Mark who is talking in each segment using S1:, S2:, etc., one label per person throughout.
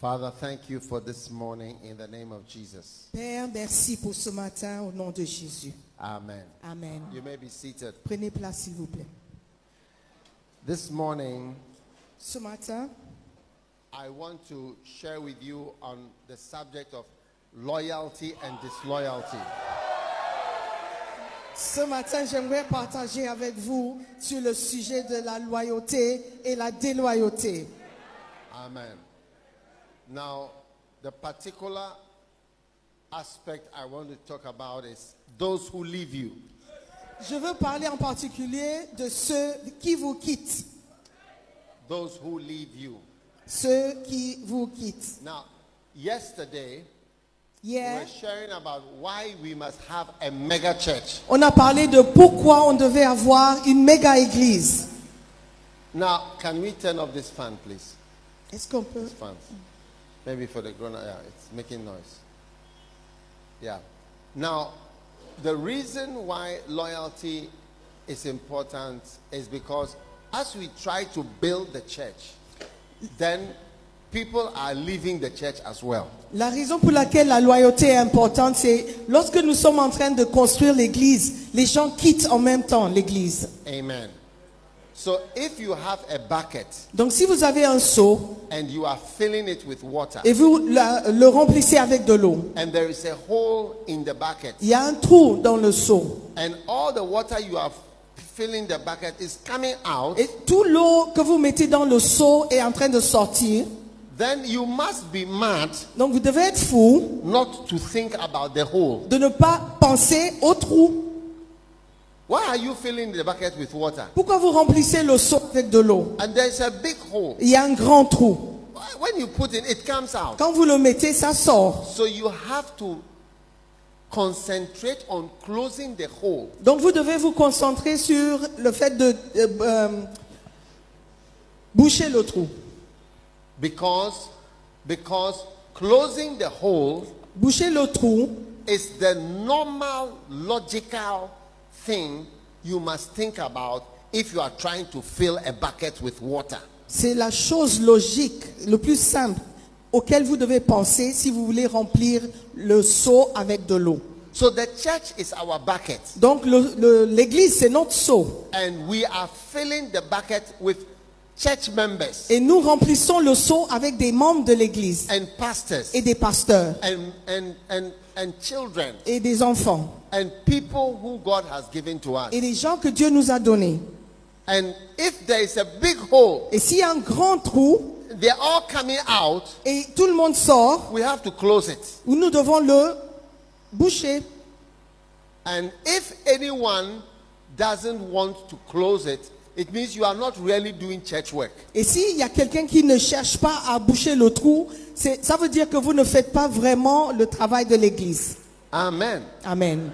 S1: Father, thank you for this morning in the name of Jesus.
S2: Père, merci pour ce matin au nom de Jésus.
S1: Amen.
S2: Amen.
S1: You may be seated.
S2: Prenez place, s'il vous plaît.
S1: This morning,
S2: Ce matin,
S1: I want to share with you on the subject of loyalty and disloyalty.
S2: ce matin, j'aimerais partager avec vous sur le sujet de la loyauté et la déloyauté.
S1: Amen. Now, the particular aspect I want to talk about is those who leave you.
S2: Je veux parler en particulier de ceux qui vous quittent,
S1: Those who leave you.
S2: ceux qui vous quittent.
S1: Now, yesterday, we
S2: Hier,
S1: were sharing about why we must have a mega church.
S2: on a parlé de pourquoi on devait avoir une méga église.
S1: Now, can we turn off this fan, please?
S2: Est-ce qu'on peut
S1: fans. Maybe for the grown yeah, it's making noise. Yeah. Now, the reason why loyalty is important is because as we try to build the church, then people are leaving the church as well.
S2: La raison pour laquelle la loyauté est importante, c'est lorsque nous sommes en train de construire l'église, les gens quittent en même temps l'église.
S1: Amen. So if you have a bucket
S2: Donc si vous avez un seau
S1: and you are filling it with water
S2: et vous la- le remplissez avec de l'eau,
S1: and there is a hole in the bucket
S2: il y a un trou dans le seau.
S1: and all the water you are filling the bucket is coming out
S2: Et tout l'eau que vous mettez dans le seau est en train de sortir.
S1: then you must be mad
S2: Donc vous devez être fou
S1: not to think about the hole.
S2: de ne pas penser au trou.
S1: Why are you filling the bucket with water?
S2: Pourquoi vous remplissez le seau avec de l'eau
S1: And there's a big hole.
S2: Il y a un grand trou.
S1: Why- When you put in, it comes out.
S2: Quand vous le mettez, ça sort.
S1: So you have to concentrate on closing the hole.
S2: Donc vous devez vous concentrer sur le fait de euh, euh, boucher le trou.
S1: Because, because closing the hole
S2: Boucher le trou,
S1: is the normal logical thing you must think about if you are trying to fill a bucket with water.
S2: c'est la chose logique, le plus simple auquel vous devez penser si vous voulez remplir le seau avec de l'eau.
S1: So the church is our bucket.
S2: Donc le- le- l'église, c'est notre seau.
S1: and we are filling the bucket with church members
S2: Et nous remplissons le seau avec des membres de l'église
S1: and pastors
S2: et des pasteurs
S1: and, and, and, and children
S2: et des enfants
S1: and people who God has given to us.
S2: et des gens que Dieu nous a donnés.
S1: And if there is a big hole,
S2: Et s'il y a un grand trou
S1: they're all coming out,
S2: et tout le monde sort,
S1: we have to close it.
S2: nous devons le boucher.
S1: And if anyone doesn't want to close it, it means you are not really doing church work.
S2: Et s'il y a quelqu'un qui ne cherche pas à boucher le trou, c'est- ça veut dire que vous ne faites pas vraiment le travail de l'Église.
S1: Amen.
S2: Amen.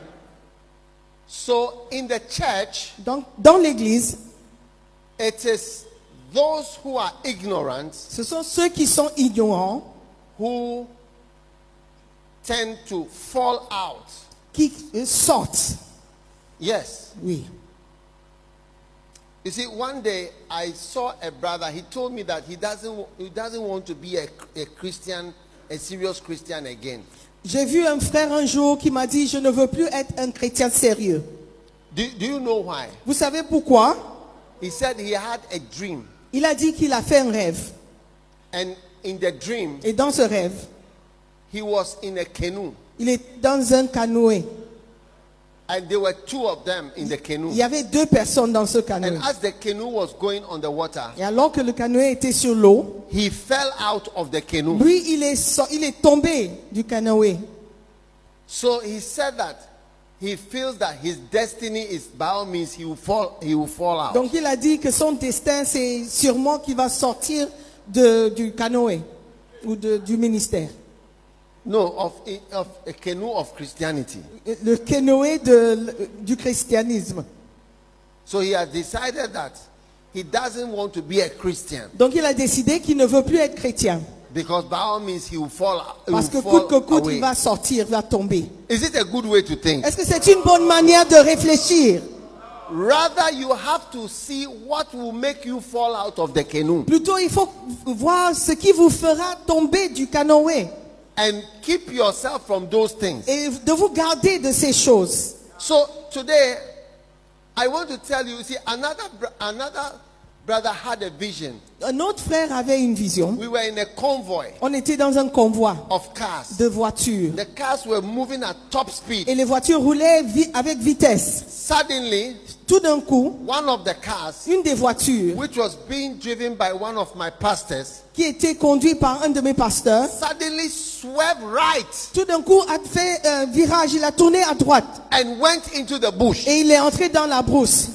S1: So in the church,
S2: Donc, dans l'Église,
S1: it is those who are ignorant
S2: ce sont ceux qui sont ignorants
S1: who tend to fall out.
S2: qui euh, sortent.
S1: Yes.
S2: Oui.
S1: You see, one day I saw a brother. He told me that he doesn't he doesn't want to be a, a Christian, a serious Christian again.
S2: J'ai vu un frère un jour qui m'a dit, je ne veux plus être un chrétien sérieux.
S1: Do, do you know why?
S2: Vous savez pourquoi
S1: He said he had a dream,
S2: Il a dit qu'il a fait un rêve.
S1: and in the dream
S2: Et dans ce rêve,
S1: he was in a canoe,
S2: il est dans un canoë.
S1: and there were two of them in the canoe.
S2: Il y avait deux personnes dans ce
S1: And
S2: canoë.
S1: as the canoe was going on the water,
S2: Et alors que le canoë était sur l'eau,
S1: he fell out of the canoe.
S2: Lui, il est, so- il est tombé du canoë.
S1: So he said that he feels that his destiny is by all means he will fall he will fall out.
S2: Donc il a dit que son destin, c'est sûrement qu'il va sortir de- du canoë ou de- du ministère.
S1: No, of a, of a canoe of Christianity.
S2: Le canoë de- du christianisme.
S1: So he has decided that he doesn't want to be a Christian
S2: Donc il a décidé qu'il ne veut plus être chrétien.
S1: because by all means he will fall. He
S2: Parce que
S1: will
S2: coûte que
S1: fall
S2: coûte,
S1: away.
S2: il va sortir, il va tomber.
S1: Is it a good way to think?
S2: Est-ce que c'est une bonne manière de réfléchir
S1: Rather, you have to see what will make you fall out of the canoe
S2: Plutôt, il faut voir ce qui vous fera tomber du canoë
S1: and keep yourself from those things.
S2: et de vous garder de ces choses.
S1: So today, I want to tell you. you See, another br- another brother had a vision.
S2: Un autre frère avait une vision.
S1: We were in a convoy
S2: On était dans un convoi
S1: of cars.
S2: de voitures
S1: The cars were moving at top
S2: et
S1: speed.
S2: les voitures roulaient vi- avec vitesse.
S1: Suddenly,
S2: Tout d'un coup,
S1: one of the cars,
S2: une des voitures
S1: which was being driven by one of my pastors,
S2: qui était conduite par un de mes pasteurs,
S1: suddenly swerved right
S2: tout d'un coup a fait un virage, il a tourné à droite
S1: and went into the bush.
S2: et il est entré dans la brousse.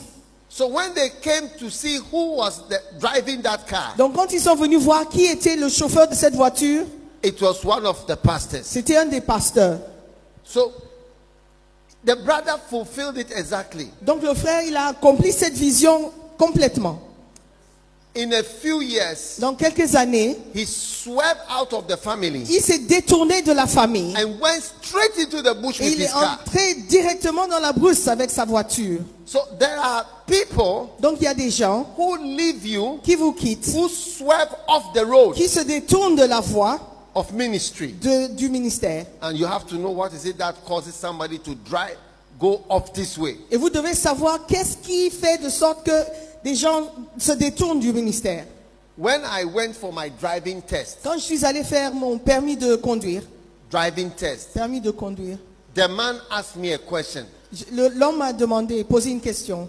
S1: So when they came to see who was the, driving that car,
S2: Donc quand ils sont venus voir qui était le chauffeur de cette voiture,
S1: it was one of the pastors.
S2: c'était un des pasteurs.
S1: So the brother fulfilled it exactly.
S2: Donc le frère, il a accompli cette vision complètement.
S1: In a few years,
S2: Dans quelques années,
S1: he swerved out of the family
S2: il s'est détourné de la famille
S1: and went straight into the bush
S2: et
S1: with
S2: il est
S1: his car.
S2: entré directement dans la brousse avec sa voiture.
S1: So there are people
S2: Donc il y a des gens
S1: who leave you,
S2: qui vous quittent,
S1: who swerve off the road
S2: qui se détournent de la voie
S1: of ministry.
S2: de- du ministère.
S1: And you have to know what is it that causes somebody to drive, go off this way.
S2: Et vous devez savoir qu'est-ce qui fait de sorte que des gens se détournent du ministère.
S1: When I went for my driving test,
S2: Quand je suis allé faire mon permis de conduire,
S1: driving test,
S2: permis de conduire,
S1: the man asked me a question.
S2: je- le- l'homme m'a demandé, posé une question.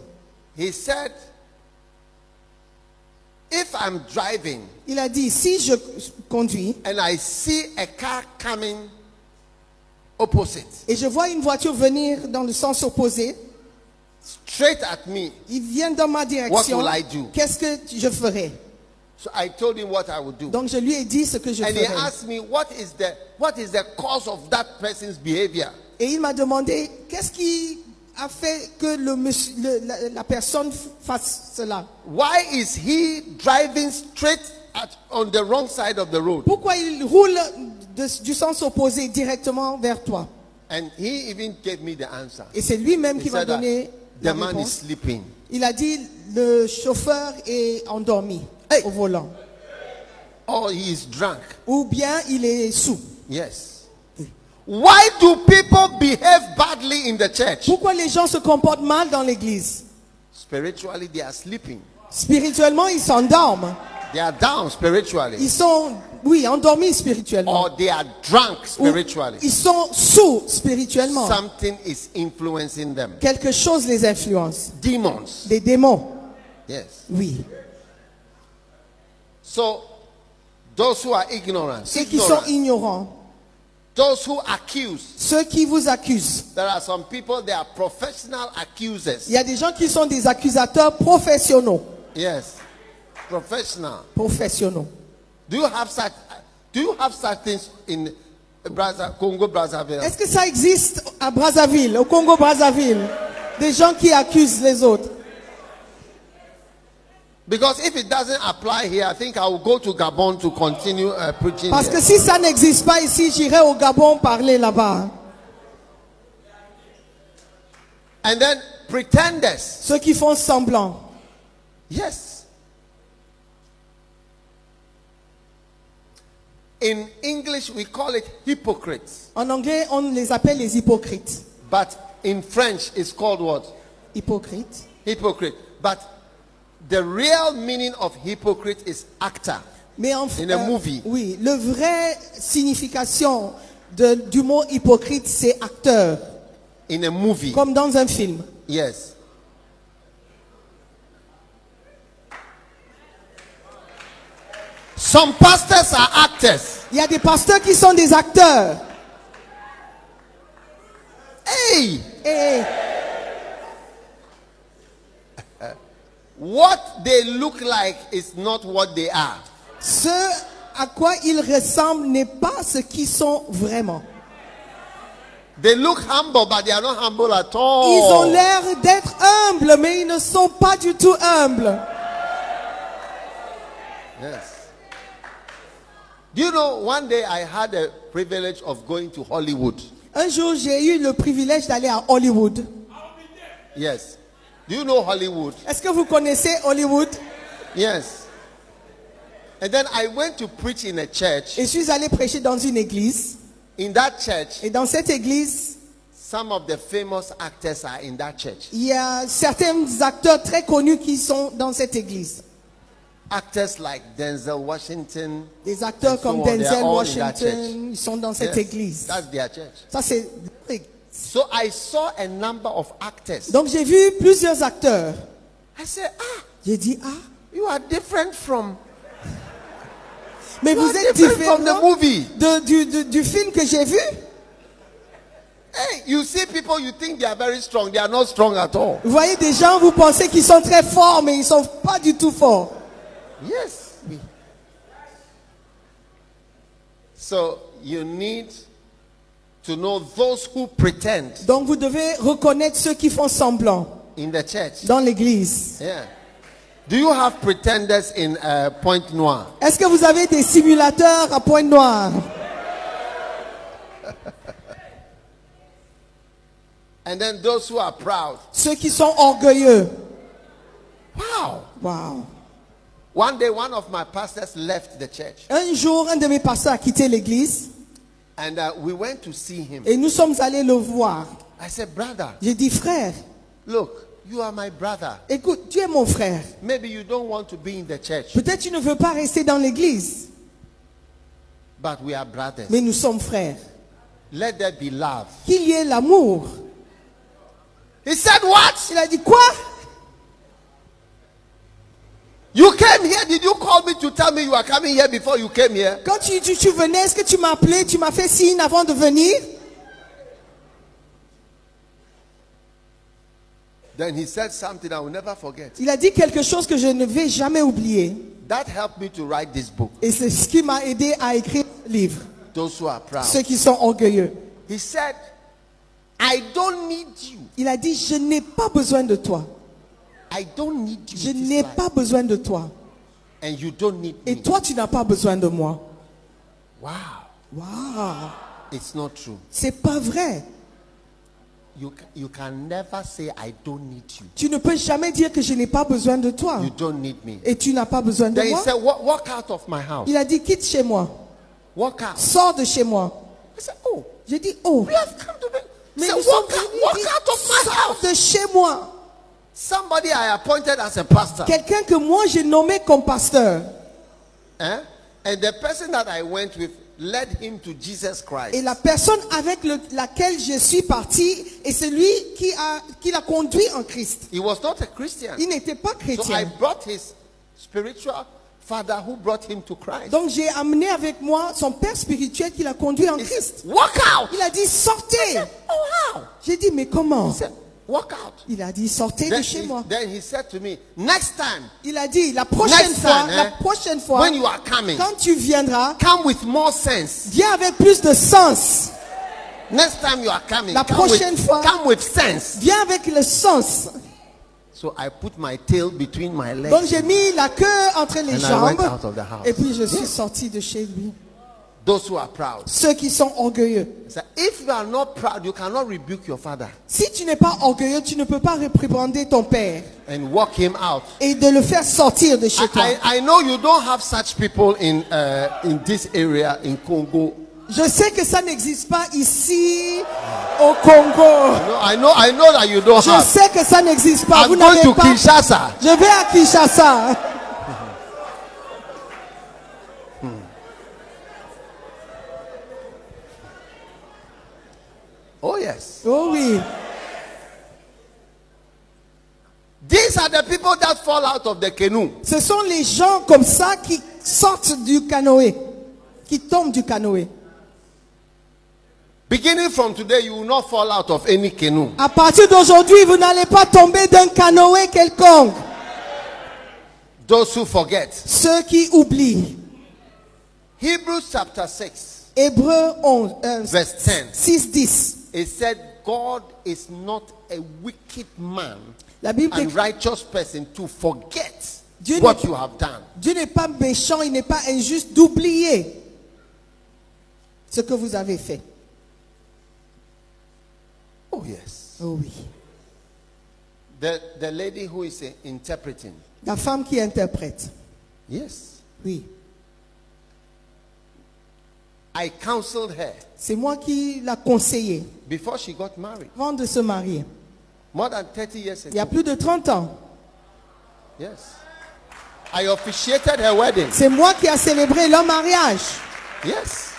S1: He said, If I'm driving
S2: Il a dit, si je conduis
S1: and I see a car coming opposite,
S2: et je vois une voiture venir dans le sens opposé,
S1: straight at me,
S2: il vient dans ma direction,
S1: What will I do?
S2: qu'est-ce que je ferai
S1: so I told him what I would do.
S2: Donc je lui ai dit ce que je
S1: And he
S2: ferai.
S1: asked me, what is, the, what is the cause of that person's behavior?
S2: Et il m'a demandé, qu'est-ce qui a fait que le monsieur- le- la, la personne fasse cela
S1: Why is he driving straight at, on the wrong side of the road?
S2: Pourquoi il roule de- du sens opposé directement vers toi
S1: And he even gave me the answer.
S2: Et c'est lui-même
S1: He
S2: qui va
S1: said that
S2: donner la
S1: the man is
S2: réponse.
S1: sleeping.
S2: Il a dit, le chauffeur est endormi
S1: Hey.
S2: au volant.
S1: Or he is drunk.
S2: Ou bien il est sous.
S1: Yes. Why do people behave badly in the church?
S2: Pourquoi les gens se comportent mal dans l'église
S1: Spiritually, they are sleeping.
S2: Spirituellement, ils s'endorment.
S1: They are down spiritually.
S2: Ils sont, oui, endormis spirituellement.
S1: Or they are drunk
S2: Ou
S1: spiritually.
S2: ils sont sous spirituellement.
S1: Something is influencing them.
S2: Quelque chose les influence.
S1: Demons.
S2: Des démons,
S1: Yes.
S2: oui.
S1: So, those who are ignorant,
S2: Ceux qui sont
S1: ignorant,
S2: ignorants,
S1: those who accuse.
S2: ceux qui vous accusent.
S1: There are some people, they are professional accusers.
S2: Il y a des gens qui sont des accusateurs professionnels.
S1: Yes. Professional.
S2: Professionnels.
S1: Do you have such do you have such things in Brazza, Congo Brazzaville?
S2: Est-ce que ça existe à Brazzaville, au Congo-Brazzaville Des gens qui accusent les autres.
S1: Because if it doesn't apply here, I think I will go to Gabon to continue uh, preaching.
S2: Parce que
S1: here.
S2: si ça n'existe pas ici, j'irai au Gabon parler là-bas.
S1: And then pretenders.
S2: Ceux qui font semblant.
S1: Yes. In English, we call it hypocrites,
S2: En anglais, on les appelle les hypocrites.
S1: but in French, it's called what?
S2: Hypocrites.
S1: Hypocrite. But the real meaning of hypocrite is actor.
S2: Mais en euh,
S1: In a movie.
S2: Oui, le vrai signification de- du mot hypocrite, c'est acteur,
S1: In a movie.
S2: comme dans un film.
S1: Yes. Some pastors are actors.
S2: Il y a des pasteurs qui sont des acteurs.
S1: Hey,
S2: Et
S1: what they look like is not what they are.
S2: ce à quoi ils ressemblent n'est pas ce qu'ils sont vraiment.
S1: They look humble, but they are not humble at
S2: Ils ont
S1: all.
S2: l'air d'être humbles, mais ils ne sont pas du tout humbles.
S1: Yes. Do you know, one day I had a privilege of going to Hollywood.
S2: Un jour, j'ai eu le privilège d'aller à Hollywood.
S1: Yes. Do you know Hollywood?
S2: Est-ce que vous connaissez Hollywood
S1: Yes. And then I went to preach in a church.
S2: Et je suis allé prêcher dans une église.
S1: In that church,
S2: Et dans cette église,
S1: some of the famous actors are in that church.
S2: il y a certains acteurs très connus qui sont dans cette église.
S1: Actors like Denzel Washington.
S2: Des
S1: And
S2: acteurs
S1: so
S2: comme
S1: on, they are
S2: Denzel
S1: all in that
S2: Washington, ils sont dans cette
S1: Yes,
S2: église.
S1: That's their church.
S2: Ça c'est leur église.
S1: So I saw a number of actors.
S2: Donc j'ai vu plusieurs acteurs.
S1: I said, ah,
S2: J'ai dit ah,
S1: you are different from,
S2: mais
S1: you
S2: vous
S1: are
S2: êtes
S1: different from the
S2: différents
S1: movie.
S2: de- du, du- du film que j'ai vu.
S1: Hey, you see people, you think they are very strong. They are not strong at all.
S2: Vous voyez des gens, vous pensez qu'ils sont très forts, mais ils sont pas du tout forts.
S1: Yes. So you need to know those who pretend
S2: Donc vous devez reconnaître ceux qui font semblant
S1: in the church.
S2: dans l'église.
S1: Yeah. Do you have pretenders in uh, Point Noir?
S2: Est-ce que vous avez des simulateurs à point noir
S1: And then those who are proud.
S2: Ceux qui sont orgueilleux.
S1: Wow.
S2: Wow.
S1: One day, one of my pastors left the church,
S2: Un jour, un de mes pasteurs a quitté l'église
S1: and uh, we went to see him.
S2: et nous sommes allés le voir.
S1: I said, "Brother,
S2: J'ai dit, frère,
S1: look, you are my brother.
S2: écoute, tu es mon frère.
S1: Maybe you don't want to be in the church,
S2: Peut-être tu ne veux pas rester dans l'église,
S1: but we are brothers.
S2: mais nous sommes frères.
S1: Let there be love."
S2: Qu'il y ait l'amour.
S1: He said, "What?
S2: Il a dit, quoi
S1: You came here. Did you call me to tell me you are coming here before you came here?
S2: Quand tu, tu- tu venais, est-ce que tu m'as appelé, tu m'as fait signe avant de venir
S1: Then he said something I will never forget.
S2: Il a dit quelque chose que je ne vais jamais oublier.
S1: That helped me to write this book.
S2: Et c'est ce qui m'a aidé à écrire ce livre.
S1: Those who are proud.
S2: Ceux qui sont orgueilleux.
S1: He said, I don't need you.
S2: Il a dit, je n'ai pas besoin de toi.
S1: I don't need you.
S2: Je
S1: in this
S2: n'ai
S1: life.
S2: pas besoin de toi.
S1: And you don't need
S2: Et
S1: me.
S2: toi, tu n'as pas besoin de moi.
S1: Wow.
S2: Waouh.
S1: It's not true.
S2: C'est pas vrai.
S1: You, ca- you can never say, I don't need you.
S2: Tu ne peux jamais dire que je n'ai pas besoin de toi.
S1: You don't need me.
S2: Et tu n'as pas besoin de
S1: Then he
S2: moi.
S1: said, walk, walk out of my house.
S2: Il a dit, quitte chez moi.
S1: Walk out.
S2: Sors de chez moi.
S1: I said, oh,
S2: J'ai dit, oh.
S1: you have come to me. He
S2: Mais
S1: said,
S2: nous
S1: walk
S2: sommes
S1: out,
S2: venus
S1: walk
S2: dire,
S1: out of my
S2: Sors
S1: house.
S2: de chez moi.
S1: Somebody I appointed as a pastor.
S2: Quelqu'un que moi j'ai nommé comme pasteur.
S1: Eh? And the person that I went with led him to Jesus
S2: Et
S1: Christ.
S2: la personne avec le- laquelle je suis parti est celui qui a- qui l'a conduit en Christ.
S1: He was not a Christian.
S2: Il n'était pas
S1: So I
S2: chrétien.
S1: brought his spiritual father who brought him to Christ.
S2: Donc j'ai amené avec moi son père spirituel qui l'a conduit en
S1: He
S2: Christ.
S1: said, Walk out.
S2: Il a dit sortez.
S1: Oh, how?
S2: J'ai dit mais comment
S1: He said, Walk out.
S2: Il a dit sortez de
S1: Then
S2: chez
S1: he,
S2: moi.
S1: then he said to me, Next time,
S2: Il a dit la prochaine
S1: Next
S2: fois,
S1: time,
S2: la
S1: hein,
S2: prochaine fois,
S1: when you are coming,
S2: quand tu viendras,
S1: come with more sense.
S2: viens avec plus de sens.
S1: Next time you are coming,
S2: La
S1: come,
S2: prochaine
S1: with,
S2: fois-
S1: come with sense.
S2: Viens avec le sens.
S1: So I put my tail between my legs.
S2: Donc j'ai mis la queue entre les
S1: And I
S2: jambes
S1: went out of the house.
S2: et puis je suis sorti de chez lui.
S1: Those who are proud.
S2: Ceux qui sont orgueilleux.
S1: He said, If you are not proud, you cannot rebuke your father
S2: Si tu n'es pas orgueilleux, tu ne peux pas réprimander ton père
S1: and walk him out.
S2: et de le faire sortir de chez toi.
S1: I, I, I know you don't have such people in uh, in this area in Congo.
S2: Je sais que ça n'existe pas ici au Congo.
S1: No, I know I know that you don't
S2: Je
S1: have.
S2: sais que ça n'existe pas.
S1: Ah. I'm
S2: Vous
S1: going
S2: n'avez
S1: to
S2: pas.
S1: Kinshasa.
S2: Je vais à Kinshasa.
S1: Oh yes.
S2: Oh oui.
S1: These are the people that fall out of the canoe.
S2: Ce sont les gens comme ça qui sortent du canoë, qui tombent du canoë.
S1: Beginning from today, you will not fall out of any canoe.
S2: À partir d'aujourd'hui, vous n'allez pas tomber d'un canoë quelconque.
S1: Those who forget.
S2: Ceux qui oublient.
S1: Hebrews chapter 6,
S2: Hébreux 11, euh,
S1: verse 10.
S2: 6, 10.
S1: It said, God is not a wicked man
S2: La Bible
S1: and
S2: déclare,
S1: righteous person to forget
S2: Dieu
S1: what
S2: n'est-
S1: you have done.
S2: Dieu n'est pas méchant, il n'est pas injuste d'oublier ce que vous avez fait.
S1: Oh yes.
S2: Oh oui.
S1: The, the lady who is uh, interpreting.
S2: La femme qui interprète.
S1: Yes.
S2: Oui.
S1: I counseled her
S2: C'est moi qui l'a conseillée
S1: before she got married.
S2: avant de se marier.
S1: More than 30 years
S2: Il y a
S1: ago.
S2: plus de 30 ans.
S1: Yes. I officiated her wedding.
S2: C'est moi qui a célébré leur mariage.
S1: Yes.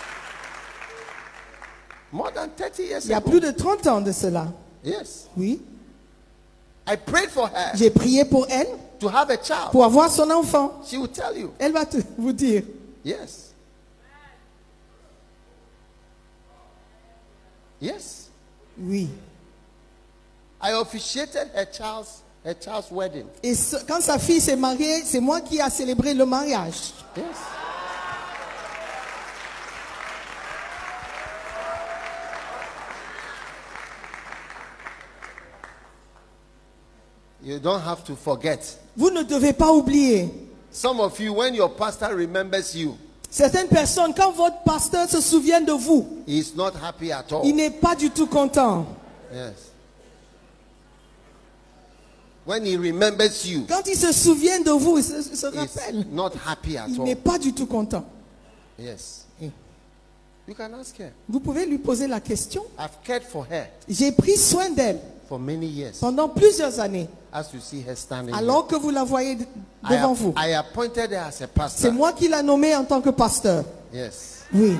S1: More than 30 years
S2: Il y a
S1: ago.
S2: plus de 30 ans de cela.
S1: Yes.
S2: Oui.
S1: I prayed for her
S2: J'ai prié pour elle,
S1: to have a child.
S2: pour avoir son enfant.
S1: She will tell you.
S2: Elle va te- vous dire.
S1: Yes. Yes.
S2: Oui.
S1: I officiated her child's her child's wedding.
S2: Et ce- quand sa fille s'est mariée, c'est moi qui a célébré le mariage.
S1: Yes. You don't have to forget.
S2: Vous ne devez pas oublier.
S1: Some of you, when your pastor remembers you,
S2: Certaines personnes, quand votre pasteur se souvient de vous,
S1: he's not happy at all.
S2: il n'est pas du tout content.
S1: Yes. When he remembers you,
S2: Quand il se souvient de vous, il se, se rappelle.
S1: he's not happy at
S2: Il
S1: all.
S2: n'est pas du tout content.
S1: Yes.
S2: Eh.
S1: You can ask her.
S2: Vous pouvez lui poser la question.
S1: I've cared for her
S2: J'ai pris soin d'elle
S1: for many years,
S2: pendant plusieurs années,
S1: as you see her standing here.
S2: alors que vous la voyez de-
S1: I,
S2: devant
S1: app-
S2: vous.
S1: I appointed her as a
S2: C'est
S1: pastor.
S2: moi qui l'a nommée en tant que pasteur.
S1: Yes.
S2: Oui.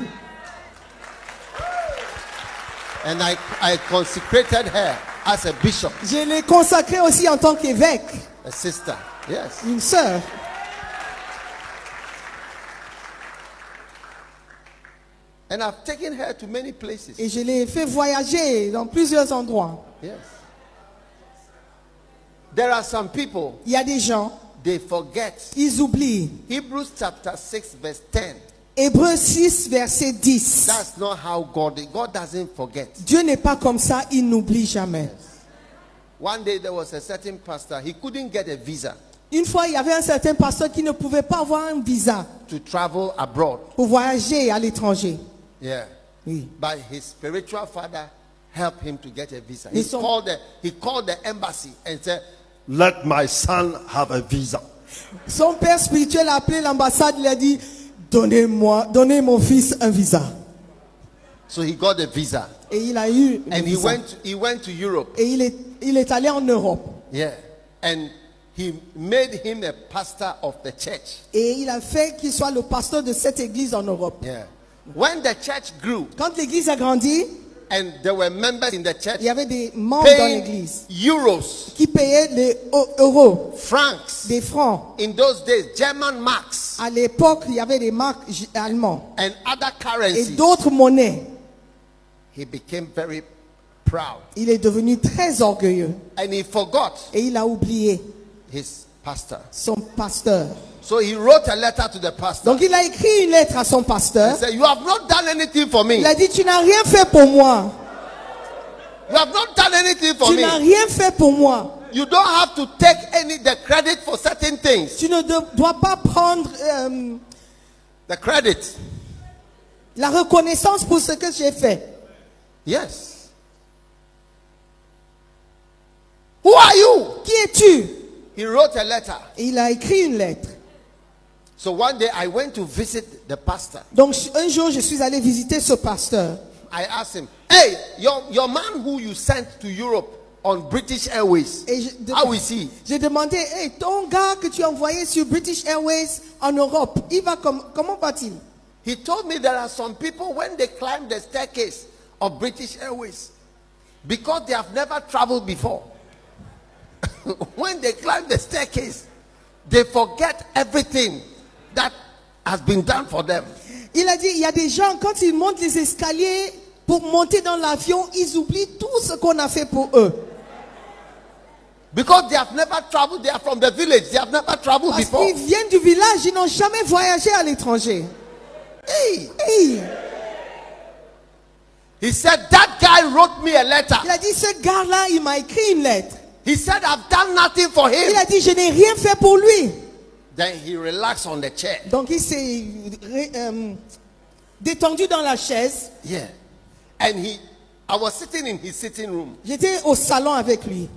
S1: And I, I consecrated her as a bishop,
S2: Je l'ai consacrée aussi en tant qu'évêque,
S1: a sister. Yes.
S2: une sœur.
S1: And I've taken her to many places.
S2: Et je l'ai fait voyager dans plusieurs endroits.
S1: Yes. There are some people,
S2: Il y a des gens,
S1: they forget.
S2: ils oublient.
S1: Hebrews chapter 6, verse 10.
S2: Hébreux 6, verset 10.
S1: That's not how God God doesn't forget.
S2: Dieu n'est pas comme ça, il n'oublie jamais.
S1: One day there was a certain pastor, he couldn't get a visa
S2: Une fois, il y avait un certain pasteur qui ne pouvait pas avoir un visa
S1: to travel abroad.
S2: pour voyager à l'étranger.
S1: Yeah.
S2: Oui.
S1: But his spiritual father helped him to get a visa. He
S2: Ils sont-
S1: called the, he called the embassy and said,
S3: Let my son have a visa.
S2: Son père spirituel a appelé l'ambassade, il a dit, donnez-moi, donnez mon fils un visa.
S1: so he got a visa.
S2: Et il a eu le
S1: And he
S2: visa.
S1: went he went to Europe.
S2: Et il est, il est allé en Europe.
S1: Yeah. And he made him a pastor of the church.
S2: Et il a fait qu'il soit le pasteur de cette église en Europe.
S1: Yeah. When the church grew
S2: Quand l'église a grandi,
S1: and there were members in the church
S2: il y avait des membres dans
S1: paying
S2: l'église
S1: euros,
S2: qui payaient les eu- euros,
S1: francs,
S2: des francs.
S1: in those days German marks.
S2: À l'époque, il y avait des marques j- allemandes
S1: and other
S2: et
S1: currencies.
S2: d'autres monnaies.
S1: He became very proud
S2: Il est devenu très orgueilleux
S1: and he forgot
S2: et il a oublié
S1: his pastor.
S2: son pasteur.
S1: So he wrote a letter to the pastor
S2: Donc il a écrit une lettre à son
S1: and
S2: pasteur.
S1: said, You have not done anything for me.
S2: Il a dit, tu n'as rien fait pour moi.
S1: You have not done anything for
S2: Tu n'as
S1: me.
S2: rien fait pour moi.
S1: You don't have to take any the credit for certain things.
S2: Tu ne de- dois pas prendre euh,
S1: The credit.
S2: la reconnaissance pour ce que j'ai fait.
S1: Yes. Who are you?
S2: Qui es-tu
S1: He wrote a letter.
S2: Et il a écrit une lettre.
S1: So one day I went to visit the pastor.
S2: Donc je- un jour, je suis allé visiter ce pasteur.
S1: I asked him, Hey, your, your man who you sent to Europe on British Airways,
S2: Et je- de-
S1: how is he?
S2: J'ai demandé, hey, ton gars que tu as envoyé sur British Airways en Europe, il va comme, comment va-t-il
S1: He told me there are some people when they climb the staircase of British Airways, because they have never traveled before, when they climb the staircase, they forget everything that has been done for them.
S2: Il a dit, il y a des gens, quand ils montent les escaliers pour monter dans l'avion, ils oublient tout ce qu'on a fait pour eux.
S1: Because they have never traveled, they are from the village, they have never traveled
S2: Parce
S1: before.
S2: qu'ils viennent du village, ils n'ont jamais voyagé à l'étranger.
S1: Hey!
S2: Hey,
S1: He said, That guy wrote me a
S2: il
S1: letter.
S2: a dit, ce gars-là, il m'a écrit une lettre.
S1: He said, I've done nothing for him.
S2: Il a dit, je n'ai rien fait pour lui.
S1: Then he relaxed on the chair.
S2: Donc il s'est ré- euh, détendu dans la chaise.
S1: Yeah. And he, I was sitting in his sitting room.
S2: J'étais au salon avec lui.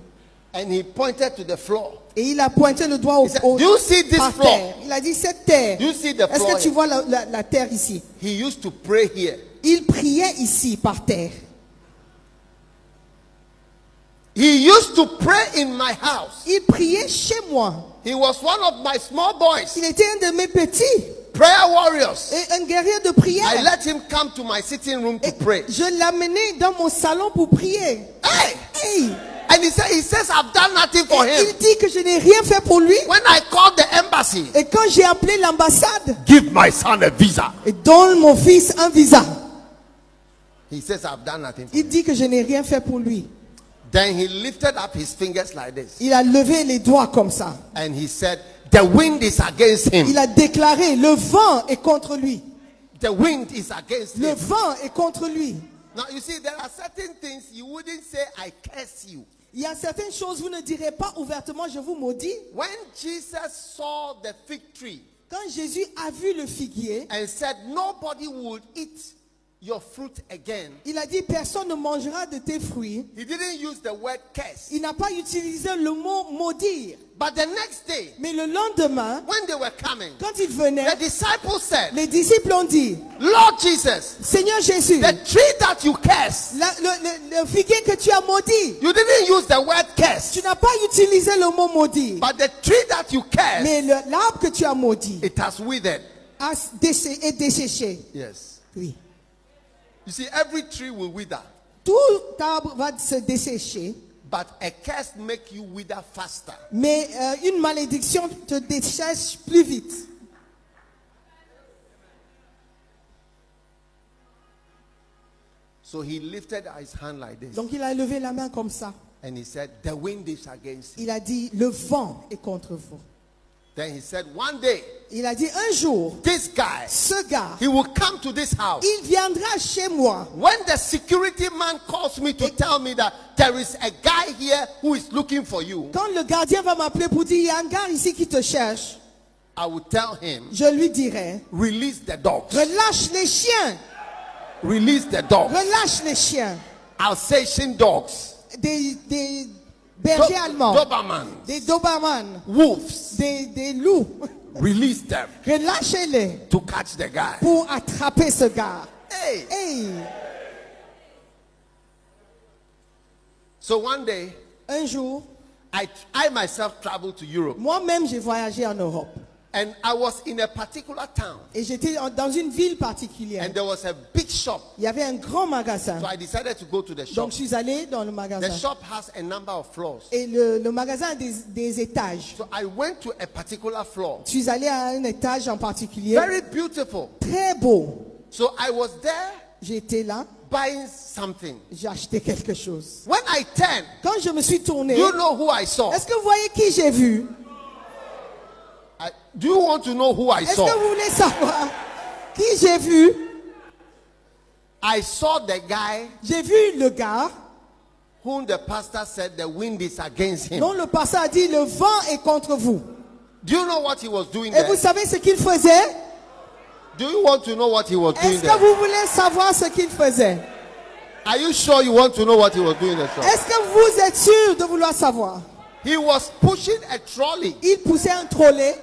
S1: and he pointed to the floor.
S2: Et il a pointé le doigt au,
S1: said,
S2: au-
S1: "Do you see this
S2: par
S1: floor?
S2: terre. Il a dit cette terre.
S1: Do you see the
S2: Est-ce
S1: floor
S2: que tu
S1: here?
S2: vois la, la- la terre ici
S1: He used to pray here.
S2: Il priait ici par terre.
S1: He used to pray in my house.
S2: Il priait chez moi.
S1: He was one of my small boys,
S2: Il était un de mes petits
S1: prayer warriors.
S2: et un guerrier de
S1: I
S2: prière.
S1: let him come to my sitting room to
S2: Et
S1: pray.
S2: je l'amenais dans mon salon pour prier.
S1: Hey!
S2: Hey!
S1: And he said, he says, I've done nothing for
S2: Et
S1: him.
S2: il dit que je n'ai rien fait pour lui.
S1: When I called the embassy,
S2: Et quand j'ai appelé l'ambassade,
S3: Give my son a visa.
S2: et donne mon fils un visa.
S1: he says, I've done nothing for him.
S2: Il dit que je n'ai rien fait pour lui.
S1: Then he lifted up his fingers like this
S2: Il a levé les doigts comme ça.
S1: and he said, The wind is against him.
S2: Il a déclaré, le vent est contre lui.
S1: The wind is against
S2: Le
S1: him.
S2: vent est contre lui.
S1: Now, you see, there are certain things you wouldn't say, I curse you.
S2: Il y a certaines choses, vous ne direz pas ouvertement, je vous maudis.
S1: When Jesus saw the fig tree
S2: Quand Jésus a vu le figuier,
S1: and said, Nobody would eat your fruit again,
S2: il a dit, personne ne mangera de tes fruits.
S1: he didn't use the word curse.
S2: Il n'a pas utilisé le mot maudire.
S1: But the next day,
S2: Mais le lendemain,
S1: when they were coming,
S2: quand il venait,
S1: the disciples said,
S2: les disciples ont dit,
S1: Lord Jesus,
S2: Seigneur Jésus,
S1: the tree that you curse,
S2: la- le, le- le figuier que tu as maudit,
S1: you didn't use the word curse,
S2: tu n'as pas utilisé le mot maudit.
S1: but the tree that you curse,
S2: Mais le- l'arbre que tu as maudit
S1: it has withered.
S2: a s- déché- est desséché.
S1: Yes.
S2: Oui.
S1: You see, every tree will wither,
S2: Tout arbre va se dessécher,
S1: but a curse make you wither faster.
S2: mais euh, une malédiction te dessèche plus vite.
S1: So he lifted his hand like this
S2: Donc il a levé la main comme ça.
S1: and he said, The wind is against you.
S2: Il a dit, le vent est contre vous.
S1: Then he said, One day,
S2: Il a dit, un jour,
S1: this guy,
S2: ce gars,
S1: he will come to this house.
S2: il viendra chez moi.
S1: When the security man calls me to tell me that there is a guy here who is looking for you,
S2: Quand le gardien va m'appeler pour dire, il y a un gars ici qui te cherche,
S1: I will tell him,
S2: je lui dirai,
S1: Release the dogs.
S2: relâche les chiens,
S1: Release the dogs.
S2: relâche les chiens.
S1: Alsatian dogs.
S2: Des, des
S1: Do-
S2: bergers allemands,
S1: Doberman.
S2: des Doberman,
S1: Wolves.
S2: des, des loups.
S1: Release them
S2: Relâchez-les
S1: to catch the guy.
S2: pour attraper ce gars.
S1: Hey.
S2: Hey,
S1: So one day,
S2: un jour,
S1: I, I myself traveled to Europe
S2: moi-même, j'ai voyagé en Europe.
S1: and I was in a particular town
S2: Et j'étais en- dans une ville particulière.
S1: and there was a big shop.
S2: Il y avait un grand magasin.
S1: So I decided to go to the shop.
S2: Donc, je suis allé dans le
S1: The
S2: magasin.
S1: shop has a number of floors.
S2: Et le, le magasin a des, des étages.
S1: So I went to a particular floor.
S2: Je suis allé à un étage en particulier.
S1: Very beautiful.
S2: Très beau.
S1: So I was there
S2: J'étais là,
S1: buying something.
S2: j'ai acheté quelque chose.
S1: When I turned,
S2: Quand je me suis tourné,
S1: you know who I saw.
S2: est-ce que vous voyez qui j'ai vu
S1: I- do you want to know who I
S2: Est-ce que
S1: saw?
S2: vous voulez savoir qui j'ai vu
S1: I saw the guy
S2: J'ai vu le gars
S1: whom the pastor said the wind is against him.
S2: dont le pasteur a dit le vent est contre vous.
S1: Do you know what he was doing
S2: Et
S1: there?
S2: vous savez ce qu'il faisait
S1: Do you want to know what he was doing
S2: Est-ce que
S1: there?
S2: vous voulez savoir ce qu'il faisait
S1: Are you sure you want to know what he was doing in the shop?
S2: Est-ce que vous êtes sûr de vouloir savoir
S1: He was pushing a trolley
S2: Il poussait un trolley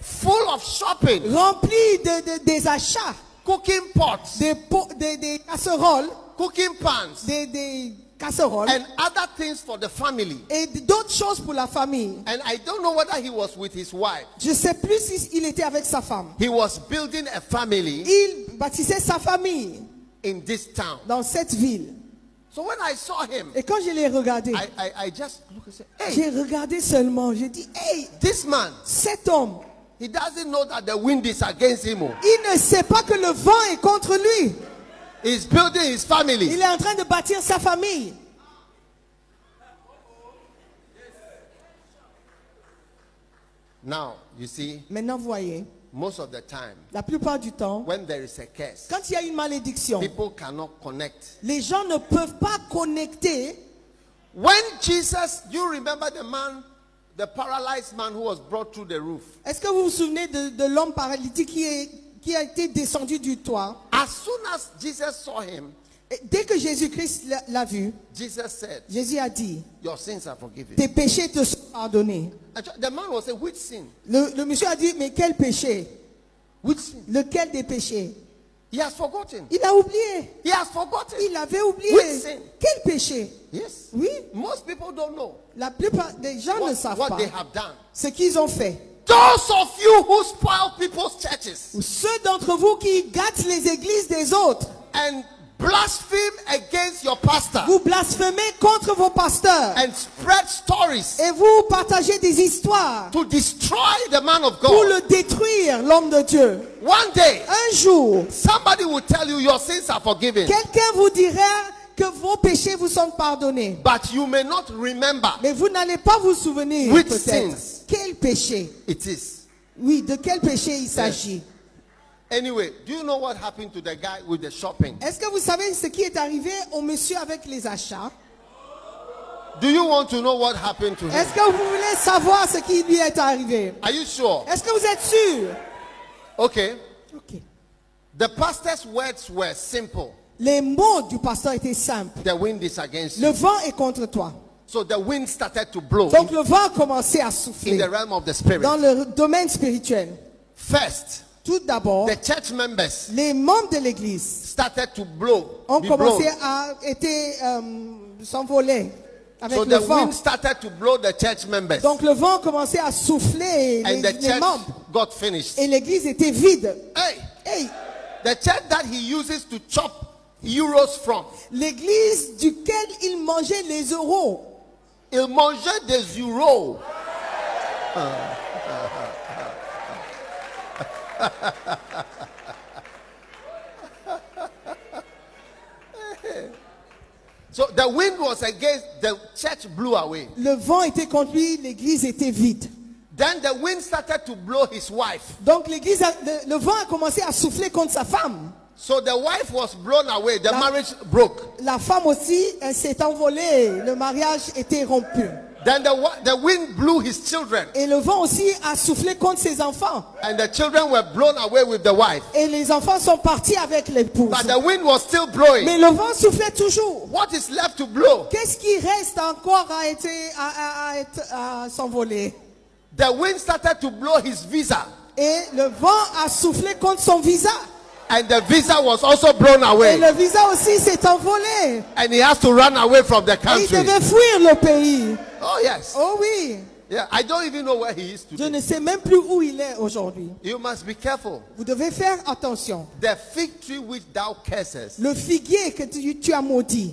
S1: full of shopping,
S2: rempli de, de- des achats,
S1: cooking pots,
S2: des, pots- des, des casseroles,
S1: cooking pans,
S2: des, des casseroles
S1: and other things for the family.
S2: et d'autres choses pour la famille.
S1: And I don't know whether he was with his wife.
S2: Je sais plus s'il était avec sa femme.
S1: He was building a family
S2: Il bâtissait sa famille
S1: in this town.
S2: dans cette ville.
S1: So when I saw him,
S2: Et quand je l'ai regardé,
S1: I, I, I just looked and said, Hey,
S2: j'ai regardé seulement. J'ai dit, hey,
S1: this man,
S2: cet homme,
S1: he doesn't know that the wind is against him. oh.
S2: il ne sait pas que le vent est contre lui.
S1: He's building his family.
S2: Il est en train de bâtir sa famille.
S1: Now, you see,
S2: Maintenant, vous voyez,
S1: most of the time,
S2: la plupart du temps,
S1: when there is a curse,
S2: quand il y a une malédiction,
S1: people cannot connect.
S2: les gens ne peuvent pas connecter.
S1: When Jesus, you remember the man, the paralyzed man who was brought through the roof.
S2: Est-ce que vous vous souvenez de, de l'homme paralytique qui, est- qui a été descendu du toit
S1: As soon as Jesus saw him,
S2: Et dès que Jésus-Christ l'a- l'a vu,
S1: Jesus said,
S2: Jésus a dit,
S1: Your sins are forgiven.
S2: tes péchés te sont pardonnés.
S1: Actually, The man was saying, Which sin?
S2: Le, le monsieur a dit, mais quel péché
S1: Which sin?
S2: Lequel des péchés
S1: He has forgotten.
S2: Il a oublié.
S1: He has forgotten.
S2: Il avait oublié.
S1: Which sin?
S2: Quel péché
S1: Yes.
S2: Oui,
S1: Most people don't know
S2: la plupart des gens ne
S1: what,
S2: savent
S1: what
S2: pas
S1: they have done.
S2: ce qu'ils ont fait.
S1: Those of you who spoil people's churches
S2: Ou ceux d'entre vous qui gâtent les églises des autres,
S1: and blaspheme against your pastor
S2: vous blasphémez contre vos pasteurs
S1: and spread stories
S2: et vous partagez des histoires
S1: to destroy the man of
S2: pour
S1: God.
S2: le détruire, l'homme de Dieu.
S1: One day,
S2: Un jour,
S1: somebody will tell you your sins are forgiven,
S2: quelqu'un vous dira que vos péchés vous sont pardonnés.
S1: but you may not remember
S2: Mais vous n'allez pas vous souvenir
S1: Which
S2: peut-être.
S1: sins?
S2: Quel péché
S1: it is.
S2: Oui, de quel péché il s'agit
S1: Anyway, do you know what happened to the guy with the shopping?
S2: Est-ce que vous savez ce qui est arrivé au monsieur avec les achats
S1: Do you want to know what happened to him?
S2: Est-ce que vous voulez savoir ce qui lui est arrivé
S1: Are you sure?
S2: Est-ce que vous êtes sûr
S1: Okay.
S2: Ok.
S1: The pastor's words were simple.
S2: Les mots du pasteur étaient simples.
S1: The wind is against
S2: Le
S1: you.
S2: vent est contre toi.
S1: So the wind started to blow
S2: Donc le vent a commencé à
S1: in
S2: souffler
S1: the realm of the
S2: dans
S1: spirit.
S2: le domaine spirituel.
S1: First,
S2: Tout d'abord,
S1: the church members
S2: les membres de l'Église
S1: started to blow.
S2: ont
S1: be
S2: commencé
S1: blown.
S2: à été, euh, s'envoler avec
S1: So
S2: le
S1: the
S2: vent.
S1: wind started to blow the church members.
S2: Donc le vent commençait à souffler les,
S1: And the
S2: les membres.
S1: church got finished.
S2: Et l'église était vide.
S1: Hey,
S2: Hey,
S1: the church that he uses to chop euros from.
S2: l'église duquel il mangeait les euros.
S1: Il mangeait des euros. So the wind was against the church blew away.
S2: Le vent était contre lui, l'église était vide.
S1: Then the wind started to blow his wife.
S2: Donc l'église, a- le, le vent a commencé à souffler contre sa femme.
S1: So the wife was blown away. The
S2: La-
S1: marriage broke.
S2: La femme aussi elle s'est envolée, le mariage était rompu.
S1: Then the, wa- the wind blew his children.
S2: Et le vent aussi a soufflé contre ses enfants.
S1: And the children were blown away with the wife.
S2: Et les enfants sont partis avec l'épouse.
S1: But the wind was still blowing.
S2: Mais le vent soufflait toujours.
S1: What is left to blow?
S2: Qu'est-ce qui reste encore à être, à, à- à être- à s'envoler
S1: The wind started to blow his visa.
S2: Et le vent a soufflé contre son visa.
S1: And the visa was also blown
S2: Et
S1: away.
S2: le visa aussi s'est envolé.
S1: And he has to run away from the
S2: Et il
S1: country.
S2: devait fuir le pays.
S1: Oh, yes.
S2: Oh oui.
S1: Yeah, I don't even know where he is
S2: Je
S1: today.
S2: ne sais même plus où il est aujourd'hui.
S1: You must be careful.
S2: Vous devez faire attention.
S1: The fig tree which thou cursest
S2: Le figuier que tu, tu as maudit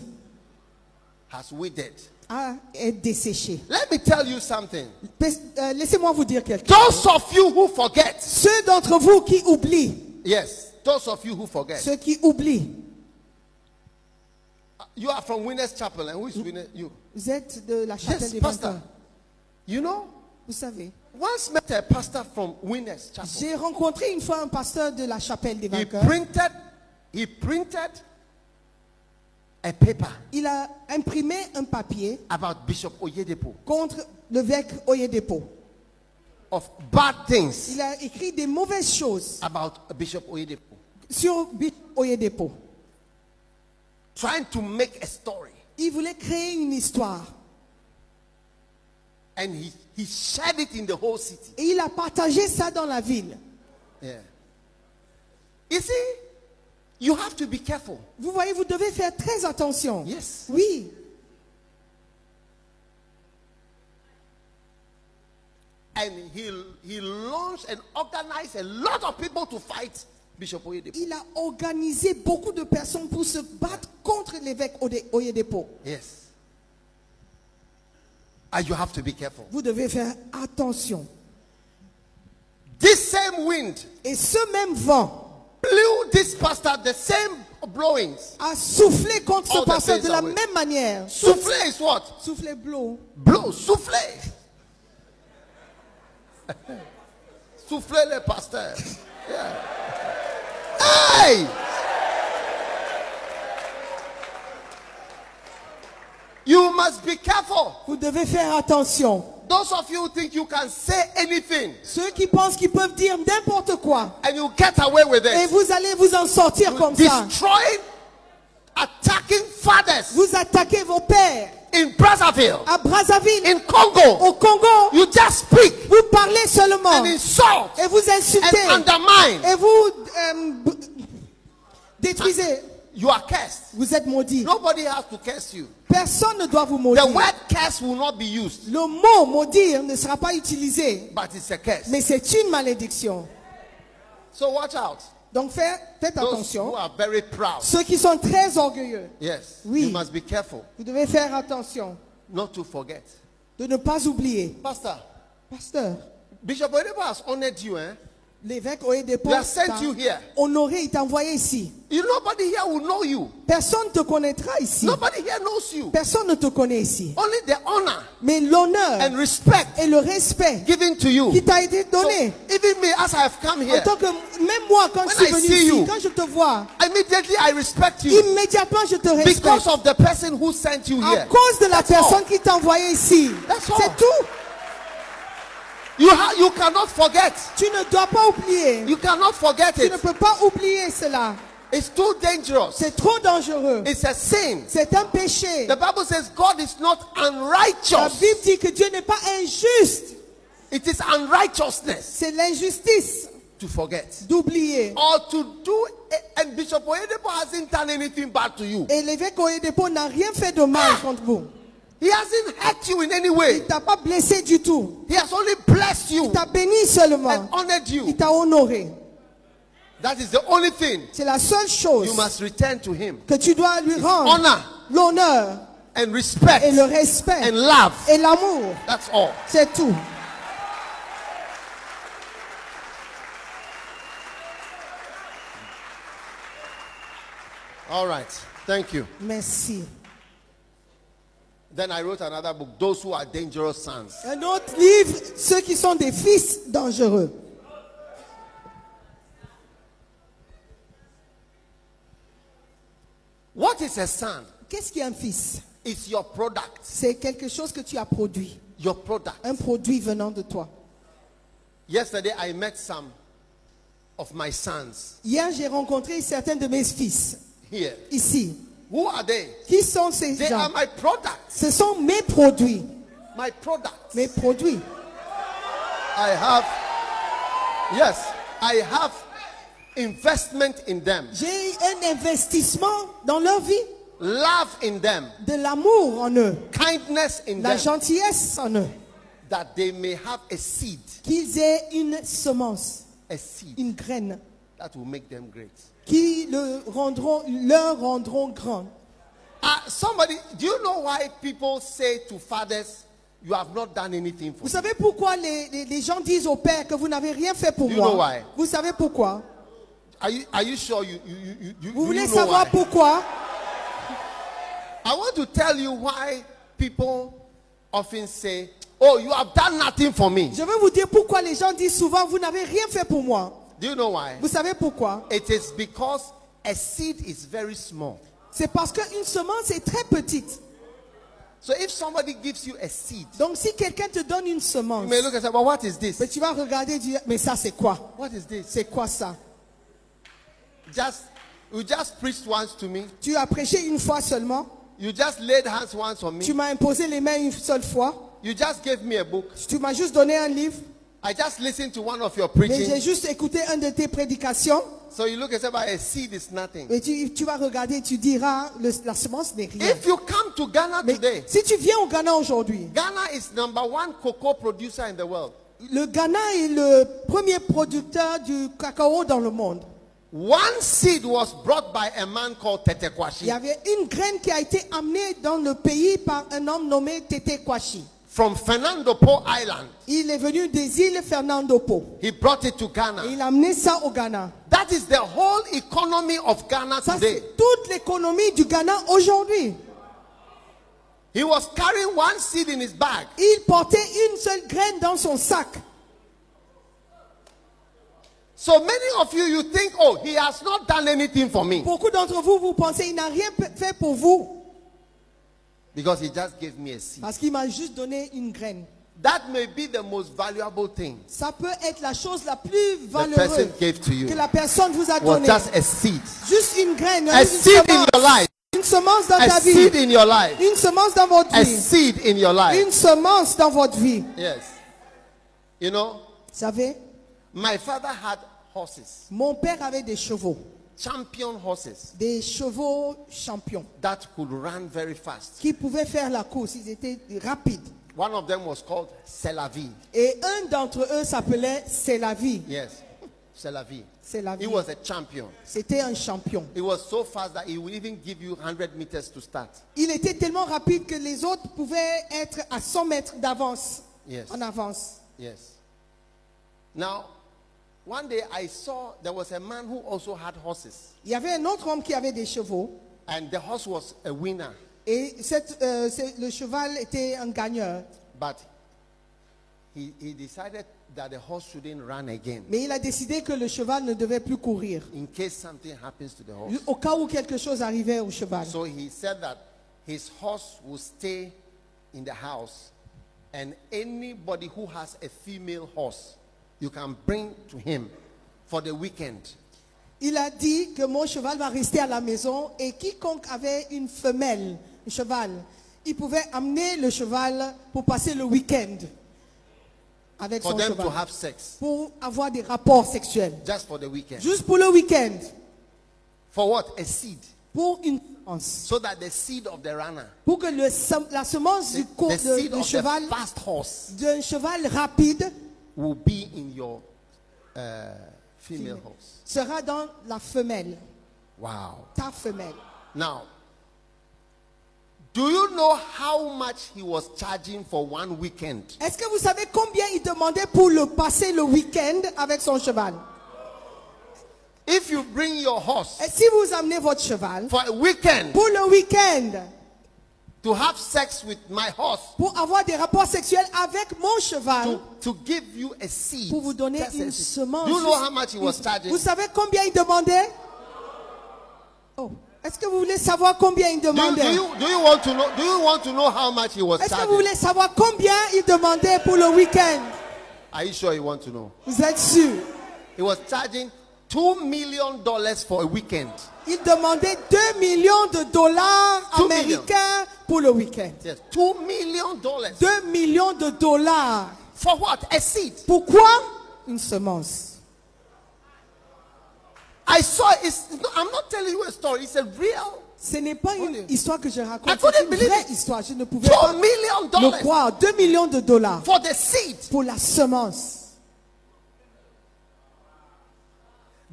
S1: has withered.
S2: a, est desséché.
S1: Let me tell you something.
S2: Pes- euh, Laissez-moi vous dire quelque chose.
S1: Those of you who forget,
S2: Ceux d'entre vous qui oublient,
S1: yes, those of you who forget,
S2: ceux qui oublient,
S1: you are from Winners Chapel, and who is Winners? You.
S2: vous êtes de la chapelle
S1: Yes,
S2: des
S1: Pastor.
S2: pasteurs.
S1: You know,
S2: Vous savez,
S1: once met a pastor from Winners Chapel.
S2: j'ai rencontré une fois un pasteur de la chapelle des
S1: He
S2: vainqueurs.
S1: printed, he printed a paper
S2: Il a imprimé un papier
S1: about Bishop Oyedepo
S2: contre l'évêque Oyedepo.
S1: of bad things
S2: Il a écrit des mauvaises choses
S1: about Bishop Oyedepo,
S2: sur Bi- Oyedepo.
S1: trying to make a story.
S2: Il voulait créer une histoire.
S1: And he, he shared it in the whole city.
S2: Et il a partagé ça dans la ville.
S1: Yeah. You see, you have to be careful.
S2: Vous voyez, vous devez faire très attention.
S1: Yes.
S2: Oui.
S1: And he, he launched and organized a lot of people to fight Bishop Oyedepo.
S2: Il a organisé beaucoup de personnes pour se battre contre l'évêque Ode- Oyedepo.
S1: Yes. And you have to be careful.
S2: Vous devez faire attention.
S1: This same wind
S2: Et ce même vent
S1: blew this pastor the same blowings.
S2: a soufflé contre
S1: All
S2: ce
S1: the
S2: pasteur
S1: things
S2: de la
S1: are with-
S2: même manière.
S1: Souffle is what?
S2: Soufflé bleu.
S1: Blow, souffle. souffle le pasteur. Yeah. Hey! You must be careful.
S2: Vous devez faire attention.
S1: Those of you who think you can say anything
S2: Ceux qui pensent qu'ils peuvent dire n'importe quoi
S1: and you get away with
S2: et
S1: it,
S2: vous allez vous en sortir comme ça.
S1: destroying attacking fathers
S2: Vous attaquez vos pères
S1: in Brazzaville,
S2: à Brazzaville,
S1: in Congo.
S2: au Congo.
S1: You just speak
S2: Vous parlez seulement
S1: and insult
S2: et vous
S1: and
S2: insultez
S1: undermine.
S2: et vous euh, b- détruisez.
S1: You are cursed.
S2: Vous êtes maudit.
S1: Nobody has to curse you.
S2: Personne ne doit vous
S1: The
S2: maudire.
S1: word curse will not be used,
S2: Le mot maudire ne sera pas utilisé,
S1: but it's a curse.
S2: mais c'est une malédiction.
S1: So watch out.
S2: Donc fais- faites
S1: Those who
S2: attention.
S1: are very proud.
S2: Ceux qui sont très orgueilleux,
S1: Yes.
S2: Oui.
S1: You must be careful
S2: vous devez faire attention
S1: not to forget.
S2: de ne pas oublier.
S1: Pastor,
S2: Pasteur,
S1: Bishop Oedipo has honored you, eh?
S2: l'évêque Oedipo
S1: We have sent you here.
S2: honoré, il t'a envoyé ici.
S1: You nobody here will know you.
S2: Personne ne te connaîtra ici.
S1: Nobody here knows you.
S2: Personne ne te connaît ici.
S1: Only the honor
S2: Mais l'honneur
S1: and respect
S2: et le respect
S1: given to you.
S2: qui t'a été
S1: So,
S2: donné.
S1: even me, as I have come
S2: En
S1: here,
S2: tant que même moi, quand
S1: When
S2: je suis
S1: I
S2: venu
S1: see
S2: ici,
S1: you,
S2: quand je te vois,
S1: immediately I respect you
S2: immédiatement je te
S1: because
S2: respecte.
S1: of the person who sent you
S2: À
S1: here.
S2: cause de la
S1: That's all.
S2: personne qui t'a envoyé ici.
S1: That's all.
S2: C'est tout.
S1: You, ha- you cannot forget.
S2: Tu ne dois pas oublier.
S1: You cannot forget
S2: Tu
S1: it.
S2: ne peux pas oublier cela.
S1: It's too dangerous.
S2: C'est trop dangereux.
S1: It's a sin.
S2: C'est un péché.
S1: The Bible says God is not
S2: La
S1: unrighteous.
S2: Bible dit que Dieu n'est pas injuste.
S1: It is unrighteousness
S2: C'est l'injustice
S1: to forget.
S2: d'oublier.
S1: Or to do, and Bishop Oyedepo hasn't done anything bad to you.
S2: Et l'évêque Oyedepo n'a rien fait de mal
S1: Ah.
S2: contre vous.
S1: He hasn't hurt you in any way.
S2: Il t'a pas blessé du tout.
S1: He has only blessed you
S2: Il t'a béni seulement.
S1: and honored
S2: Il
S1: you.
S2: t'a honoré.
S1: That is the only thing
S2: C'est la seule chose
S1: you must return to him.
S2: que tu dois lui rendre.
S1: Honor
S2: L'honneur
S1: and respect
S2: et le respect
S1: and love.
S2: et l'amour.
S1: That's all.
S2: C'est tout.
S1: All right. Thank you.
S2: Merci.
S1: Then I wrote another book, Those Who Are Dangerous Sons.
S2: Un autre livre, ceux qui sont des fils dangereux.
S1: What is a son?
S2: Qu'est-ce qu'un fils
S1: It's your product.
S2: C'est quelque chose que tu as produit,
S1: Your product.
S2: un produit venant de toi.
S1: Yesterday I met some of my sons
S2: Hier, j'ai rencontré certains de mes fils
S1: here.
S2: ici.
S1: Who are they?
S2: Qui sont ces
S1: They
S2: gens
S1: are my products.
S2: Ce sont mes produits,
S1: My products.
S2: mes produits.
S1: I have, yes, I have investment in them,
S2: J'ai un investissement dans leur vie,
S1: love in them,
S2: de l'amour en eux,
S1: kindness in
S2: la
S1: them,
S2: gentillesse en eux,
S1: that they may have a seed,
S2: qu'ils aient une semence,
S1: a seed
S2: une graine,
S1: that will make them great.
S2: qui le rendront, leur rendront grand.
S1: Uh, somebody, do you know why people say to fathers, "You have not done anything for
S2: Vous
S1: me"?
S2: savez pourquoi les, les- les gens disent au Père que vous n'avez rien fait pour
S1: You know
S2: moi
S1: why?
S2: Vous savez pourquoi
S1: Are you are you sure you you you, you,
S2: Vous
S1: you
S2: voulez
S1: know
S2: savoir
S1: why?
S2: pourquoi
S1: I want to tell you why people often say, "Oh, you have done nothing for me."
S2: Je vais vous dire pourquoi les gens disent souvent vous n'avez rien fait pour moi.
S1: Do you know why?
S2: Vous savez pourquoi
S1: It is because a seed is very small.
S2: C'est parce qu'une semence est très petite.
S1: So if somebody gives you a seed,
S2: Donc si quelqu'un te donne une
S1: you
S2: semence,
S1: may look and say, well, what is
S2: mais
S1: this?
S2: tu vas regarder et dire mais ça c'est quoi
S1: What is this?
S2: C'est quoi ça
S1: Just you just preached once to me.
S2: Tu as prêché une fois seulement,
S1: You just laid hands once on me.
S2: tu m'as imposé les mains une seule fois,
S1: You just gave me a book.
S2: tu m'as juste donné un livre,
S1: I just listened to one of your
S2: mais j'ai
S1: preaching.
S2: juste écouté un de tes prédications.
S1: So you look and say, but a seed is nothing.
S2: Mais tu, tu vas regarder, tu diras, le- la semence n'est rien.
S1: If you come to Ghana
S2: Mais
S1: today,
S2: si tu viens au Ghana aujourd'hui,
S1: Ghana is number one cocoa producer in the world.
S2: le Ghana est le premier producteur du cacao dans le monde.
S1: One seed was brought by a man called Tete
S2: Il y
S1: Kwashi
S2: avait une graine qui a été amenée dans le pays par un homme nommé Tete Kwashi.
S1: from Fernando Po Island.
S2: Il est venu des îles Fernando Po.
S1: He brought it to
S2: Et
S1: Ghana.
S2: il a amené ça au Ghana.
S1: That is the whole economy of Ghana
S2: Ça,
S1: today.
S2: c'est toute l'économie du Ghana aujourd'hui.
S1: He was carrying one seed in his bag.
S2: Il portait une seule graine dans son sac.
S1: So many of you, you think, oh, he has not done anything for me
S2: Beaucoup d'entre vous, vous pensez, il n'a rien pe- fait pour vous
S1: because he just gave me a seed.
S2: parce qu'il m'a juste donné une graine.
S1: That may be the most valuable thing
S2: Ça peut être la chose la plus
S1: the person
S2: valeureuse
S1: gave to
S2: que
S1: you
S2: la personne vous
S1: was
S2: a donnée.
S1: just a seed.
S2: Juste une graine,
S1: A
S2: une
S1: seed in
S2: semence.
S1: your life
S2: semence dans
S1: A
S2: ta vie.
S1: seed in your life.
S2: Une semence dans votre
S1: A
S2: vie.
S1: seed in your life.
S2: Une semence dans votre vie. Vous
S1: Yes. You know,
S2: savez,
S1: my father had horses,
S2: mon père avait des chevaux.
S1: champion horses
S2: Des chevaux champions
S1: that could run very fast.
S2: qui pouvaient faire la course. Ils étaient rapides.
S1: One of them was called Selavi.
S2: Et un d'entre eux s'appelait C'est la vie.
S1: Yes. Selavi.
S2: C'est la
S1: He
S2: vie.
S1: was a champion.
S2: C'était un champion.
S1: He was so fast that he would even give you 100 meters to start.
S2: Il était tellement rapide que les autres pouvaient être à 100 mètres d'avance.
S1: Yes.
S2: En avance.
S1: Yes. Now, one day I saw there was a man who also had horses,
S2: Il y avait un autre homme qui avait des chevaux.
S1: and the horse was a winner,
S2: Et cette, euh, c'est- le cheval était un gagneur.
S1: but he, he decided that the horse shouldn't run again
S2: Mais il a décidé que le cheval ne devait plus courir.
S1: in case something happens to the horse.
S2: Lui- Au cas où quelque chose arrivait au cheval.
S1: So he said that his horse will stay in the house, and anybody who has a female horse, you can bring to him for the weekend.
S2: Il a dit que mon cheval va rester à la maison et quiconque avait une femelle, un cheval, il pouvait amener le cheval pour passer le week-end avec
S1: For
S2: son
S1: them to
S2: cheval.
S1: have sex,
S2: Pour avoir des rapports sexuels.
S1: just for the weekend.
S2: Juste pour le week-end.
S1: For what? A seed.
S2: Pour une semence.
S1: so that the seed of the runner,
S2: Pour que le sem- la semence
S1: the,
S2: du, co-
S1: the
S2: de-
S1: seed
S2: du
S1: of
S2: cheval,
S1: the fast horse,
S2: d'un cheval rapide,
S1: will be in your uh, female horse.
S2: sera dans la femelle.
S1: Wow.
S2: Ta femelle.
S1: Now, do you know how much he was charging for one weekend?
S2: Est-ce que vous savez combien il demandait pour le passer le week-end avec son cheval
S1: If you bring your horse
S2: Et si vous amenez votre cheval
S1: for a weekend
S2: pour le week-end,
S1: to have sex with my horse,
S2: pour avoir des rapports sexuels avec mon cheval,
S1: to, to give you a seed,
S2: pour vous donner
S1: just a
S2: une
S1: seed.
S2: semence.
S1: do you know how much he was charging?
S2: Vous savez combien il demandait Oh, est-ce que vous voulez savoir combien il
S1: Do you, do,
S2: demandait
S1: you, do you want to know? Do you want to know how much he was
S2: Est-ce que vous
S1: charging?
S2: voulez savoir combien il demandait pour le week-end
S1: Are you sure you want to know?
S2: Vous êtes sûr
S1: He was charging two million dollars for a weekend.
S2: Il demandait 2 millions de dollars
S1: Two
S2: américains pour le week-end.
S1: Yes, two million dollars
S2: 2 millions de dollars.
S1: for what? A seed.
S2: Pourquoi Une semence.
S1: I saw. It's, it's not- I'm not telling you a story. It's a real
S2: Ce n'est pas une
S1: Only-
S2: histoire que je
S1: I
S2: raconte,
S1: couldn't
S2: c'est une
S1: believe
S2: vraie
S1: it.
S2: histoire. Je ne pouvais
S1: two
S2: pas
S1: million
S2: le
S1: dollars
S2: croire. 2 millions de dollars
S1: for the seed.
S2: pour la semence.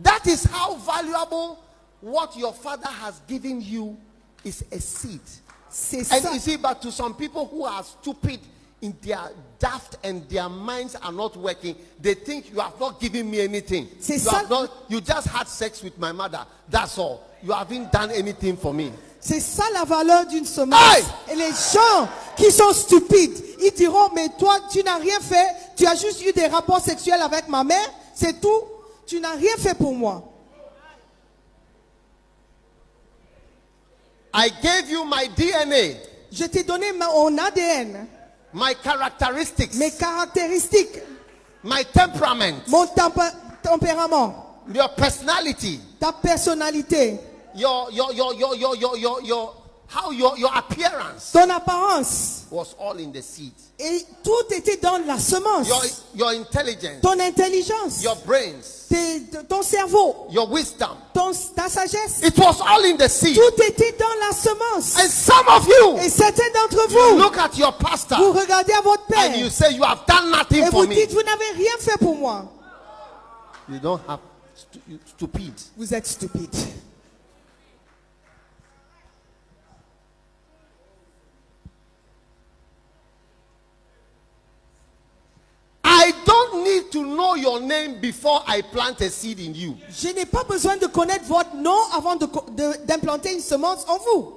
S1: That is how valuable what your father has given you is a seed.
S2: C'est ça.
S1: And you see, but to some people who are stupid in their daft and their minds are not working, they think you have not given me anything.
S2: C'est
S1: you,
S2: ça-
S1: have not, you just had sex with my mother. That's all. You haven't done anything for me.
S2: C'est ça la valeur d'une semence.
S1: Aïe
S2: Et les gens qui sont stupides, ils diront, mais toi, tu n'as rien fait, tu as juste eu des rapports sexuels avec ma mère, c'est tout, tu n'as rien fait pour moi.
S1: I gave you my DNA,
S2: Je t'ai donné ma- mon ADN,
S1: my characteristics,
S2: mes caractéristiques,
S1: my temperament,
S2: mon tempé- tempérament,
S1: your personality,
S2: ta personnalité,
S1: your your your your your your your, your how your, your appearance
S2: ton apparence.
S1: was all in the seed.
S2: Et tout était dans la semence.
S1: Your your intelligence,
S2: Ton intelligence,
S1: your brains,
S2: tes- ton cerveau,
S1: your wisdom.
S2: ton- ta sagesse,
S1: It was all in the seed.
S2: tout était dans la semence.
S1: And some of you,
S2: Et certains d'entre
S1: you
S2: vous,
S1: look at your pastor
S2: vous regardez à votre
S1: and you
S2: père
S1: say you have done nothing
S2: et
S1: for
S2: vous
S1: me.
S2: dites, vous n'avez rien fait pour moi.
S1: You don't have stu- you- stupid.
S2: Vous êtes stupide.
S1: I don't need to know your name before I plant a seed in you.
S2: Je n'ai pas besoin de connaître votre nom avant de co- de- d'implanter une semence en vous.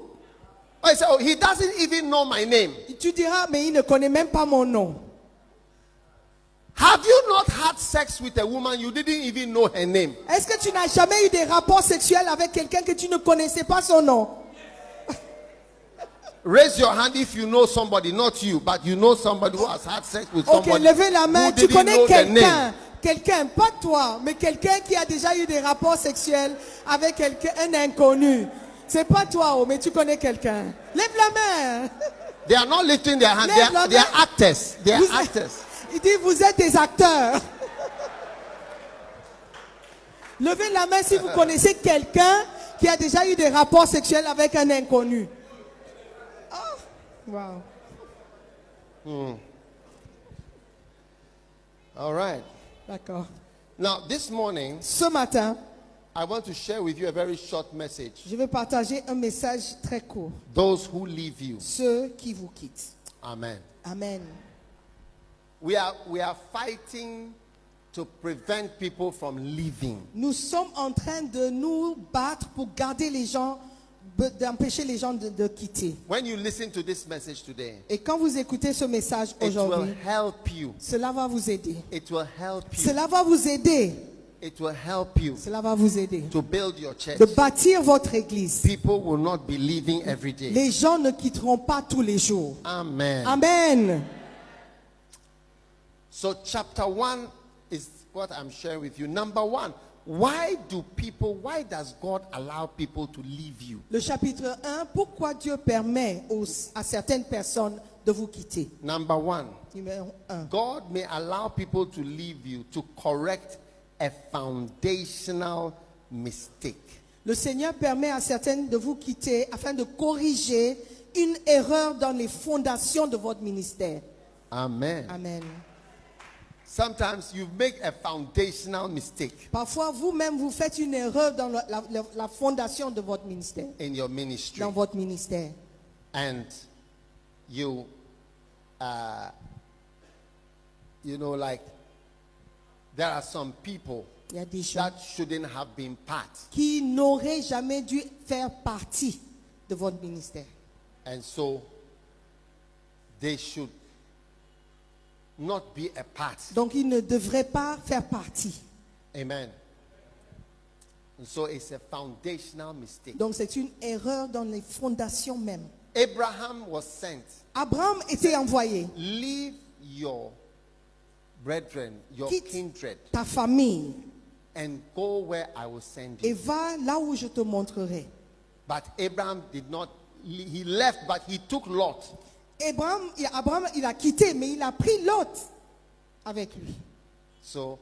S1: I say, oh, he doesn't even know my name.
S2: Tu diras, mais il ne connaît même pas mon nom.
S1: Have you not had sex with a woman you didn't even know her name?
S2: Est-ce que tu n'as jamais eu des rapports sexuels avec quelqu'un que tu ne connaissais pas son nom
S1: Raise your hand if you know somebody, not you, but you know somebody who has had sex with
S2: Ok,
S1: somebody
S2: levez la main.
S1: who
S2: Tu
S1: didn't
S2: connais
S1: know their
S2: quelqu'un.
S1: name.
S2: Quelqu'un, pas toi, mais quelqu'un qui a déjà eu des rapports sexuels avec quelqu'un, un inconnu. C'est pas toi, oh, mais tu connais quelqu'un. Lève la main.
S1: They are not lifting their hands. They
S2: Lève la
S1: are, they are
S2: main.
S1: actors. They are
S2: Vous-
S1: actors.
S2: Il dit, vous êtes des acteurs. Levez la main si vous connaissez quelqu'un qui a déjà eu des rapports sexuels avec un inconnu. Ah, wow.
S1: All right.
S2: D'accord.
S1: Now, this morning,
S2: Ce matin,
S1: I want to share with you a very short message.
S2: je vais partager un message très court.
S1: Those who leave you.
S2: Ceux qui vous quittent.
S1: Amen.
S2: Amen.
S1: We are, we are fighting to prevent people from leaving.
S2: Nous sommes en train de nous battre pour garder les gens, d'empêcher les gens de, de quitter.
S1: When you listen to this message today,
S2: Et quand vous écoutez ce message
S1: it will
S2: aujourd'hui,
S1: help you.
S2: cela va vous aider.
S1: It will help you.
S2: Cela va vous aider.
S1: It will help you
S2: Cela va vous aider.
S1: to build your church.
S2: De bâtir votre église.
S1: People will not be leaving every day.
S2: Les gens ne quitteront pas tous les jours.
S1: Amen.
S2: Amen.
S1: So, chapter one is what I'm sharing with you. Number one, why do people, why does God allow people to leave you?
S2: Le chapitre 1, pourquoi Dieu permet aux- à certaines personnes de vous quitter
S1: Number one,
S2: Numéro 1.
S1: God may allow people to leave you to correct a foundational mistake.
S2: Le Seigneur permet à certaines de vous quitter afin de corriger une erreur dans les fondations de votre ministère.
S1: Amen.
S2: Amen.
S1: Sometimes you make a foundational mistake
S2: Parfois, vous-même, vous faites une erreur dans la, la- la- la fondation de votre ministère.
S1: in your ministry
S2: Dans votre ministère.
S1: and you, uh, you know, like there are some people
S2: Il y a des gens
S1: that shouldn't have been part.
S2: qui n'auraient jamais dû faire partie de votre ministère.
S1: And so they should not be a part.
S2: Donc, ils ne devraient pas faire partie.
S1: Amen. And so it's a foundational mistake.
S2: Donc, c'est une erreur dans les fondations même.
S1: Abraham was sent,
S2: Abraham était envoyé.
S1: leave your brethren, your
S2: Quitte
S1: kindred,
S2: Ta famille
S1: and go where I will send
S2: et
S1: you.
S2: va là où je te montrerai.
S1: But Abraham did not, he left, but he took Lot.
S2: Abraham, il- Abraham, il a quitté, mais il a pris l'autre avec lui.
S1: So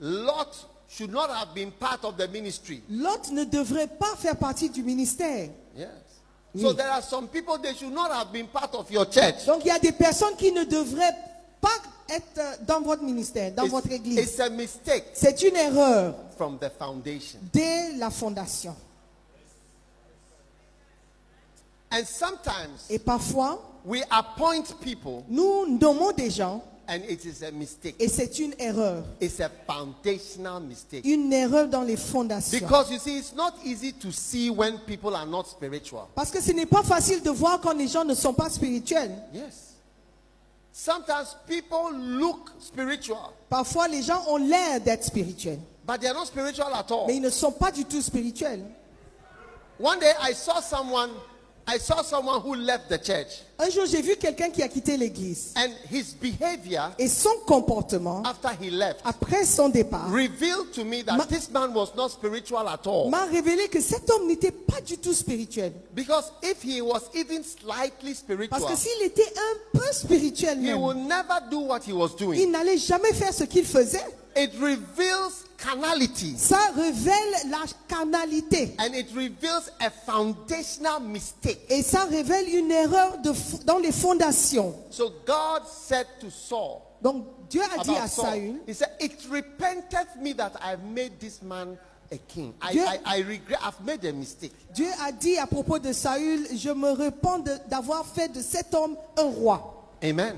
S1: Lot should not have been part of the ministry.
S2: L'autre ne devrait pas faire partie du ministère.
S1: Yes.
S2: Oui.
S1: So there are some people, they should not have been part of your church.
S2: Donc il y a des personnes qui ne devraient pas être euh, dans votre ministère, dans votre
S1: It's,
S2: église.
S1: it's a mistake
S2: C'est une erreur
S1: from the foundation.
S2: dès la fondation.
S1: And sometimes
S2: Et parfois,
S1: we appoint people
S2: nous nommons des gens
S1: and it is a mistake.
S2: et c'est une erreur.
S1: It's a foundational mistake.
S2: Une erreur dans les fondations.
S1: Because you see, it's not easy to see when people are not spiritual.
S2: Parce que ce n'est pas facile de voir quand les gens ne sont pas spirituels.
S1: Yes. Sometimes people look spiritual,
S2: Parfois, les gens ont l'air d'être spirituels,
S1: but they are not spiritual at
S2: mais
S1: all.
S2: ils ne sont pas du tout spirituels.
S1: One day I saw someone, I saw someone who left the church
S2: Un jour, j'ai vu quelqu'un qui a quitté l'église
S1: and his behavior
S2: et son comportement
S1: after he left
S2: après son départ
S1: revealed to me
S2: Ma-
S1: that this man was not spiritual at all.
S2: m'a révélé que cet homme n'était pas du tout spirituel.
S1: Because if he was even slightly spiritual,
S2: Parce que s'il était un peu spirituel,
S1: he
S2: même,
S1: would never do what he was
S2: il
S1: doing.
S2: n'allait jamais faire ce qu'il faisait.
S1: It reveals carnality
S2: Ça révèle la carnalité
S1: and it reveals a foundational mistake.
S2: et ça révèle une erreur de fo- dans les fondations.
S1: So God said to Saul,
S2: Donc Dieu a dit
S1: about
S2: à
S1: Saul,
S2: Saül,
S1: He said, It repenteth me that I've made this man a king.
S2: Dieu-
S1: I, I, I regret, I've made a mistake.
S2: Dieu a dit à propos de Saül, je me repens de- d'avoir fait de cet homme un roi.
S1: Amen.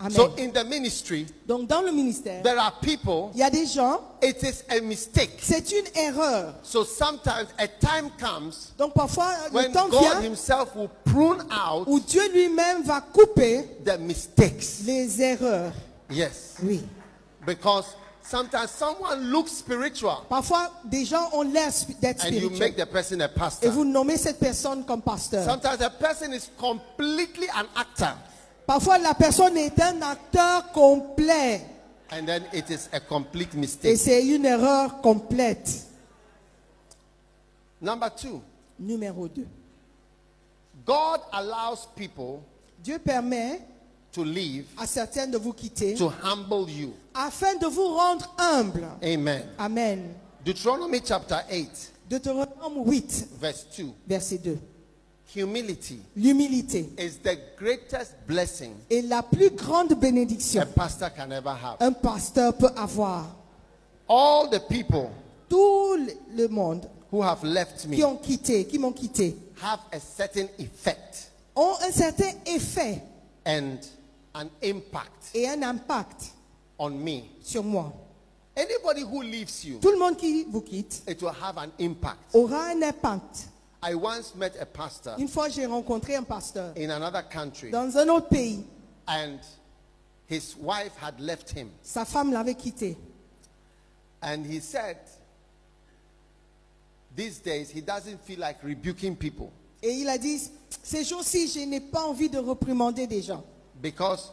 S2: Amen.
S1: So in the ministry,
S2: Donc dans le ministère,
S1: there are people,
S2: il y a des gens,
S1: it is a mistake.
S2: c'est une erreur.
S1: So sometimes a time comes
S2: Donc parfois, le
S1: when
S2: temps
S1: God
S2: vient
S1: Himself will prune out
S2: où Dieu lui-même va couper
S1: the mistakes.
S2: les erreurs.
S1: Yes.
S2: Oui.
S1: Because sometimes someone looks spiritual
S2: Parfois, des gens ont l'air spi- d'être
S1: and you
S2: spirituels.
S1: make the person a
S2: Et
S1: pastor.
S2: vous nommez cette personne comme pasteur.
S1: Sometimes a person is completely an actor
S2: Parfois, la personne est un acteur complet.
S1: and then it is a complete
S2: Et
S1: mistake.
S2: c'est une erreur complète.
S1: Number two,
S2: numéro 2.
S1: God allows people
S2: Dieu permet
S1: to leave
S2: à certaines de vous quitter
S1: to humble you.
S2: afin de vous rendre humble.
S1: Amen.
S2: Amen.
S1: Deuteronomy chapter 8,
S2: Deutéronome 8,
S1: verse 2.
S2: verset 2.
S1: Humility
S2: L'humilité
S1: is the greatest blessing
S2: est la plus grande bénédiction
S1: a pastor can ever have.
S2: un pasteur peut avoir.
S1: All the people
S2: Tout le monde
S1: who have left me
S2: qui ont quitté, qui m'ont quitté,
S1: have a certain effect
S2: ont un certain effet
S1: and an impact
S2: et un impact
S1: on me.
S2: sur moi.
S1: Anybody who leaves you,
S2: Tout le monde qui vous quitte
S1: it will have an impact.
S2: aura un impact.
S1: I once met a pastor
S2: Une fois, j'ai rencontré un pasteur
S1: in another country
S2: dans un autre pays.
S1: and his wife had left him.
S2: Sa femme l'avait quitté.
S1: And he said, these days he doesn't feel like rebuking people
S2: Et il a dit, ces jours-ci, je n'ai pas envie de reprimander des gens.
S1: because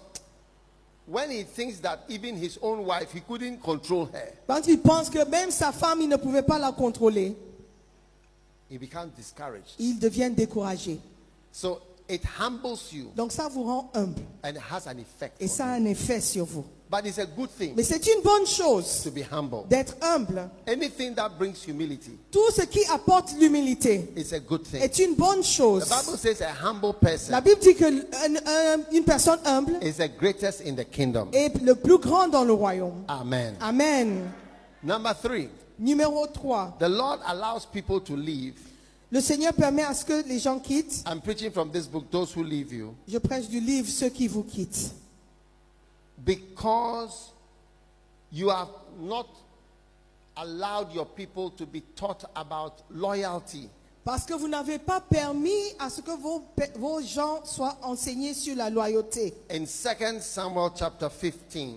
S1: when he thinks that even his own wife, he couldn't control her,
S2: Quand il pense que même sa femme, il ne pouvait pas la contrôler,
S1: he becomes discouraged.
S2: il devient découragé.
S1: So it humbles you
S2: Donc ça vous rend humble.
S1: and it has an effect.
S2: Et
S1: on
S2: ça a
S1: you.
S2: un effet sur vous.
S1: But it's a good thing
S2: Mais c'est une bonne chose
S1: to be humble.
S2: d'être humble.
S1: Anything that brings humility
S2: Tout ce qui apporte l'humilité
S1: is a good thing.
S2: est une bonne
S1: The
S2: chose.
S1: Bible says a humble person
S2: La Bible dit que un- un- une personne humble
S1: is the greatest in the kingdom.
S2: est le plus grand dans le royaume.
S1: Amen.
S2: Amen.
S1: Number three,
S2: Numéro 3.
S1: the Lord allows people to leave.
S2: Le Seigneur permet à ce que les gens quittent.
S1: I'm preaching from this book, Those Who Leave You,
S2: Je prêche du livre Ceux qui vous quittent.
S1: because you have not allowed your people to be taught about loyalty.
S2: Parce que vous n'avez pas permis à ce que vos, pe- vos gens soient enseignés sur la loyauté.
S1: In 2 Samuel chapter 15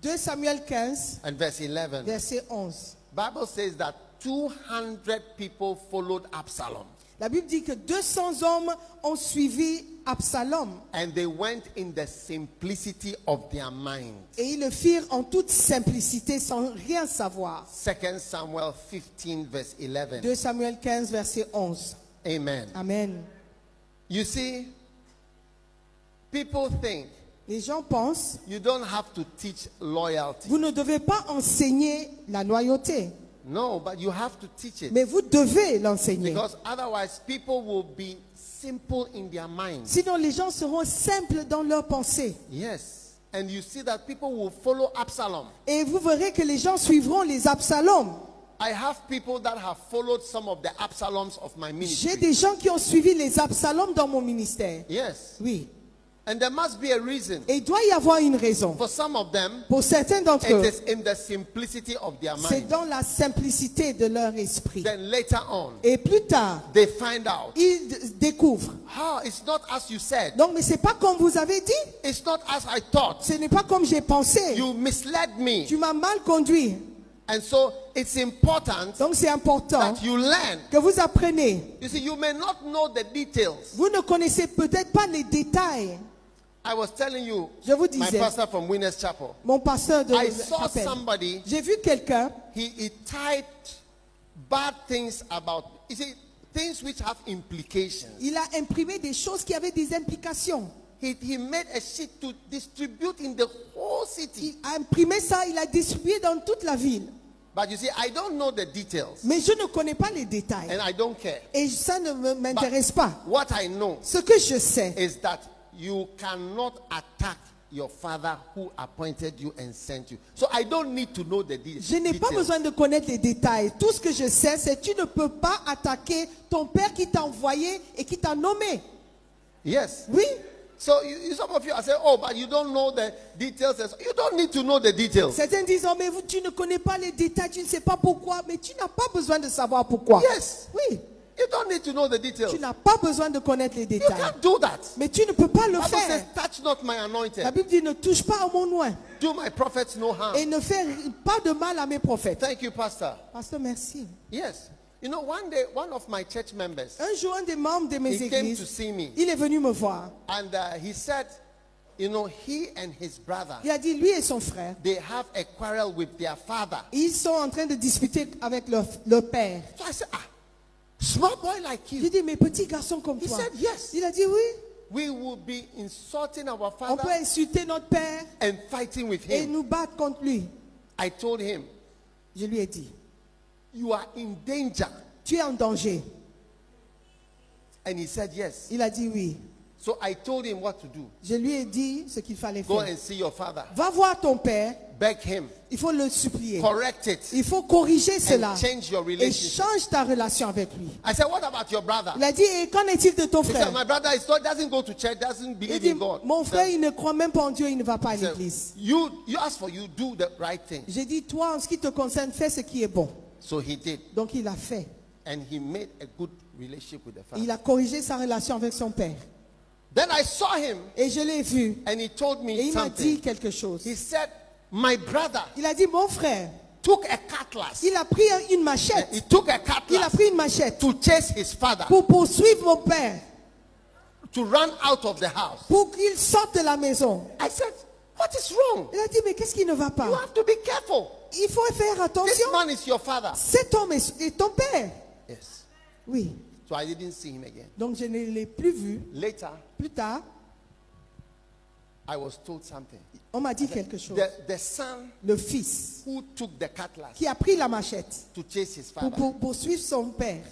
S2: 2 Samuel 15,
S1: and verse 11,
S2: verset 11.
S1: Bible says that 200 people followed Absalom
S2: La Bible dit que 200 hommes ont suivi Absalom
S1: and they went in the simplicity of their mind.
S2: et ils le firent en toute simplicité sans rien savoir.
S1: 2 Samuel 15 verse 11.
S2: 2 Samuel 15, verset 11.
S1: Amen.
S2: Amen.
S1: You see, people think
S2: Les gens pensent,
S1: you don't have to teach loyalty.
S2: vous ne devez pas enseigner la loyauté,
S1: No, but you have to teach it.
S2: mais vous devez l'enseigner.
S1: Because otherwise, people will be simple in their minds.
S2: Sinon, les gens seront simples dans leurs pensées.
S1: Yes. And you see that people will follow Absalom.
S2: Et vous verrez que les gens suivront les Absaloms.
S1: I have people that have followed some of the Absaloms of my
S2: J'ai
S1: ministry.
S2: des gens qui ont suivi les Absaloms dans mon ministère.
S1: Yes.
S2: Oui.
S1: And there must be a reason.
S2: Et il doit y avoir une raison.
S1: For some of them,
S2: Pour certains d'entre
S1: it
S2: eux,
S1: is in the simplicity of their
S2: c'est
S1: mind.
S2: dans la simplicité de leur esprit.
S1: Then later on,
S2: Et plus tard,
S1: they find out.
S2: ils d- découvrent.
S1: How? It's not as you said.
S2: Donc, mais c'est pas comme vous avez dit.
S1: It's not as I thought.
S2: Ce n'est pas comme j'ai pensé.
S1: You misled me.
S2: Tu m'as mal conduit.
S1: And so it's important
S2: Donc, c'est important
S1: that you learn.
S2: que vous appreniez.
S1: You see, you may not know the details.
S2: Vous ne connaissez peut-être pas les détails.
S1: I was telling you,
S2: Je vous
S1: my
S2: disais,
S1: pastor from Winners Chapel,
S2: mon pasteur de
S1: I saw
S2: chapelle,
S1: somebody,
S2: j'ai vu quelqu'un
S1: he, he typed bad things about, you see, things which have implications.
S2: Il a imprimé des choses qui avaient des implications.
S1: He, he made a sheet to distribute in the whole city.
S2: Il a imprimé ça, il a distribué dans toute la ville.
S1: But you see, I don't know the details
S2: Mais je ne connais pas les détails.
S1: and I don't care.
S2: Et ça ne me- m'intéresse pas.
S1: What I know
S2: Ce que je sais,
S1: is that you cannot attack your father who appointed you and sent you. So I don't need to know the de-
S2: je n'ai pas
S1: details.
S2: besoin de connaître les détails. Tout ce que je sais, c'est tu ne peux pas attaquer ton père qui t'a envoyé et qui t'a nommé.
S1: Yes.
S2: Oui,
S1: So you, you- some of you are saying, oh, but you don't know the details. And so- You don't need to know the details.
S2: certains disent, oh, mais vous, tu ne connais pas les détails, tu ne sais pas pourquoi, mais tu n'as pas besoin de savoir pourquoi.
S1: Yes.
S2: Oui,
S1: You don't need to know the details.
S2: tu
S1: You
S2: n'as pas besoin de connaître les détails.
S1: can't do that.
S2: Mais tu ne peux pas le
S1: Bible says,
S2: faire.
S1: touch not my anointed.
S2: La Bible dit ne touche pas à mon oin
S1: Do my prophets no
S2: et
S1: harm.
S2: ne fais pas de mal à mes prophètes.
S1: Thank you, Pastor.
S2: Pasteur, merci.
S1: Yes. You know, one day, one of my church members,
S2: Un jour, un des membres de mes
S1: He came to
S2: églises,
S1: see me.
S2: il est venu me voir.
S1: and uh, he said, you know, he and his brother,
S2: Il a dit, lui et son frère,
S1: they have a quarrel with their father.
S2: ils sont en train de discuter avec leur, leur père.
S1: So I said, ah, Small boy like
S2: J'ai
S1: you.
S2: dit, mais petit garçon comme
S1: He
S2: toi.
S1: said yes.
S2: Il a dit oui.
S1: We will be insulting our
S2: On peut
S1: father
S2: insulter notre père
S1: and fighting with
S2: et
S1: him.
S2: nous battre contre lui.
S1: I told him,
S2: Je lui ai dit,
S1: You are in danger.
S2: tu es en danger.
S1: And he said yes.
S2: Il a dit oui.
S1: So I told him what to do.
S2: Je lui ai dit ce qu'il fallait
S1: Go
S2: faire.
S1: and see your father.
S2: Va voir ton père.
S1: Beg him.
S2: Il faut le supplier.
S1: Correct it.
S2: Il faut corriger cela.
S1: change your
S2: Et
S1: relationship.
S2: change ta relation avec lui.
S1: I said, What about your brother?
S2: Il a dit, et qu'en est-il de ton
S1: He said,
S2: frère
S1: My brother is not, doesn't go to church, doesn't
S2: Il
S1: believe
S2: dit,
S1: in God.
S2: mon frère,
S1: He
S2: il ne croit même pas en Dieu, il ne va pas à
S1: said,
S2: l'église.
S1: you, you ask for you, do the right thing.
S2: J'ai dit, toi, en ce qui te concerne, fais ce qui est bon.
S1: So he did.
S2: Donc il a fait.
S1: And he made a good relationship with the
S2: Il
S1: father.
S2: a corrigé sa relation avec son père.
S1: Then I saw him
S2: Et je l'ai vu.
S1: and he told
S2: Et
S1: me
S2: il m'a dit
S1: something.
S2: quelque chose.
S1: He said, My brother
S2: Il a dit, mon frère,
S1: took a cutlass.
S2: il a pris une
S1: He
S2: machette.
S1: took a
S2: Il a
S1: cutlass
S2: pris une machette
S1: to chase his father,
S2: pour poursuivre mon père,
S1: to run out of the house.
S2: pour qu'il sorte de la maison.
S1: I said, What is wrong?
S2: Il a dit, mais qu'est-ce qui ne va
S1: You
S2: pas
S1: have to be careful.
S2: Il faut faire
S1: This
S2: attention.
S1: man is your father.
S2: Cet homme est est ton père.
S1: Yes.
S2: Oui.
S1: So I didn't see him again.
S2: Donc je ne l'ai plus vu.
S1: Later,
S2: Plus tard,
S1: I was told something.
S2: on m'a dit quelque chose.
S1: The, the son
S2: Le fils
S1: who took the cutlass
S2: qui a pris la machette
S1: to chase his
S2: pour,
S1: father,
S2: pour poursuivre son père,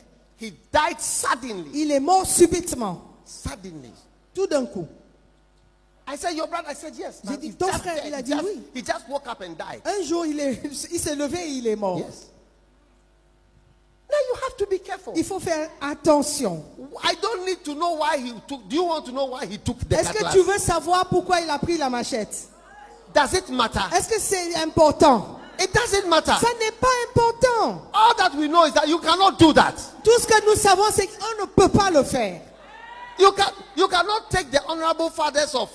S1: he died suddenly.
S2: il est mort subitement,
S1: Suddenly.
S2: tout d'un coup.
S1: I said, Your brother? I said, Yes.
S2: J'ai
S1: man.
S2: dit,
S1: He
S2: ton
S1: just
S2: frère,
S1: died.
S2: il a
S1: He
S2: dit
S1: just-
S2: oui.
S1: He just woke up and died.
S2: Un jour, il est- il s'est levé et il est mort.
S1: Yes. Now you have to be careful.
S2: Il faut faire attention.
S1: I don't need to know why he took. Do you want to know why he took the
S2: Est-ce que
S1: cutlass?
S2: tu veux savoir pourquoi il a pris la machette
S1: Does it matter?
S2: Est-ce que c'est important
S1: It doesn't matter.
S2: Ça n'est pas important.
S1: All that we know is that you cannot do that.
S2: Tout ce que nous savons, c'est qu'on ne peut pas le faire.
S1: You can you cannot take the honorable fathers of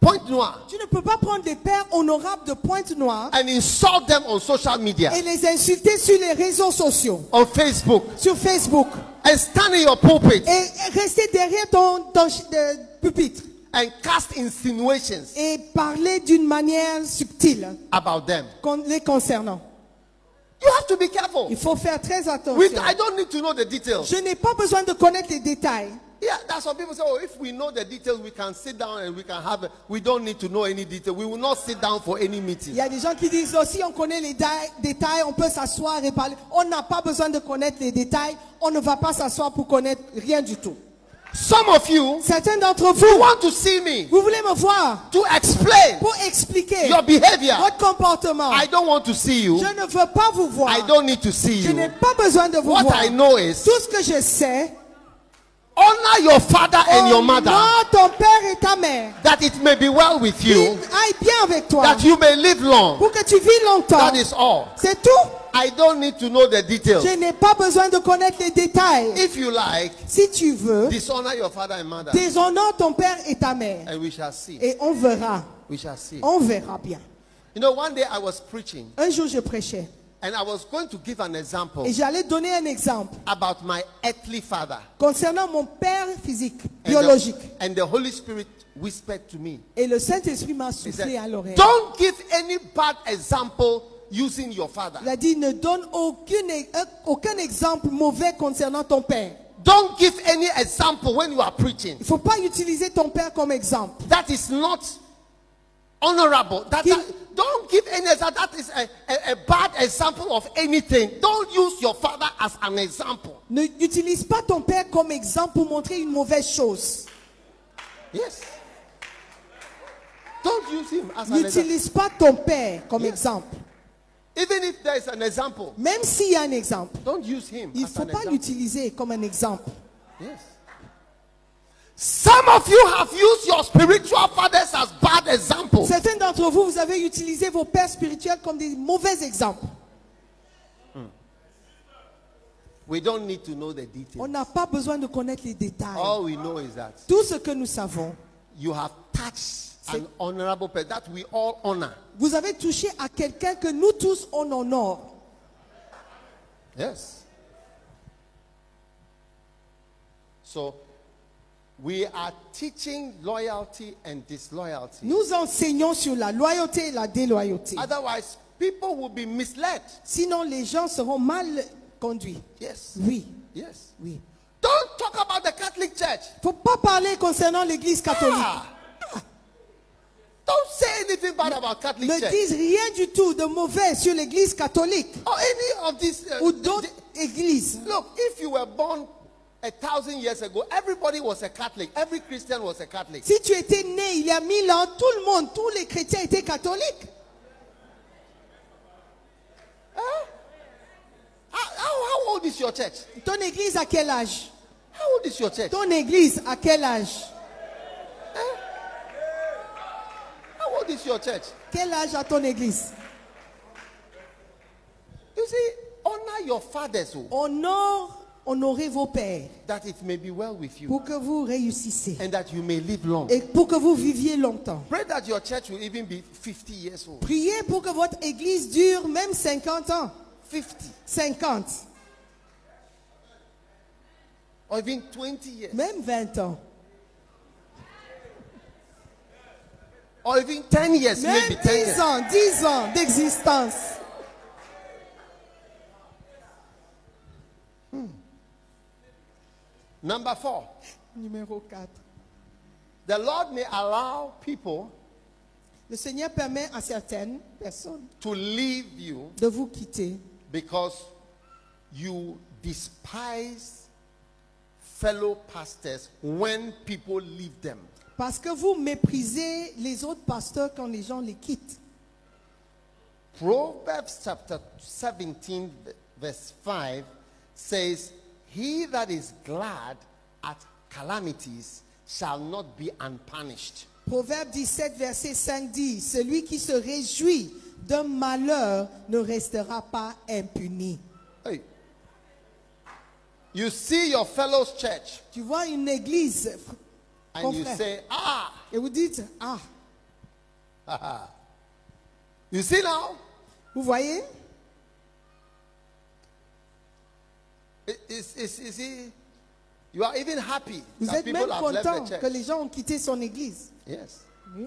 S1: Point Noir
S2: Tu ne peux pas prendre des pères honorables de Pointe-Noire
S1: and insult them on social media,
S2: et les insulter sur les réseaux sociaux,
S1: on Facebook,
S2: sur Facebook,
S1: and stand in your pulpit
S2: et rester derrière ton, ton ch- de- pupitre
S1: and cast insinuations
S2: et parler d'une manière subtile
S1: about them.
S2: con- les concernant.
S1: You have to be careful.
S2: Il faut faire très
S1: We,
S2: attention.
S1: I don't need to know the details.
S2: Je n'ai pas besoin de connaître les détails.
S1: Yeah, that's what people say. Oh, if we know the details, we can sit down and we can have. A, we don't need to know any detail. We will not sit down for any
S2: Il
S1: meeting.
S2: y a des gens qui disent aussi, on connaît les da- détails, on peut s'asseoir et parler. On n'a pas besoin de connaître les détails. On ne va pas s'asseoir pour connaître rien du tout.
S1: Some of you
S2: Certains d'entre
S1: you
S2: vous,
S1: want to see me
S2: vous voulez me voir
S1: to explain
S2: pour expliquer
S1: your behavior.
S2: votre comportement.
S1: I don't want to see you.
S2: Je ne veux pas vous voir.
S1: I don't need to see
S2: Je n'ai
S1: you.
S2: pas besoin de vous
S1: What
S2: voir.
S1: I know is
S2: Tout ce que je sais,
S1: honor your father and
S2: Oh,
S1: your mother
S2: honore ton père et ta mère.
S1: that it may be well with
S2: Qu'ils
S1: you,
S2: aillent bien avec toi.
S1: that you may live long.
S2: Pour que tu vis longtemps.
S1: That is Oh. all.
S2: C'est tout.
S1: I don't need to know the details.
S2: Je n'ai pas besoin de connaître les détails.
S1: If you like,
S2: Si tu veux,
S1: dishonor your father and mother,
S2: déshonore ton père et ta mère.
S1: and we shall see.
S2: Et on verra.
S1: We shall see.
S2: On verra bien.
S1: You know, one day I was preaching
S2: Un jour, je prêchais.
S1: and I was going to give an
S2: Et
S1: example
S2: j'allais donner un exemple
S1: about my earthly father.
S2: concernant mon père physique,
S1: And the-
S2: biologique.
S1: and the Holy Spirit whispered to me,
S2: Et le Saint-Esprit m'a
S1: He
S2: soufflé à
S1: said,
S2: l'oreille.
S1: Don't give any bad example using your father.
S2: Il a dit ne donne aucune- euh, aucun exemple mauvais concernant ton père.
S1: Don't give any example when you are preaching.
S2: Il ne faut pas utiliser ton père comme exemple.
S1: That is not honorable. That,
S2: Give-
S1: that- don't give any example. That is a, a, a bad example of anything. Don't use your father as an example.
S2: Ne- N'utilise pas ton père comme exemple pour montrer une mauvaise chose.
S1: Yes. Don't use him as an example.
S2: N'utilise pas ton père comme exemple.
S1: Even if there is an example,
S2: Même s'il y a un exemple,
S1: don't use him
S2: il ne
S1: as
S2: faut
S1: an
S2: pas
S1: example.
S2: l'utiliser comme un exemple.
S1: Yes. Some of you have used your spiritual fathers as bad examples.
S2: Certains d'entre vous, vous avez utilisé vos pères spirituels comme des mauvais exemples.
S1: We don't need to know the
S2: On
S1: details.
S2: n'a pas besoin de connaître les détails.
S1: All we know is that
S2: Tout ce que nous savons,
S1: you have touched an honorable person that we all honor.
S2: vous avez touché à quelqu'un que nous tous on honore.
S1: Yes. So we are teaching loyalty and disloyalty.
S2: Nous enseignons sur la loyauté et la déloyauté.
S1: Ah. Otherwise, people will be misled.
S2: Sinon, les gens seront mal conduits.
S1: Yes.
S2: Oui.
S1: Yes.
S2: Oui.
S1: Don't talk about the Catholic Church.
S2: Faut pas parler concernant l'église catholique.
S1: Ah. Don't say anything bad about Catholic
S2: Ne
S1: Church
S2: disent rien du tout de mauvais sur l'église catholique
S1: or any of these. uh,
S2: ou
S1: th-
S2: d'autres églises.
S1: Look, if you were born a thousand years ago, everybody was a Catholic. Every Christian was a Catholic.
S2: Si tu étais né il y a mille ans, tout le monde, tous les chrétiens étaient catholiques.
S1: How, how, how old is your church?
S2: Ton église à quel âge
S1: How old is your church?
S2: Ton église à quel âge
S1: How old is your church?
S2: Quel âge a ton église
S1: You see, honor your fathers oh,
S2: Honore, honorez vos pères
S1: that it may be well with you
S2: pour que vous réussissiez
S1: and that you may live long.
S2: et pour que vous viviez longtemps.
S1: Pray that your church will even be 50 years old.
S2: Priez pour que votre église dure même 50 ans,
S1: 50
S2: 50,
S1: or even 20 years
S2: même 20 ans,
S1: or even 10 years,
S2: même
S1: maybe 10
S2: 10
S1: years.
S2: ans, 10 ans d'existence.
S1: Number four,
S2: Numéro 4.
S1: the Lord may allow people
S2: Le Seigneur permet à certaines personnes
S1: to leave you
S2: de vous quitter
S1: because you despise fellow pastors when people leave them.
S2: parce que vous méprisez les autres pasteurs quand les gens les quittent.
S1: Proverbs chapter 17, v- verse 5 says, He that is glad at calamities shall not be unpunished.
S2: Proverbe 17, verset 5 dit, Celui qui se réjouit d'un malheur ne restera pas impuni.
S1: Hey. You see your fellow's church
S2: Tu vois une église,
S1: and you
S2: Confrère.
S1: say, Ah,
S2: et vous dites, ah,
S1: you see now,
S2: vous voyez,
S1: It- it's, it's, you see, you are even happy
S2: vous
S1: that
S2: êtes
S1: people
S2: même
S1: have
S2: content
S1: left the
S2: que
S1: church.
S2: les gens ont quitté son église.
S1: Yes.
S2: Oui.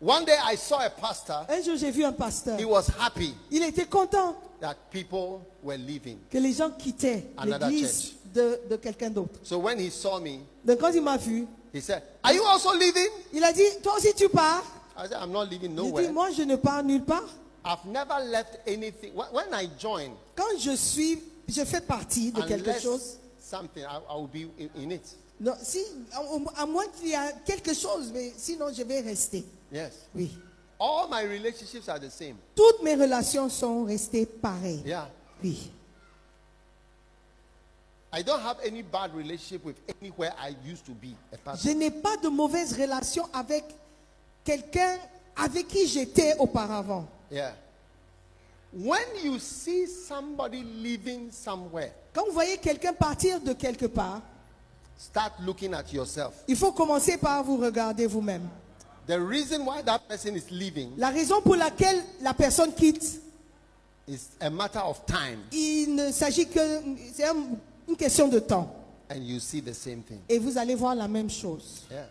S1: One day I saw a pastor,
S2: Un jour, j'ai vu un pasteur.
S1: he was happy
S2: Il était content
S1: that people were leaving.
S2: que les gens quittaient
S1: Another
S2: l'église de, de quelqu'un d'autre.
S1: So when he saw me,
S2: Donc quand il m'a vu,
S1: he said, Are you also leaving?
S2: il a dit, toi aussi tu pars.
S1: I said, I'm not leaving
S2: Je dis,
S1: nowhere.
S2: moi je ne pars nulle part.
S1: I've never left anything. Wh- When I join,
S2: Quand je suis, je fais partie de quelque chose.
S1: unless something, I, I will be in, in it.
S2: Non, si, à- à moins qu'il y a quelque chose, mais sinon je vais rester.
S1: Yes.
S2: Oui.
S1: All my relationships are the same.
S2: Toutes mes relations sont restées pareilles.
S1: Yeah.
S2: Oui.
S1: I don't have any bad relationship with anywhere I used to be a pastor.
S2: Je n'ai pas de mauvaise relation avec quelqu'un avec qui j'étais auparavant.
S1: Yeah. When you see somebody living somewhere,
S2: Quand vous voyez quelqu'un partir de quelque part,
S1: start looking at yourself.
S2: il faut commencer par vous regarder vous-même.
S1: The reason why that person is leaving
S2: La raison pour laquelle la personne quitte,
S1: is a matter of time,
S2: il ne s'agit que c'est un- une question de temps.
S1: and you see the same thing.
S2: Et vous allez voir la même chose.
S1: Yeah.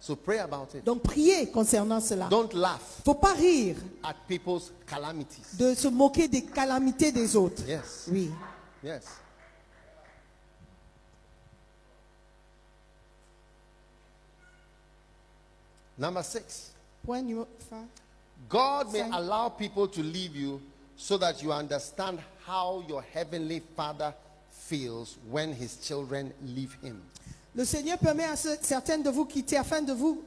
S1: So pray about it.
S2: Donc priez concernant cela.
S1: Don't laugh
S2: Faut pas rire
S1: at people's calamities.
S2: de se moquer des calamités des autres.
S1: Yes.
S2: Oui.
S1: Yes. Number six,
S2: Point numéro cinq.
S1: God may
S2: Same.
S1: allow people to leave you so that you understand how your heavenly Father feels when his children leave him.
S2: Le Seigneur permet à ce- certaines de vous quitter afin de vous,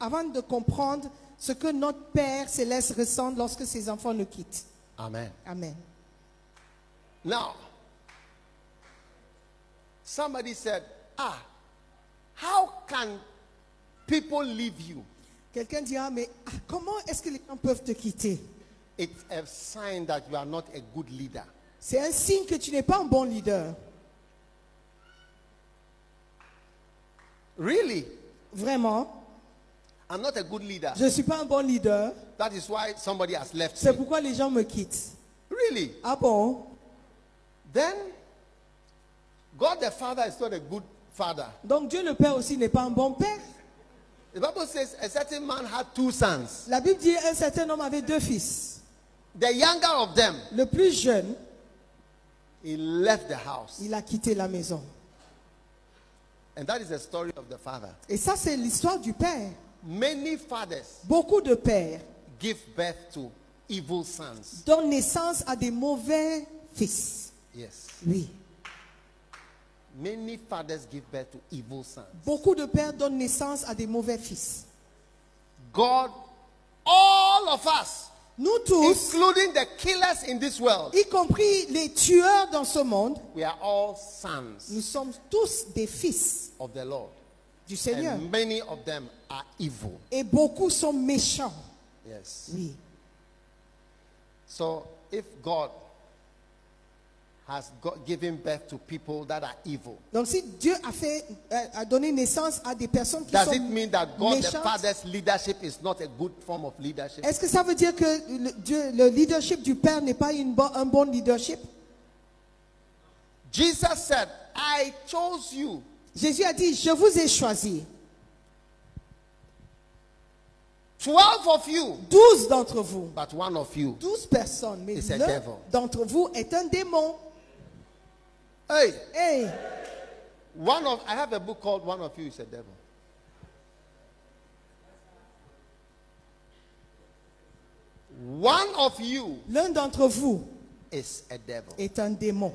S2: avant de comprendre ce que notre Père céleste ressent lorsque ses enfants le quittent.
S1: Amen.
S2: Amen.
S1: Now, somebody said, Ah, how can people leave you?
S2: Quelqu'un dira, mais ah, comment est-ce que les gens peuvent te quitter
S1: It's a sign that you are not a good leader.
S2: C'est un signe que tu n'es pas un bon leader.
S1: Really?
S2: Vraiment,
S1: I'm not a good leader.
S2: je ne suis pas un bon leader.
S1: That is why somebody has left
S2: C'est
S1: me.
S2: pourquoi les gens me quittent.
S1: Really?
S2: Ah bon
S1: Then, God the Father is not a good father.
S2: Donc Dieu le Père aussi n'est pas un bon Père.
S1: The Bible says a certain man had two sons.
S2: La Bible dit un certain homme avait deux fils.
S1: The younger of them,
S2: Le plus jeune,
S1: he left the house.
S2: il a quitté la maison.
S1: And that is the story of the father.
S2: Et ça, c'est l'histoire du père.
S1: Many fathers
S2: Beaucoup de pères
S1: give birth to evil sons.
S2: donnent naissance à des mauvais fils.
S1: Yes.
S2: Oui.
S1: Many fathers give birth to evil sons.
S2: Beaucoup de pères donnent naissance à des mauvais fils.
S1: God, all of us,
S2: Nous tous,
S1: including the killers in this world,
S2: y compris les tueurs dans ce monde,
S1: we are all sons
S2: nous sommes tous des fils
S1: of the Lord.
S2: du Seigneur.
S1: And many of them are evil.
S2: Et beaucoup sont méchants.
S1: Yes.
S2: Oui.
S1: So if God has got, given birth to people that are evil,
S2: Donc si Dieu a, fait, euh, a donné naissance à des personnes qui
S1: does
S2: sont
S1: it mean that God the
S2: méchantes,
S1: Father's leadership is not a good form of leadership?
S2: est-ce que ça veut dire que le, Dieu- le leadership du Père n'est pas une bo- un bon leadership
S1: Jesus said, I chose you.
S2: Jésus a dit, je vous ai choisi,
S1: Twelve of you,
S2: douze d'entre vous,
S1: but one of you.
S2: douze personnes, mais
S1: It's a
S2: l'un
S1: devil.
S2: d'entre vous est un démon.
S1: Hey,
S2: Hey,
S1: one of I have a book called One of You is a Devil. One of you
S2: l'un d'entre vous
S1: is a devil.
S2: est un démon.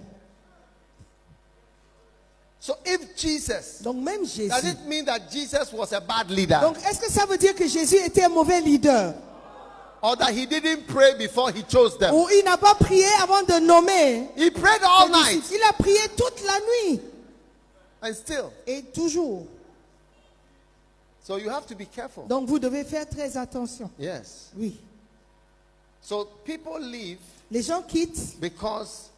S1: So if Jesus,
S2: Donc même Jésus.
S1: does it mean that Jesus was a bad leader
S2: Donc est-ce que ça veut dire que Jésus était un mauvais leader
S1: or that he didn't pray before he chose them?
S2: Ou il n'a pas prié avant de nommer
S1: He prayed all
S2: les
S1: night
S2: disciples? Il a prié toute la nuit
S1: and still.
S2: et toujours.
S1: So you have to be careful.
S2: Donc vous devez faire très attention.
S1: Yes.
S2: Oui.
S1: So people leave
S2: Les gens quittent.
S1: because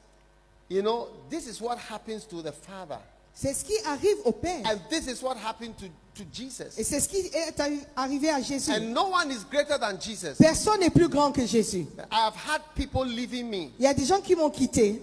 S1: you know this is what happens to the father
S2: C'est ce qui arrive au Père.
S1: and this is what happened to, to jesus
S2: Et c'est ce qui est arri- arrivé à Jésus.
S1: And no one is greater than Jesus.
S2: Personne n'est plus grand que Jésus.
S1: I have had people leaving me
S2: Il y a des gens qui m'ont quitté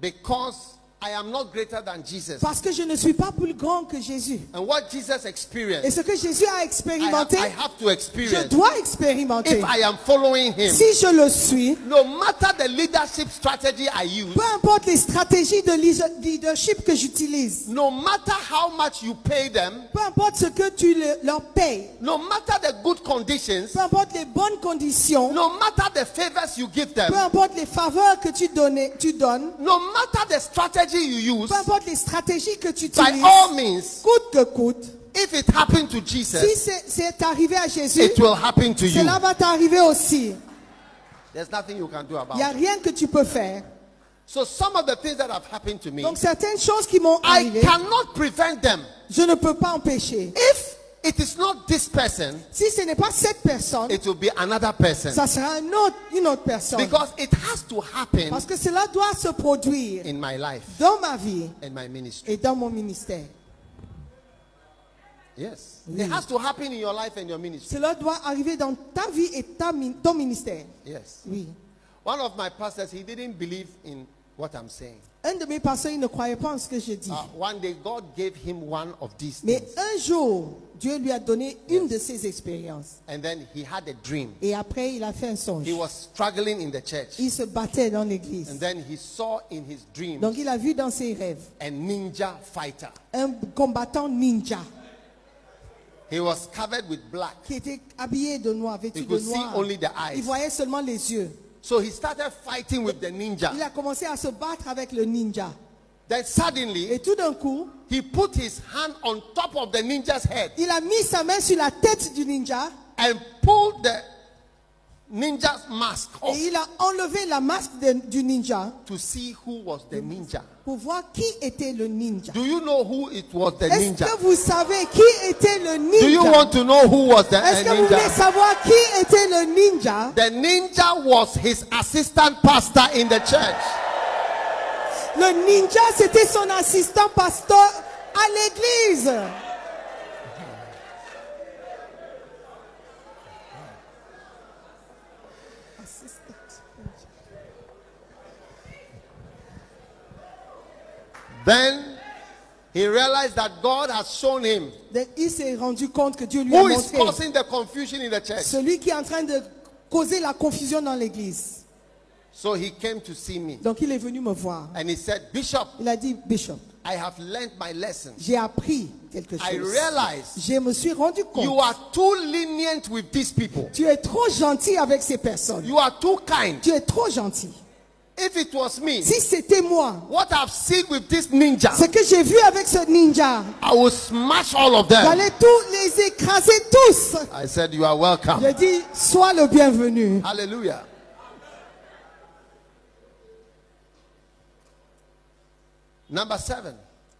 S1: because I am not greater than Jesus.
S2: parce que je ne suis pas plus grand que Jésus.
S1: And what Jesus
S2: Et
S1: experienced,
S2: ce que Jésus
S1: I
S2: a
S1: have,
S2: expérimenté,
S1: I have to
S2: je
S1: experience
S2: dois expérimenter.
S1: if I am following Him.
S2: Si je le suis,
S1: No matter the leadership strategy I use,
S2: peu importe les stratégies de leader- leadership que j'utilise,
S1: no matter how much you pay them,
S2: peu importe ce que tu le- leur payes,
S1: no matter the good conditions,
S2: peu importe les bonnes conditions,
S1: no matter the favors you give them,
S2: peu importe les faveurs que tu, donnais- tu donnes,
S1: no matter the strategy you use,
S2: peu importe les stratégies que tu
S1: by
S2: utilises,
S1: all means,
S2: coûte que coûte,
S1: if it happened to
S2: si
S1: Jesus,
S2: c'est- c'est arrivé à Jésus,
S1: it will happen to you.
S2: cela va t'arriver aussi.
S1: There's nothing you can do
S2: Il
S1: about
S2: n'y a
S1: it.
S2: rien que tu peux faire.
S1: So some of the things that have happened to me,
S2: Donc certaines choses qui m'ont
S1: I
S2: arrivé,
S1: cannot prevent them.
S2: je ne peux pas empêcher.
S1: If it is not this person,
S2: Si ce n'est pas cette personne,
S1: it will be another person.
S2: ça sera un autre- une autre personne.
S1: Because it has to happen
S2: Parce que cela doit se produire
S1: in my life
S2: dans ma vie
S1: and my ministry.
S2: et dans mon ministère.
S1: Yes.
S2: Oui.
S1: It has to happen in your life and your ministry.
S2: Cela doit arriver dans ta vie et ta mi- ton ministère.
S1: Yes.
S2: Oui.
S1: One of my pastors, he didn't believe in what I'm saying.
S2: Un de mes pasteurs, il ne croyait pas en ce que je dis.
S1: Uh, one day, God gave him one of these
S2: Mais
S1: things.
S2: un jour, Dieu lui a donné une de ses expériences.
S1: And then he had a dream.
S2: Et après, il a fait un songe.
S1: He was struggling in the church.
S2: Il se battait dans
S1: And
S2: l'église.
S1: then he saw in his dream
S2: Donc, il a vu dans ses rêves
S1: a ninja fighter.
S2: un combattant ninja
S1: He was covered with black.
S2: qui était habillé de noir, vêtu
S1: He
S2: de
S1: could see
S2: noir.
S1: only the eyes.
S2: Il voyait seulement les yeux.
S1: So he started fighting with the ninja.
S2: Il a commencé à se battre avec le ninja.
S1: Then suddenly,
S2: Et tout d'un coup,
S1: he put his hand on top of the ninja's head
S2: il a mis sa main sur la tête du ninja
S1: and pulled the ninja's mask off
S2: et il a enlevé la masque de- du ninja
S1: to see who was the ninja.
S2: pour voir qui était le ninja.
S1: Do you know who it was the
S2: Est-ce
S1: ninja?
S2: que vous savez qui était le
S1: Do you
S2: ninja
S1: want to know who was the uh,
S2: Est-ce que vous voulez
S1: ninja?
S2: savoir qui était le ninja
S1: The ninja was his assistant pastor in the church.
S2: Le ninja, c'était son assistant pasteur à l'église.
S1: Then he realized that God has shown him
S2: Donc, Il s'est rendu compte que Dieu lui a
S1: who is
S2: montré
S1: causing the confusion in the church.
S2: celui qui est en train de causer la confusion dans l'église.
S1: So he came to see me
S2: Donc il est venu me voir.
S1: and he said, Bishop,
S2: Il a dit, Bishop,
S1: I have learned my lesson.
S2: j'ai appris quelque
S1: I
S2: chose.
S1: realize
S2: Je me suis rendu
S1: you
S2: compte.
S1: are too lenient with these people.
S2: Tu es trop gentil avec ces personnes.
S1: You are too kind.
S2: Tu es trop gentil.
S1: If it was me,
S2: Si c'était moi,
S1: what I've seen with this ninja,
S2: ce que j'ai vu avec ce ninja,
S1: I will smash all of them.
S2: j'allais tous les écraser tous.
S1: I said, You are welcome.
S2: J'ai dit, sois le bienvenu.
S1: Hallelujah. Number seven,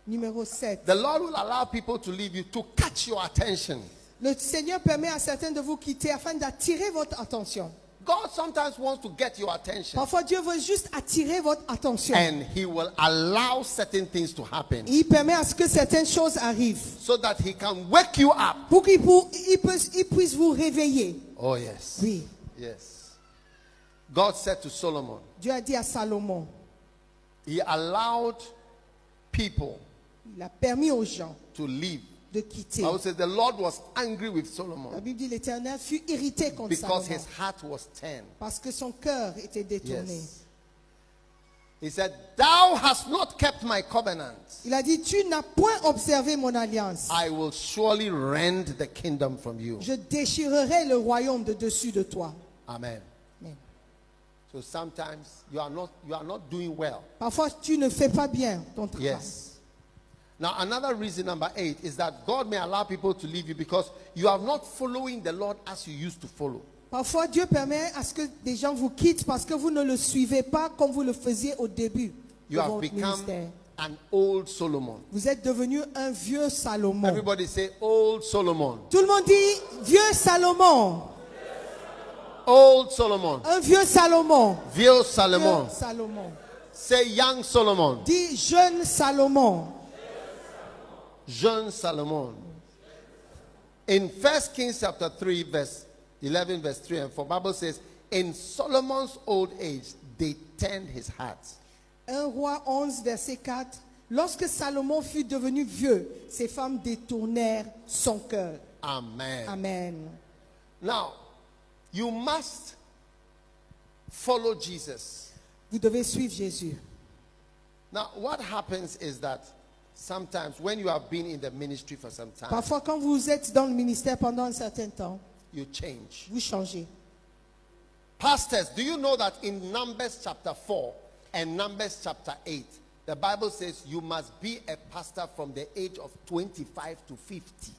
S2: Numéro 7.
S1: the Lord will allow people to leave you to catch your attention.
S2: Le Seigneur permet à certains de vous quitter afin d'attirer votre attention.
S1: God sometimes wants to get your attention
S2: Parfois, Dieu veut juste attirer votre attention.
S1: and He will allow certain things to happen
S2: Il permet à ce que certaines choses arrivent
S1: so that He can wake you up.
S2: pour qu'il pou- il puisse, il puisse vous réveiller.
S1: Oh, yes.
S2: Oui,
S1: Yes. God said to Solomon,
S2: Dieu a dit à Salomon,
S1: He allowed people
S2: il a permis aux gens
S1: to leave.
S2: de quitter.
S1: I would
S2: La
S1: say the Lord was angry with Solomon
S2: Bible dit l'Éternel fut irrité contre
S1: because
S2: Salomon
S1: his heart was turned.
S2: parce que son cœur était détourné.
S1: Yes. He said, Thou hast not kept my covenant.
S2: Il a dit, tu n'as point observé mon alliance.
S1: I will surely rend the kingdom from you.
S2: Je déchirerai le royaume de dessus de toi.
S1: Amen.
S2: Amen.
S1: So sometimes you are not you are not doing well.
S2: Parfois, tu ne fais pas bien ton travail.
S1: Yes. Now another reason number eight is that God may allow people to leave you because you are not following the Lord as you used to follow.
S2: Parfois, Dieu permet à ce que des gens vous quittent parce que vous ne le suivez pas comme vous le faisiez au début de
S1: You have
S2: votre
S1: become
S2: ministère.
S1: an old Solomon.
S2: Vous êtes devenu un vieux Salomon.
S1: Everybody say old Solomon.
S2: Tout le monde dit vieux Salomon,
S1: Old Solomon.
S2: un vieux Salomon.
S1: Vieux
S2: Vieux
S1: Solomon.
S2: Salomon.
S1: Say young Solomon.
S2: Dit jeune Salomon.
S1: Jeune Solomon. In 1 Kings chapter 3, verse 11, verse 3 and 4, Bible says, In Solomon's old age, they turned his heart.
S2: 1 roi 11, verset 4. Lorsque Salomon fut devenu vieux, ses femmes détournèrent son cœur.
S1: Amen.
S2: Amen.
S1: Now, you must follow Jesus.
S2: Vous devez suivre Jésus.
S1: Now, what happens is that sometimes when you have been in the ministry for some time,
S2: Parfois, quand vous êtes dans le ministère pendant un certain temps,
S1: you change.
S2: vous changez.
S1: Pastors, do you know that in Numbers chapter 4 and Numbers chapter 8, the Bible says you must be a pastor from the age of 25 to 50.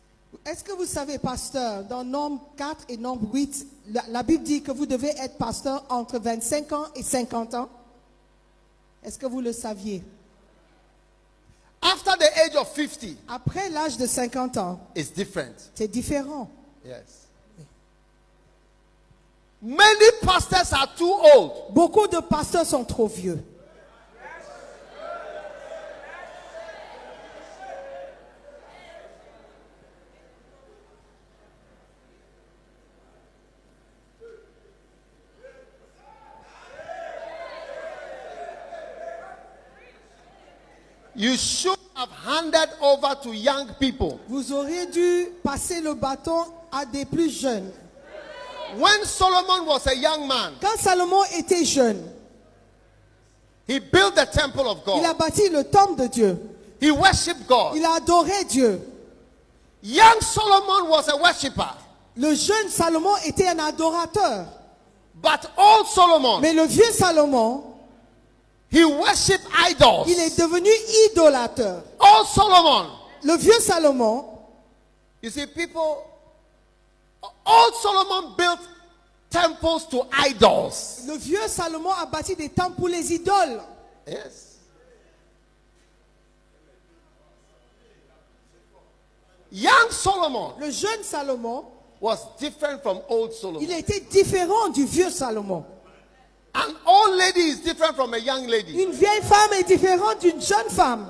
S2: Est-ce que vous savez, pasteur, dans Nombre 4 et Nombre 8, la, la Bible dit que vous devez être pasteur entre 25 ans et 50 ans Est-ce que vous le saviez
S1: After the age of 50,
S2: Après l'âge de 50 ans,
S1: it's different.
S2: c'est différent.
S1: Yes. Many pastors are too old.
S2: Beaucoup de pasteurs sont trop vieux.
S1: You should have handed over to young people.
S2: Vous auriez dû passer le bâton à des plus jeunes.
S1: When Solomon was a young man,
S2: Quand Salomon était jeune,
S1: he built the temple of
S2: il a
S1: God,
S2: bâti le temple de Dieu.
S1: he worshiped God.
S2: Il a adoré Dieu.
S1: Young Solomon was a worshiper,
S2: Le jeune Salomon était un adorateur.
S1: but old Solomon.
S2: Mais le vieux Salomon,
S1: He worshiped idols.
S2: il est devenu idolateur.
S1: Old Solomon.
S2: Le vieux Salomon,
S1: You see, people. Old Solomon built temples to idols.
S2: le vieux Salomon a bâti des temples pour les idoles.
S1: Yes. Young Solomon
S2: Le jeune Salomon,
S1: was different from old
S2: il
S1: Solomon.
S2: était différent du vieux Salomon.
S1: An old lady is different from a young lady.
S2: Une vieille femme est différente d'une jeune femme.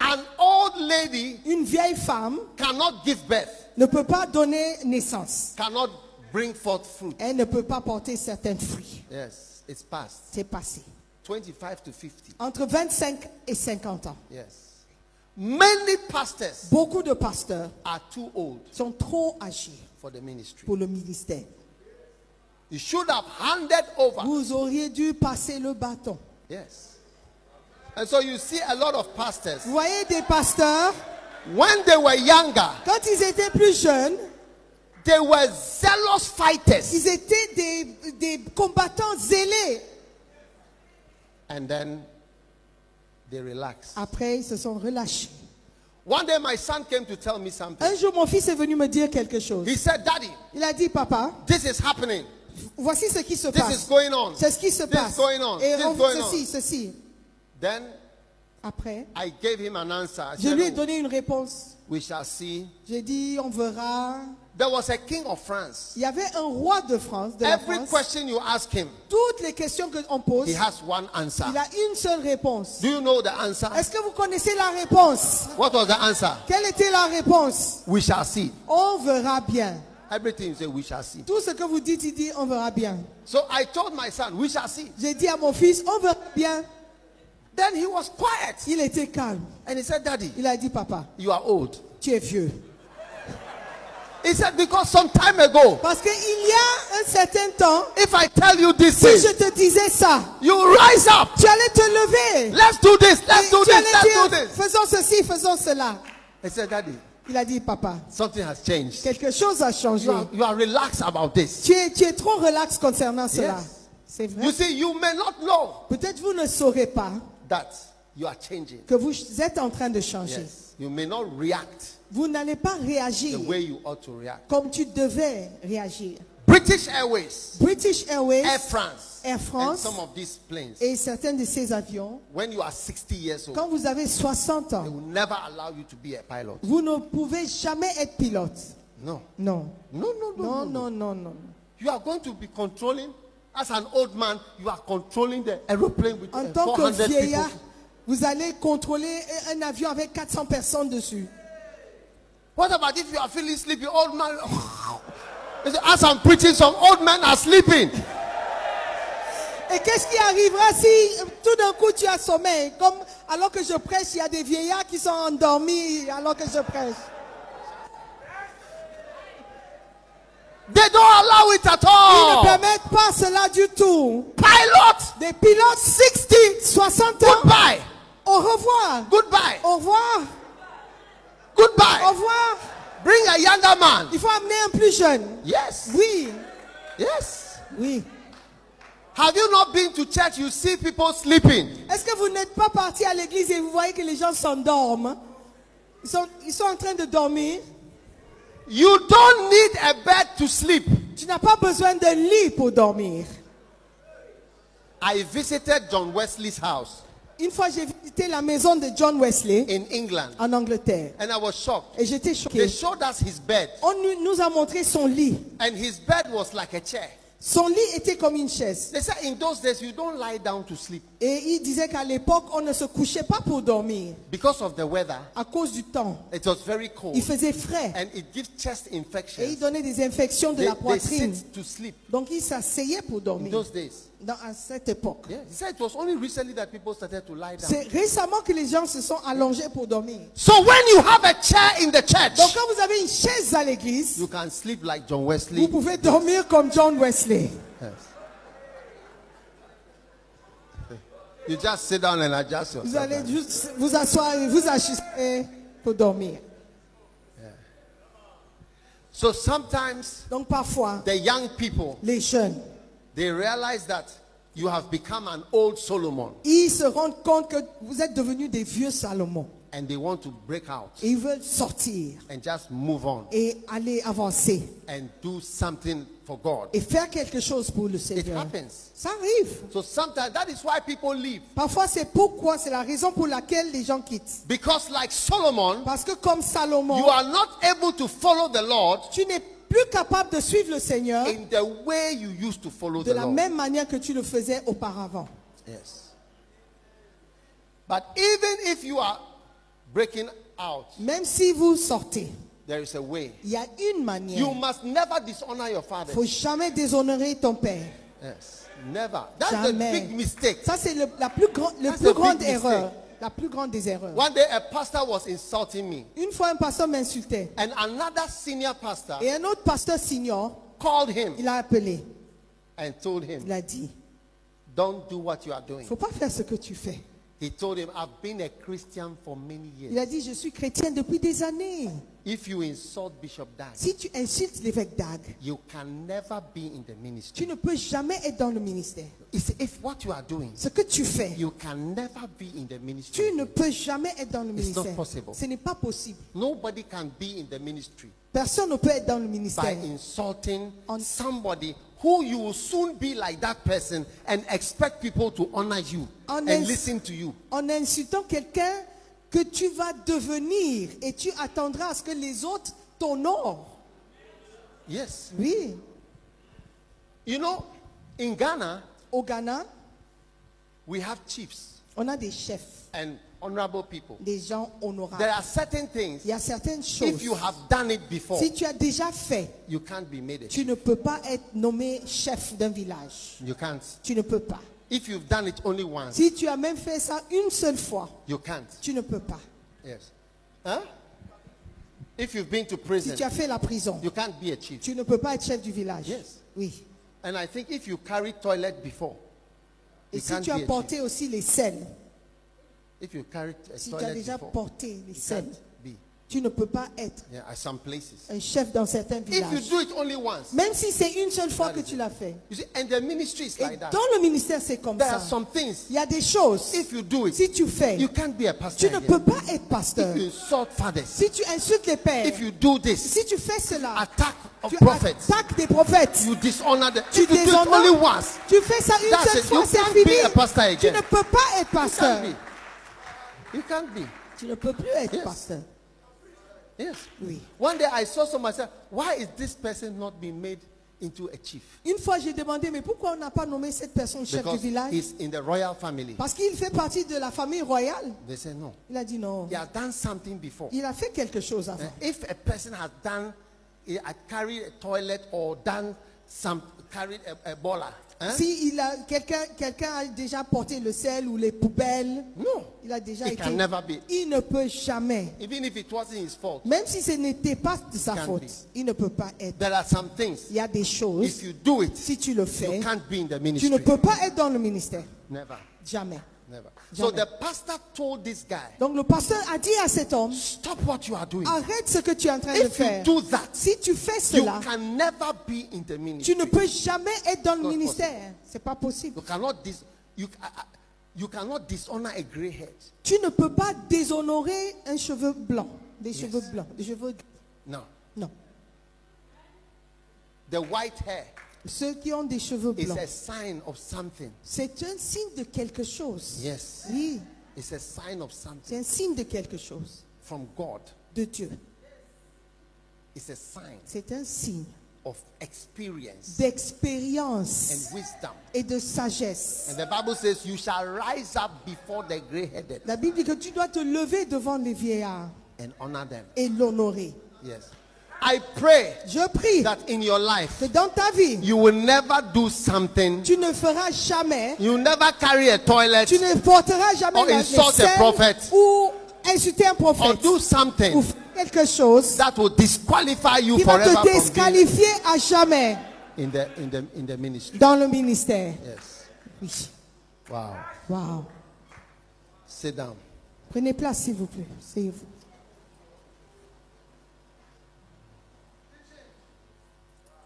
S1: An old lady
S2: Une vieille femme
S1: cannot give birth,
S2: ne peut pas donner naissance.
S1: cannot bring forth fruit.
S2: Elle ne peut pas porter certains fruits.
S1: Yes, it's past.
S2: C'est passé.
S1: 25 to 50.
S2: Entre 25 et 50 ans,
S1: Yes. Many pastors
S2: beaucoup de pasteurs
S1: are too old
S2: sont trop âgés
S1: for the ministry.
S2: pour le ministère.
S1: You should have handed over.
S2: Vous auriez dû passer le bâton.
S1: Yes. And so you see a lot of pastors.
S2: Vous voyez des pasteurs,
S1: When they were younger,
S2: quand ils étaient plus jeunes,
S1: they were zealous fighters.
S2: ils étaient des, des combattants zélés.
S1: And then they relaxed.
S2: Après, ils se sont relâchés.
S1: One day my son came to tell me something.
S2: Un jour, mon fils est venu me dire quelque chose.
S1: He said, Daddy,
S2: Il a dit, papa,
S1: this is happening.
S2: voici ce qui se
S1: This is
S2: passe.
S1: going on.
S2: C'est ce qui se
S1: This is
S2: passe.
S1: going on.
S2: Et
S1: This is
S2: on-
S1: going on.
S2: ceci, ceci.
S1: Then
S2: Après,
S1: I gave him an answer. I
S2: je
S1: said,
S2: lui ai
S1: "Oh,
S2: donné une réponse.
S1: we shall see.
S2: J'ai dit, on verra.
S1: There was a king of France.
S2: Il y avait un roi de France, de la
S1: Every
S2: France.
S1: question you ask him,
S2: Toutes les questions qu'on pose,
S1: he has one answer.
S2: il a une seule réponse.
S1: Do you know the answer?
S2: Est-ce que vous connaissez la réponse
S1: What was the answer?
S2: Quelle était la réponse
S1: We shall see.
S2: On verra bien.
S1: Everything you say, we shall see.
S2: Tout ce que vous dites, il dit, on verra bien.
S1: So I told my son, we shall see.
S2: J'ai dit à mon fils, on verra bien.
S1: Then he was quiet.
S2: Il était calme.
S1: And he said, Daddy,
S2: Il a dit, papa,
S1: you are old.
S2: tu es vieux.
S1: He said, because some time ago,
S2: Parce qu'il y a un certain temps,
S1: if I tell you this
S2: si je
S1: thing,
S2: te disais ça,
S1: you rise up.
S2: tu allais te lever.
S1: Let's do this. Let's do
S2: tu
S1: this.
S2: allais
S1: Let's do
S2: dire,
S1: this.
S2: faisons ceci, faisons cela.
S1: I said, Daddy,
S2: Il a dit, papa,
S1: something has changed.
S2: quelque chose a changé.
S1: You are, you are relaxed about this.
S2: Tu es, tu es trop relax concernant cela. C'est vrai.
S1: You see, you may not know
S2: Peut-être vous ne saurez pas
S1: that you are changing.
S2: que vous êtes en train de changer.
S1: Yes. You may not react
S2: Vous n'allez pas réagir
S1: the way you ought to react.
S2: comme tu devais réagir.
S1: British Airways,
S2: British Airways
S1: Air France,
S2: Air France.
S1: and some of these planes,
S2: et certains de ces avions,
S1: when you are 60 years old,
S2: quand vous avez 60
S1: they
S2: ans,
S1: will never allow you to be a pilot.
S2: vous ne pouvez jamais être pilote.
S1: No.
S2: Non.
S1: No, no, no, no, no.
S2: Non, non, non, non.
S1: You are going to be controlling, as an old man, you are controlling the aeroplane with
S2: En
S1: uh,
S2: tant que
S1: 400 people.
S2: vieillard, vous allez contrôler un avion avec 400 personnes dessus.
S1: What about if you are feeling sleepy, old man? You see, As I'm preaching, some old men are sleeping.
S2: Et qu'est-ce qui arrivera si euh, tout d'un coup tu as sommeil Comme alors que je prêche, il y a des vieillards qui sont endormis alors que je prêche.
S1: They don't allow it at
S2: Ils ne
S1: all.
S2: permettent pas cela du tout.
S1: Pilot,
S2: Des pilotes 60, 60 ans.
S1: goodbye,
S2: Au revoir.
S1: goodbye,
S2: Au revoir. Au
S1: goodbye.
S2: revoir.
S1: Bring a younger man.
S2: Il faut amener un plus jeune.
S1: Yes,
S2: Oui.
S1: yes.
S2: Oui.
S1: Have you not been to church? You see people sleeping.
S2: Est-ce que vous n'êtes pas parti à l'église et vous voyez que les gens s'endorment ils sont, ils sont en train de dormir.
S1: You don't need a bed to sleep.
S2: Tu n'as pas besoin d'un lit pour dormir.
S1: I visited John Wesley's house
S2: Une fois, j'ai visité la maison de John Wesley
S1: in England
S2: en Angleterre.
S1: and I was shocked.
S2: Et j'étais
S1: They
S2: choquée.
S1: showed us his bed,
S2: On nous- nous a montré son lit.
S1: and his bed was like a chair.
S2: Son lit était comme une chaise.
S1: They said in those days you don't lie down to sleep
S2: Et il disait qu'à l'époque, on ne se couchait pas pour dormir
S1: because of the weather.
S2: à cause du temps.
S1: It was very
S2: Il
S1: cold
S2: faisait frais
S1: and it gives chest
S2: et il
S1: infections.
S2: donnait des infections de
S1: They,
S2: la
S1: they
S2: poitrine.
S1: sit to sleep
S2: Donc il s'asseyait pour
S1: in
S2: dormir
S1: those days.
S2: dans, à cette époque.
S1: Yeah. He said it was only recently that people started to lie down.
S2: C'est récemment que les gens se sont allongés pour dormir.
S1: So when you have a chair in the
S2: Donc
S1: church,
S2: quand vous avez une chaise à l'église,
S1: you can sleep like John
S2: vous
S1: Wesley.
S2: pouvez dormir comme John Wesley.
S1: Yes. You just sit down and adjust
S2: Vous
S1: yourself.
S2: allez juste vous asseoir et vous ajuster pour dormir.
S1: So sometimes
S2: Donc parfois,
S1: the young people
S2: les jeunes,
S1: they realize that you have become an old Solomon
S2: ils se rendent compte que vous êtes devenus des vieux Salomon.
S1: and they want to break out
S2: Et ils veulent sortir
S1: and just move on
S2: et aller avancer
S1: and do something for God.
S2: et faire quelque chose pour le
S1: It
S2: Seigneur.
S1: happens.
S2: Ça arrive.
S1: So sometimes that is why people leave
S2: Parfois, c'est pourquoi, c'est la raison pour laquelle les gens quittent.
S1: because like Solomon
S2: Parce que comme Salomon,
S1: you are not able to follow the Lord
S2: tu n'es plus capable de suivre le Seigneur
S1: in the way you used to follow
S2: de
S1: the
S2: la
S1: Lord.
S2: même manière que tu le faisais auparavant.
S1: Yes. But even if you are breaking out,
S2: Même si vous sortez,
S1: there is a way.
S2: il y a une manière.
S1: You must never dishonor your father.
S2: faut jamais déshonorer ton père.
S1: Yes. Never. That's
S2: Jamais.
S1: the big mistake.
S2: Ça, c'est le- la plus, grande la
S1: That's
S2: plus
S1: a big
S2: grande
S1: mistake.
S2: erreur. La plus grande des erreurs.
S1: One day a pastor was insulting me,
S2: Une fois, un pasteur m'insultait.
S1: and another senior pastor
S2: Et un autre pasteur senior,
S1: called him
S2: il a appelé.
S1: and told him,
S2: Il a dit,
S1: Don't do what you are doing.
S2: il faut pas faire ce que tu fais.
S1: He told him, I've been a Christian for many years.
S2: Il a dit, je suis chrétien depuis des années.
S1: If you insult Bishop Dag,
S2: Si tu insultes l'évêque Dag,
S1: you can never be in the
S2: tu
S1: ministry.
S2: ne peux jamais être dans le ministère.
S1: It's if what you are doing,
S2: Ce que tu fais,
S1: you can never be in the ministry.
S2: tu ne peux jamais être dans le
S1: It's not
S2: ministère.
S1: possible.
S2: Ce n'est pas possible.
S1: Nobody can be in the ministry
S2: Personne ne peut être dans le
S1: by
S2: ministère
S1: insulting
S2: On-
S1: somebody who you will soon be like that person and expect people to honor you
S2: On
S1: and
S2: ins-
S1: listen to you.
S2: en insultant quelqu'un que tu vas devenir et tu attendras à ce que les autres t'honorent.
S1: Yes.
S2: Oui,
S1: You know, in Ghana,
S2: au Ghana,
S1: we have chiefs
S2: on a des chefs,
S1: and honorable people.
S2: des gens
S1: There
S2: honorables.
S1: are certain things,
S2: Il y a certaines choses.
S1: if you have done it before,
S2: Si tu as déjà fait,
S1: you can't be made a
S2: tu
S1: chief.
S2: ne peux pas être nommé chef d'un village.
S1: You can't.
S2: Tu ne peux pas.
S1: If you've done it only once,
S2: Si tu as même fait ça une seule fois,
S1: you can't.
S2: tu ne peux pas.
S1: Yes. Huh? If you've been to
S2: Si
S1: prison,
S2: tu as fait la prison,
S1: you can't be a chief.
S2: tu ne peux pas être chef du village.
S1: Yes.
S2: Oui.
S1: And I think if you carry toilet before,
S2: Et
S1: you
S2: si
S1: can't
S2: tu as
S1: be a
S2: porté aussi les selles,
S1: If you carry a
S2: si tu as
S1: toilet
S2: déjà
S1: before,
S2: porté les
S1: you
S2: selles,
S1: can't be.
S2: tu ne peux pas être
S1: Yeah, at some places.
S2: un chef dans certains
S1: If you
S2: villages.
S1: do it only once,
S2: Même si c'est une seule fois
S1: That
S2: que
S1: is
S2: tu
S1: it.
S2: l'as fait.
S1: you see, and the ministry is
S2: Et
S1: like that.
S2: dans le ministère, c'est comme
S1: There are
S2: ça.
S1: some things.
S2: Il y a des choses.
S1: If you do it,
S2: Si tu fais,
S1: you can't be a pastor.
S2: tu ne
S1: again.
S2: peux pas être pasteur.
S1: If you insult fathers,
S2: Si tu insultes les pères,
S1: if you do this,
S2: si tu fais cela,
S1: attack of
S2: tu
S1: prophets,
S2: attaques des prophètes.
S1: you dishonor them.
S2: Tu
S1: if you do it
S2: déshonores.
S1: only once,
S2: Tu fais ça une
S1: That's
S2: seule
S1: it.
S2: fois,
S1: You
S2: c'est
S1: can't
S2: fini.
S1: be a pastor
S2: Tu
S1: again.
S2: ne peux pas
S1: you
S2: être
S1: can't
S2: pasteur.
S1: be. You can't be.
S2: Tu ne peux plus être
S1: Yes.
S2: pasteur.
S1: Yes.
S2: Oui.
S1: One day I saw someone say, Why is this person not being made into a chief?
S2: Une fois, j'ai demandé, mais pourquoi on n'a pas nommé cette personne chef
S1: Because
S2: du village
S1: he's in the royal family.
S2: Parce qu'il fait partie de la famille royale.
S1: They say, No.
S2: Il a dit non.
S1: He has done something before.
S2: Il a fait quelque chose avant.
S1: And if a person has done, he had carried a toilet or done some, carried a, a baller, eh?
S2: Si il a quelqu'un quelqu'un a déjà porté le sel ou les poubelles,
S1: no,
S2: il a déjà
S1: He
S2: été.
S1: can never be.
S2: Il ne peut jamais.
S1: even if it wasn't his fault,
S2: Même si ce n'était pas de sa
S1: He can
S2: faute,
S1: be.
S2: il ne peut pas être.
S1: there are some things.
S2: Il y a des
S1: If
S2: choses.
S1: you do it,
S2: Si tu le fais,
S1: you can't be in the
S2: tu
S1: ministry.
S2: ne peux pas être dans le ministère.
S1: Never,
S2: Jamais.
S1: never. So
S2: Jamais.
S1: the pastor told this guy,
S2: Donc le pasteur a dit à cet homme,
S1: stop what you are doing.
S2: arrête ce que tu es en train de
S1: If you
S2: faire.
S1: do that,
S2: Si tu fais
S1: you
S2: cela,
S1: can never be in the ministry.
S2: tu ne peux jamais être dans le
S1: Not
S2: ministère. C'est pas
S1: You
S2: possible.
S1: cannot dis- you, ca- uh, you cannot dishonor a gray head.
S2: Tu ne peux pas déshonorer un cheveu blanc, des cheveux blancs, des cheveux gris.
S1: No,
S2: Non.
S1: the white hair
S2: Ceux qui ont des cheveux
S1: is
S2: blancs,
S1: a sign of something.
S2: c'est un signe de quelque chose.
S1: Yes.
S2: Oui,
S1: It's a sign of something
S2: c'est un signe de quelque chose
S1: from God.
S2: de Dieu.
S1: It's a sign
S2: C'est un signe
S1: of experience and
S2: d'expérience
S1: wisdom.
S2: et de sagesse.
S1: And the Bible says, You shall rise up before the gray headed
S2: La Bible dit que tu dois te lever devant les vieillards
S1: and honor them.
S2: et l'honorer.
S1: Yes. I pray
S2: Je prie
S1: that in your life,
S2: que dans ta vie,
S1: you will never do something,
S2: tu ne feras jamais,
S1: you never carry a toilet
S2: tu ne porteras jamais
S1: Or
S2: la
S1: insult a
S2: vaisselle
S1: prophet.
S2: ou insulter un
S1: or
S2: prophète
S1: do
S2: ou
S1: something
S2: faire quelque chose
S1: that will disqualify you
S2: qui va
S1: forever
S2: te
S1: from being
S2: disqualifier à jamais
S1: in the, in the, in the ministry.
S2: dans le ministère.
S1: Yes.
S2: Oui.
S1: Wow.
S2: Wow.
S1: Sit down.
S2: Prenez place, s'il vous plaît. Asseyez-vous.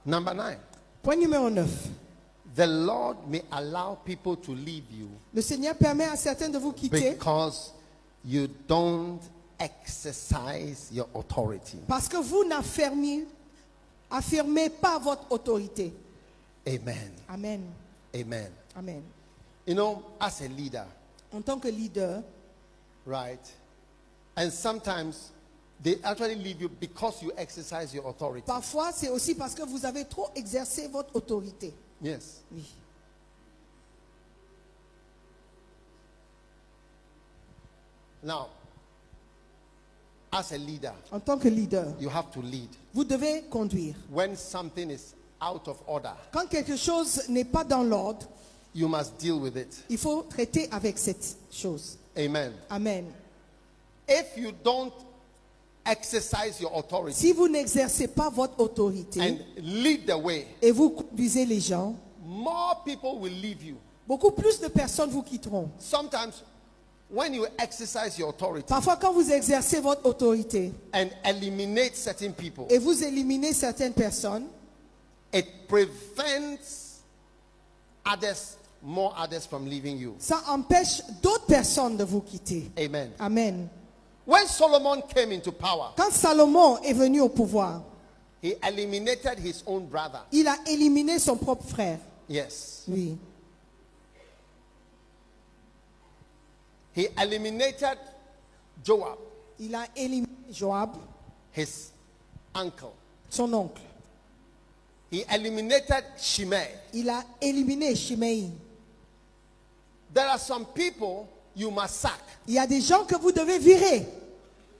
S1: Number nine.
S2: Point numéro 9.
S1: The Lord may allow people to leave you
S2: Le Seigneur permet à certains de vous quitter
S1: because you don't exercise your authority.
S2: parce que vous n'affirmez affirmez pas votre autorité.
S1: Amen.
S2: Amen.
S1: Amen.
S2: Amen.
S1: You know, as a leader,
S2: En tant que leader,
S1: right? And sometimes they actually leave you because you exercise your authority.
S2: parfois c'est aussi parce que vous avez trop exercé votre autorité.
S1: Yes.
S2: Oui.
S1: Now, as a leader,
S2: En tant que leader,
S1: you have to lead.
S2: vous devez conduire.
S1: When something is out of order,
S2: Quand quelque chose n'est pas dans l'ordre,
S1: you must deal with it.
S2: il faut traiter avec cette chose.
S1: Amen.
S2: Amen.
S1: If you don't exercise your authority
S2: Si vous n'exercez pas votre autorité
S1: and lead the way,
S2: et vous conduisez les gens,
S1: more people will leave you.
S2: Beaucoup plus de personnes vous quitteront.
S1: Sometimes, when you exercise your authority
S2: Parfois, quand vous exercez votre autorité
S1: and eliminate certain people,
S2: et vous éliminez certaines personnes,
S1: it prevents others, more others, from leaving you.
S2: ça empêche d'autres personnes de vous quitter.
S1: Amen.
S2: Amen.
S1: When Solomon came into power,
S2: Quand Salomon est venu au pouvoir,
S1: he eliminated his own brother.
S2: il a éliminé son propre frère.
S1: Yes.
S2: Oui.
S1: He eliminated Joab,
S2: Il a éliminé Joab,
S1: his uncle.
S2: son oncle.
S1: He eliminated Shimei.
S2: Il a éliminé Shimei.
S1: There are some people you must sack.
S2: Il y a des gens que vous devez virer.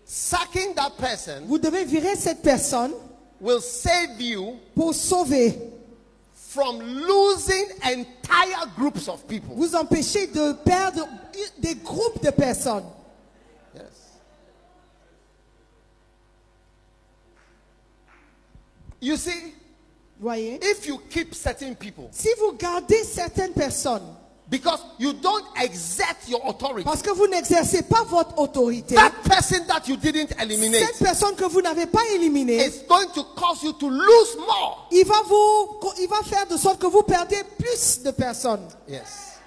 S1: Sacking that person
S2: Vous devez virer cette personne
S1: will save you
S2: pour sauver,
S1: from losing entire groups of people.
S2: vous empêcher de perdre des groupes de personnes.
S1: Yes. You see,
S2: Voyez.
S1: if you keep certain people
S2: Si vous gardez certaines personnes
S1: because you don't exert your authority,
S2: parce que vous n'exercez pas votre autorité,
S1: that person that you didn't
S2: cette
S1: eliminate
S2: personne que vous n'avez pas éliminée,
S1: is going to cause you to lose more.
S2: il va, vous, il va faire de sorte que vous perdez plus de personnes.
S1: Yes.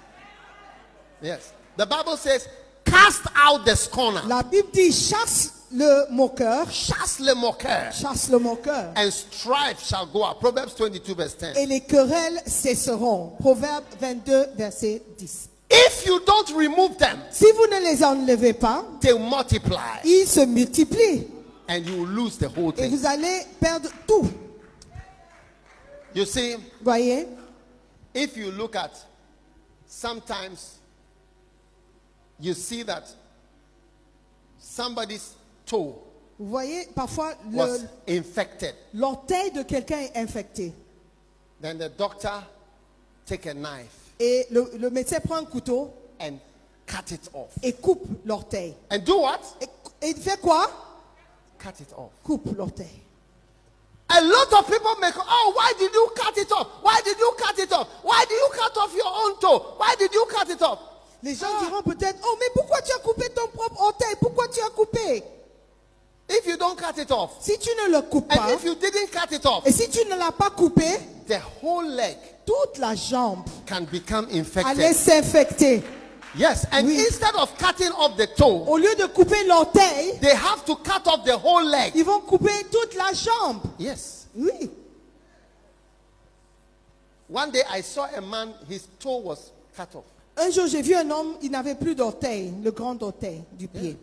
S1: Yes. The Bible says, cast out the scorner,
S2: La Bible dit chasse le moqueur,
S1: chasse le moqueur,
S2: chasse le moqueur,
S1: and strife shall go out. Proverbs 22, verse 10.
S2: et les querelles cesseront. Proverbe 22, verset 10.
S1: If you don't remove them,
S2: Si vous ne les enlevez pas,
S1: they multiply
S2: ils se multiplient
S1: and you will lose the whole
S2: et
S1: thing.
S2: vous allez perdre tout.
S1: You see,
S2: Voyez,
S1: if you look at sometimes you see that somebody's toe
S2: vous voyez, parfois le-
S1: was infected,
S2: l'orteil de quelqu'un est infecté
S1: then the doctor take a knife
S2: et le, le médecin prend un couteau
S1: and cut it off.
S2: et coupe l'orteil.
S1: And do what?
S2: Et, cou- et il fait quoi
S1: Cut it off.
S2: Coupe l'orteil.
S1: A lot of people make, oh, why did you cut it off? Why did you cut it off? Why did you cut off your own toe? Why did you cut it off?
S2: Les gens diront peut-être, oh mais pourquoi tu as coupé ton propre orteil Pourquoi tu as coupé
S1: If you don't cut it off,
S2: Si tu ne le coupes
S1: And
S2: pas,
S1: if you didn't cut it off,
S2: et si tu ne l'as pas coupé,
S1: the whole leg
S2: toute la jambe
S1: can become
S2: allait
S1: infected.
S2: s'infecter.
S1: Yes, and
S2: Oui.
S1: instead of cutting off the toe,
S2: Au lieu de couper l'orteil,
S1: they have to cut off the whole leg.
S2: ils vont couper toute la jambe.
S1: Yes.
S2: Oui.
S1: One day I saw a man, his toe was cut off.
S2: Un jour, j'ai vu un homme, il n'avait plus d'orteil, le grand orteil du pied.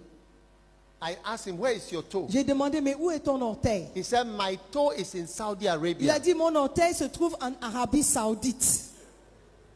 S1: I asked him, Where is your toe?
S2: J'ai demandé, mais où est ton orteil
S1: He said, My toe is in Saudi
S2: Il a
S1: Arabia.
S2: dit, mon orteil se trouve en Arabie Saoudite.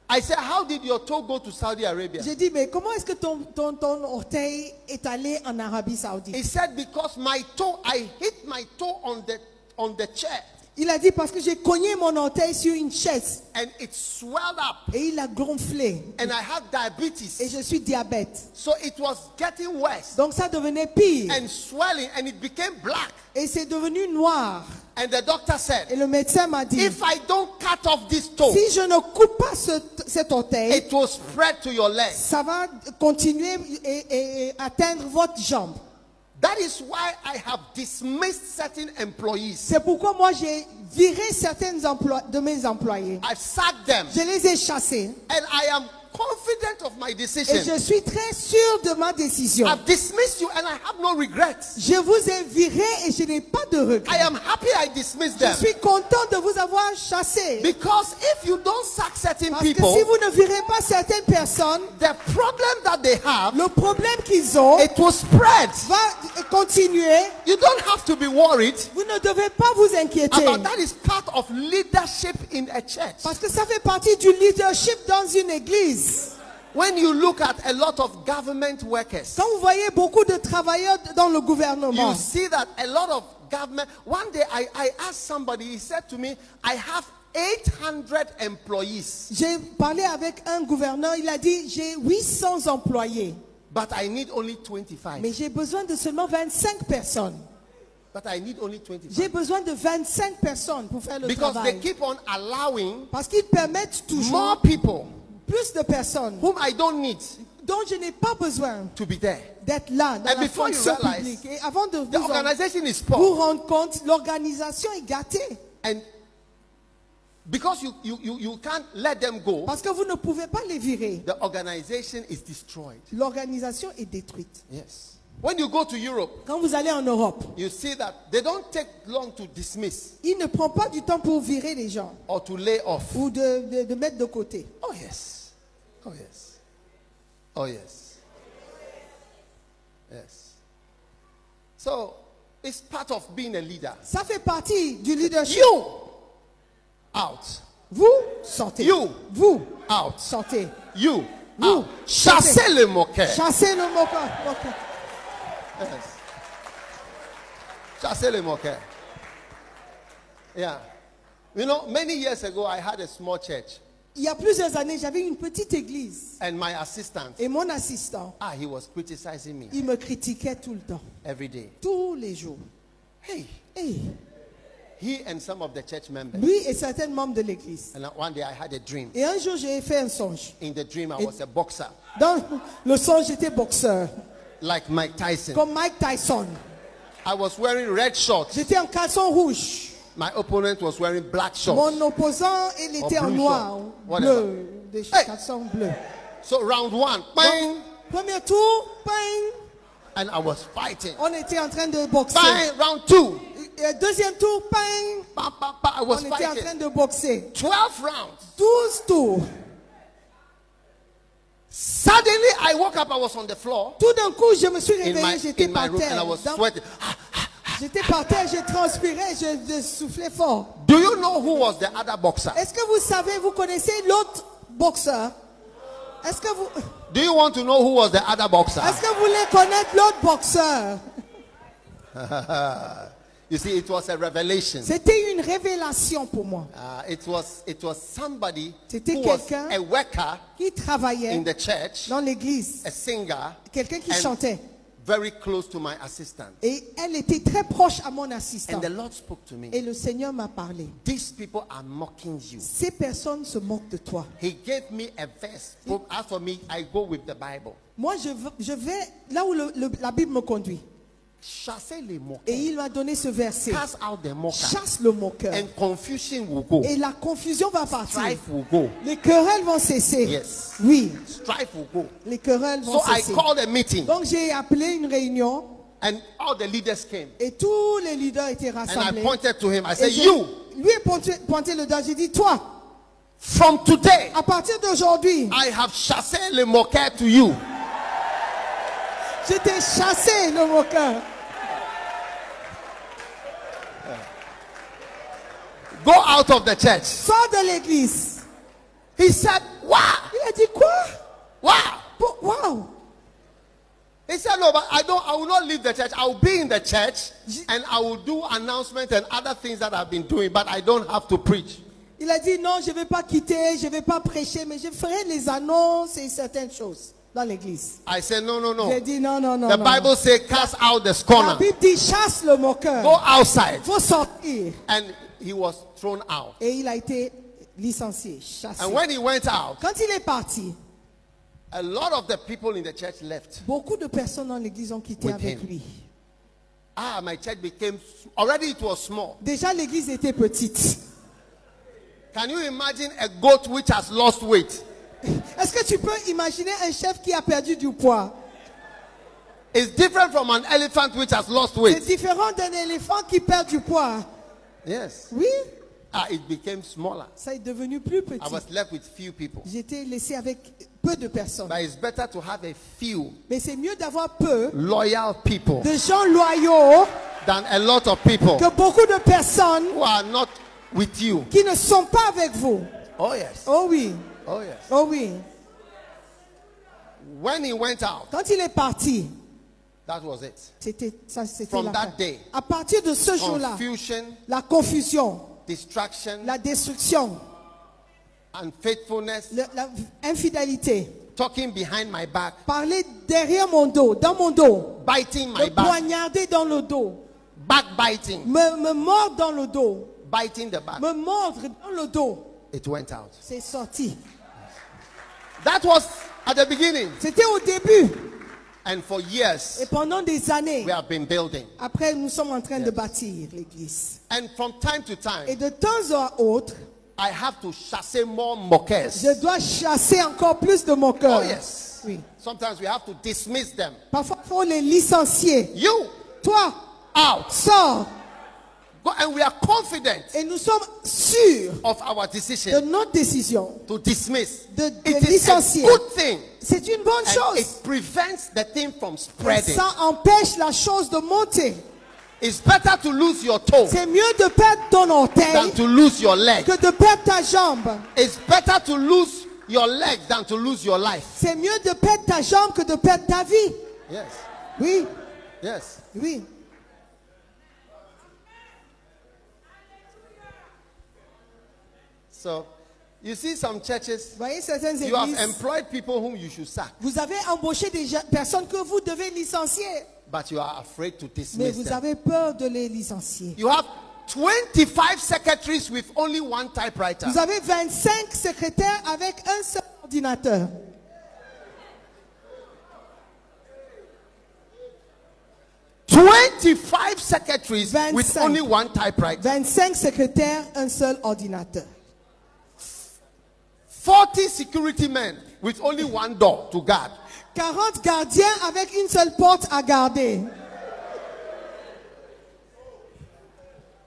S1: I said, How did your toe go to Saudi Arabia?
S2: J'ai dit, mais comment est-ce que ton, ton, ton orteil est allé en Arabie Saoudite
S1: He said, Because my toe, I hit my toe on the on the chair
S2: Il a dit, parce que j'ai cogné mon orteil sur une chaise
S1: and it swelled up
S2: et il a gonflé.
S1: and I have
S2: Et
S1: diabetes.
S2: je suis diabète.
S1: So it was getting worse.
S2: Donc ça devenait pire.
S1: and swelling and it became black
S2: Et c'est devenu noir.
S1: and the doctor
S2: Et
S1: said
S2: le médecin m'a dit,
S1: if i don't cut off this toe
S2: si je ne coupe pas ce, cet orteil,
S1: it will spread to your leg
S2: ça va continuer et, et- et atteindre votre jambe.
S1: that is why i have dismissed certain employees
S2: C'est pourquoi moi j'ai viré certains emplois- de mes employés.
S1: i've sacked them
S2: Je les ai chassés
S1: and i am confident of my
S2: et je
S1: decision
S2: suis très sûr de ma décision.
S1: i've dismissed you and i have no regrets
S2: Je vous ai viré et je n'ai pas de
S1: i
S2: regret.
S1: am happy i dismissed
S2: Je
S1: them
S2: suis content de vous avoir chassé.
S1: because if you don't sack certain
S2: Parce que si
S1: people
S2: vous ne virez pas certaines personnes,
S1: the problem that they have
S2: le problème qu'ils ont
S1: it will spread
S2: va continuer.
S1: you don't have to be worried
S2: Vous ne devez pas vous inquiéter.
S1: about that is part of leadership in a church
S2: Parce que ça fait partie du leadership dans une église.
S1: When you look at a lot of government workers,
S2: Quand vous voyez beaucoup de travailleurs dans le
S1: you
S2: gouvernement,
S1: see that a lot of government. One day I, I asked somebody, he said to me, I have 800 employees,
S2: j'ai parlé avec un gouverneur, il a dit j'ai 800 employés,
S1: but I need only
S2: mais
S1: 25.
S2: j'ai besoin de seulement 25 personnes.
S1: But I need only 20.
S2: J'ai besoin de 25 personnes pour faire le
S1: Because they
S2: travail.
S1: keep on allowing
S2: Parce qu'ils permettent
S1: more
S2: toujours
S1: people
S2: plus de personnes
S1: whom I don't need
S2: dont je n'ai pas besoin
S1: to be there.
S2: d'être là dans
S1: And
S2: la
S1: before you
S2: fonction
S1: realize,
S2: publique. Et avant de
S1: The
S2: vous, en-
S1: organization is
S2: vous
S1: poor.
S2: rendre compte, l'organisation est gâtée.
S1: And because you, you, you, you can't let them go,
S2: Parce que vous ne pouvez pas les virer.
S1: the organization is destroyed.
S2: L'organisation est détruite.
S1: Yes. When you go to Europe,
S2: Quand vous allez en Europe,
S1: you see that they don't take long to dismiss
S2: il ne prend pas du temps pour virer les gens
S1: or to lay off.
S2: ou de, de- de mettre de côté.
S1: Oh, yes. Oh, yes. Oh, yes. Yes. So it's part of being a leader.
S2: Ça fait partie du leadership.
S1: You out.
S2: Vous sortez.
S1: You.
S2: Vous
S1: Out.
S2: sortez.
S1: You. Ah.
S2: You.
S1: Out. Chassez le moqueur.
S2: Chassez le moqueur. moqueur.
S1: Yes. Chassez le moqueur. Yeah. You know, many years ago, I had a small church,
S2: Il y a plusieurs années, j'avais une petite église
S1: and my assistant,
S2: et mon assistant,
S1: ah, he was criticizing me
S2: il me critiquait tout le temps,
S1: every day.
S2: tous les jours.
S1: Hey,
S2: Et
S1: he and some of the church members.
S2: lui et certains membres de l'église.
S1: And one day I had a dream.
S2: Et un jour, j'ai fait un songe.
S1: In the dream, I was a boxer,
S2: Dans le songe, j'étais boxeur,
S1: like Mike Tyson.
S2: comme Mike Tyson.
S1: I was wearing red shorts.
S2: J'étais en caleçon rouge.
S1: My opponent was wearing black shorts.
S2: Mon opposant, il était
S1: En
S2: en
S1: bleu,
S2: noir,
S1: ça.
S2: ou
S1: Whatever.
S2: bleu, des
S1: Hey.
S2: caleçons bleus.
S1: So round one, bang,
S2: Premier tour, bang,
S1: and I was fighting.
S2: on était en train de boxer.
S1: Bang, round two,
S2: Et deuxième tour, bang,
S1: bam, bam, bam, I
S2: on
S1: was
S2: était en
S1: fighting.
S2: train de boxer.
S1: 12 rounds.
S2: 12 tours.
S1: Suddenly, I woke up. I was on the floor
S2: Tout d'un coup, je me suis
S1: in my,
S2: réveillé, j'étais
S1: in my
S2: par
S1: room and I
S2: terre.
S1: was
S2: Dans-
S1: sweating.
S2: J'étais par terre, je transpirais, je, je soufflais fort.
S1: Do you know who was the other boxer?
S2: Est-ce que vous savez, vous connaissez l'autre boxeur Est-ce que vous
S1: Do you want to know who was the other boxer?
S2: est-ce que vous voulez connaître l'autre boxeur
S1: You see, it was a revelation.
S2: C'était une révélation pour moi.
S1: Uh, it was it was somebody
S2: C'était
S1: who was
S2: quelqu'un Eh-
S1: a worker
S2: Qui travaillait
S1: in the church,
S2: dans l'église,
S1: a singer,
S2: quelqu'un qui
S1: and
S2: chantait.
S1: very close to my assistant.
S2: Et elle était très proche à mon assistant.
S1: And the Lord spoke to me.
S2: Et le Seigneur m'a parlé.
S1: These people are mocking you.
S2: Ces personnes se moquent de toi.
S1: He gave me a verse. From, as for me, I go with the Bible.
S2: Moi, je, v- je vais là où le- le- la Bible me conduit.
S1: Chassez les
S2: Et
S1: moqueurs.
S2: il m'a donné ce verset.
S1: Cast out the mockers.
S2: Chasse le moqueur.
S1: and confusion will go.
S2: Et la confusion va partir.
S1: Strife will go.
S2: Les querelles vont cesser.
S1: Yes.
S2: Oui,
S1: Strife will go.
S2: les querelles
S1: So
S2: vont
S1: I
S2: cesser.
S1: called a meeting,
S2: Donc j'ai appelé une réunion
S1: and all the leaders came.
S2: et tous les leaders étaient
S1: And I
S2: rassemblés.
S1: pointed to him. I
S2: Et
S1: said,
S2: j'ai-
S1: "You,
S2: lui a pointé, pointé le doigt. J'ai dit, toi,
S1: from today,
S2: à partir d'aujourd'hui,
S1: I have chassé le moqueur to you.
S2: je t'ai chassé le moqueur.
S1: Go out of the church."
S2: Sors de l'église.
S1: He said, "Wow,
S2: Il a dit quoi
S1: wow."
S2: Pour- Waouh
S1: He said, "No, but I don't. I will not leave the church. I will be in the church, and I will do announcement and other things that I've been doing, but I don't have to preach."
S2: Il a dit, non, je ne vais pas quitter, je ne vais pas prêcher, mais je ferai les annonces et certaines choses dans l'église.
S1: I said, "No, no,
S2: Il
S1: no."
S2: a dit, non, non, non.
S1: The
S2: non.
S1: Bible says, "Cast out the
S2: La
S1: scorner.
S2: Bible dit, chasse le
S1: Go
S2: moqueur.
S1: outside."
S2: Il faut sortir.
S1: And he was thrown out.
S2: Et il a été licencié, chassé.
S1: And when he went out,
S2: Quand il est parti,
S1: a lot of the people in the church left.
S2: beaucoup de personnes dans l'église ont quitté
S1: With
S2: avec
S1: him.
S2: lui.
S1: Ah, my church became already it was small.
S2: Déjà, l'église était petite.
S1: Can you imagine a goat which has lost weight?
S2: Est-ce que tu peux imaginer un chef qui a perdu du poids
S1: It's different from an elephant which has lost
S2: C'est
S1: weight.
S2: différent d'un éléphant qui perd du poids.
S1: Yes.
S2: Oui,
S1: Ah, it became smaller.
S2: ça est devenu plus
S1: I
S2: petit.
S1: was left with few people.
S2: J'étais laissé avec peu de personnes.
S1: But it's better to have a few
S2: Mais c'est mieux d'avoir peu
S1: loyal people
S2: de gens loyaux
S1: than a lot of people
S2: que beaucoup de personnes
S1: who are not with you.
S2: qui ne sont pas avec vous.
S1: Oh yes.
S2: Oh oui,
S1: Oh yes.
S2: oh oui.
S1: When he went out,
S2: Quand il est parti,
S1: that was it.
S2: c'était ça, c'était
S1: From
S2: la
S1: that
S2: fin.
S1: day.
S2: À partir de ce
S1: Oh,
S2: jour-là,
S1: Confusion,
S2: la confusion,
S1: distraction,
S2: la destruction,
S1: unfaithfulness,
S2: l'infidélité,
S1: talking behind my back,
S2: parler derrière mon dos, dans mon dos,
S1: biting my
S2: me
S1: back,
S2: poignarder dans le dos,
S1: backbiting,
S2: me, me mordre dans le dos,
S1: biting the back.
S2: me mordre dans le dos,
S1: It went out.
S2: c'est sorti.
S1: That was at the beginning.
S2: C'était au début
S1: And for
S2: et
S1: years,
S2: pendant des années.
S1: we have been building.
S2: Après, nous sommes en train de bâtir l'église.
S1: And from time to
S2: Et
S1: time,
S2: de temps à autre,
S1: I have to chasser more mockers.
S2: je dois chasser encore plus de mon cœur.
S1: Oh, yes.
S2: Oui.
S1: Sometimes we have to dismiss them.
S2: Parfois, il faut les licencier.
S1: You
S2: Toi,
S1: out.
S2: sors.
S1: Go- And we are confident
S2: Et nous sommes sûrs
S1: of our
S2: de
S1: decision
S2: notre décision.
S1: to dismiss.
S2: De- de
S1: It is a
S2: licencier.
S1: good thing.
S2: C'est une bonne
S1: And it
S2: chose.
S1: prevents the thing from spreading.
S2: Ça empêche la chose de monter.
S1: It's better to lose your toe
S2: C'est mieux de perdre ton
S1: than
S2: orteil
S1: to lose your leg.
S2: que de perdre ta jambe.
S1: It's better to lose your leg than to lose your life.
S2: C'est mieux de perdre ta jambe que de perdre ta vie.
S1: Yes.
S2: Oui,
S1: Yes.
S2: oui.
S1: So, you see some churches,
S2: Vous voyez certaines
S1: you have
S2: églises.
S1: employed people whom you should sack,
S2: Vous avez embauché des gens- personnes que vous devez licencier,
S1: but you are afraid to
S2: mais
S1: dismiss
S2: vous
S1: them.
S2: avez peur de les licencier.
S1: You have 25 secretaries with only one typewriter.
S2: Vous avez 25 secrétaires avec un seul ordinateur.
S1: Twenty-five secretaries with
S2: 25.
S1: only one typewriter.
S2: 25 secrétaires, un seul ordinateur.
S1: Forty security men with only one door to guard.
S2: 40 gardiens avec une seule porte à garder.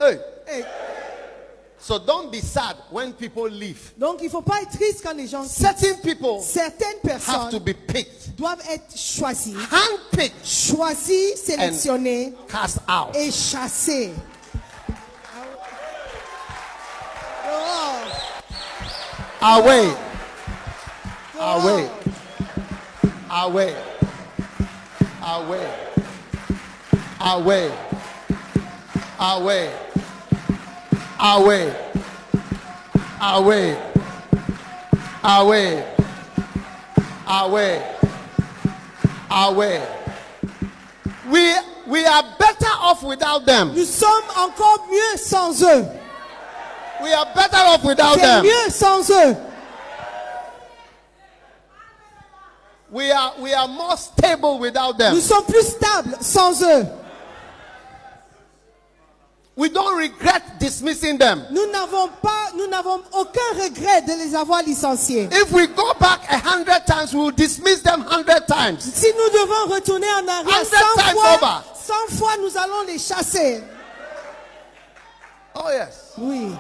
S1: Hey.
S2: Hey.
S1: So don't be sad when people leave.
S2: Donc il ne faut pas être triste quand les gens quittent.
S1: Certain people
S2: Certaines
S1: have to
S2: personnes
S1: be picked,
S2: doivent être choisies,
S1: handpicked,
S2: choisies, sélectionnées
S1: cast out.
S2: et chassées. Dehors.
S1: Away,
S2: Dehors.
S1: away, away, away, away, away, away, away, away, away, away. We we are better off without them.
S2: Nous sommes encore mieux sans eux.
S1: We are better off without
S2: C'est
S1: them.
S2: mieux sans eux.
S1: We are we are more stable without them.
S2: Nous sommes plus stables sans eux.
S1: We don't regret dismissing them.
S2: Nous n'avons pas, nous n'avons aucun regret de les avoir licenciés.
S1: If we go back a hundred times, we will dismiss them hundred times.
S2: Si nous devons retourner en arrière 100
S1: Hundred times
S2: fois,
S1: over.
S2: 100 fois, nous allons les chasser.
S1: Oh yes,
S2: Oui.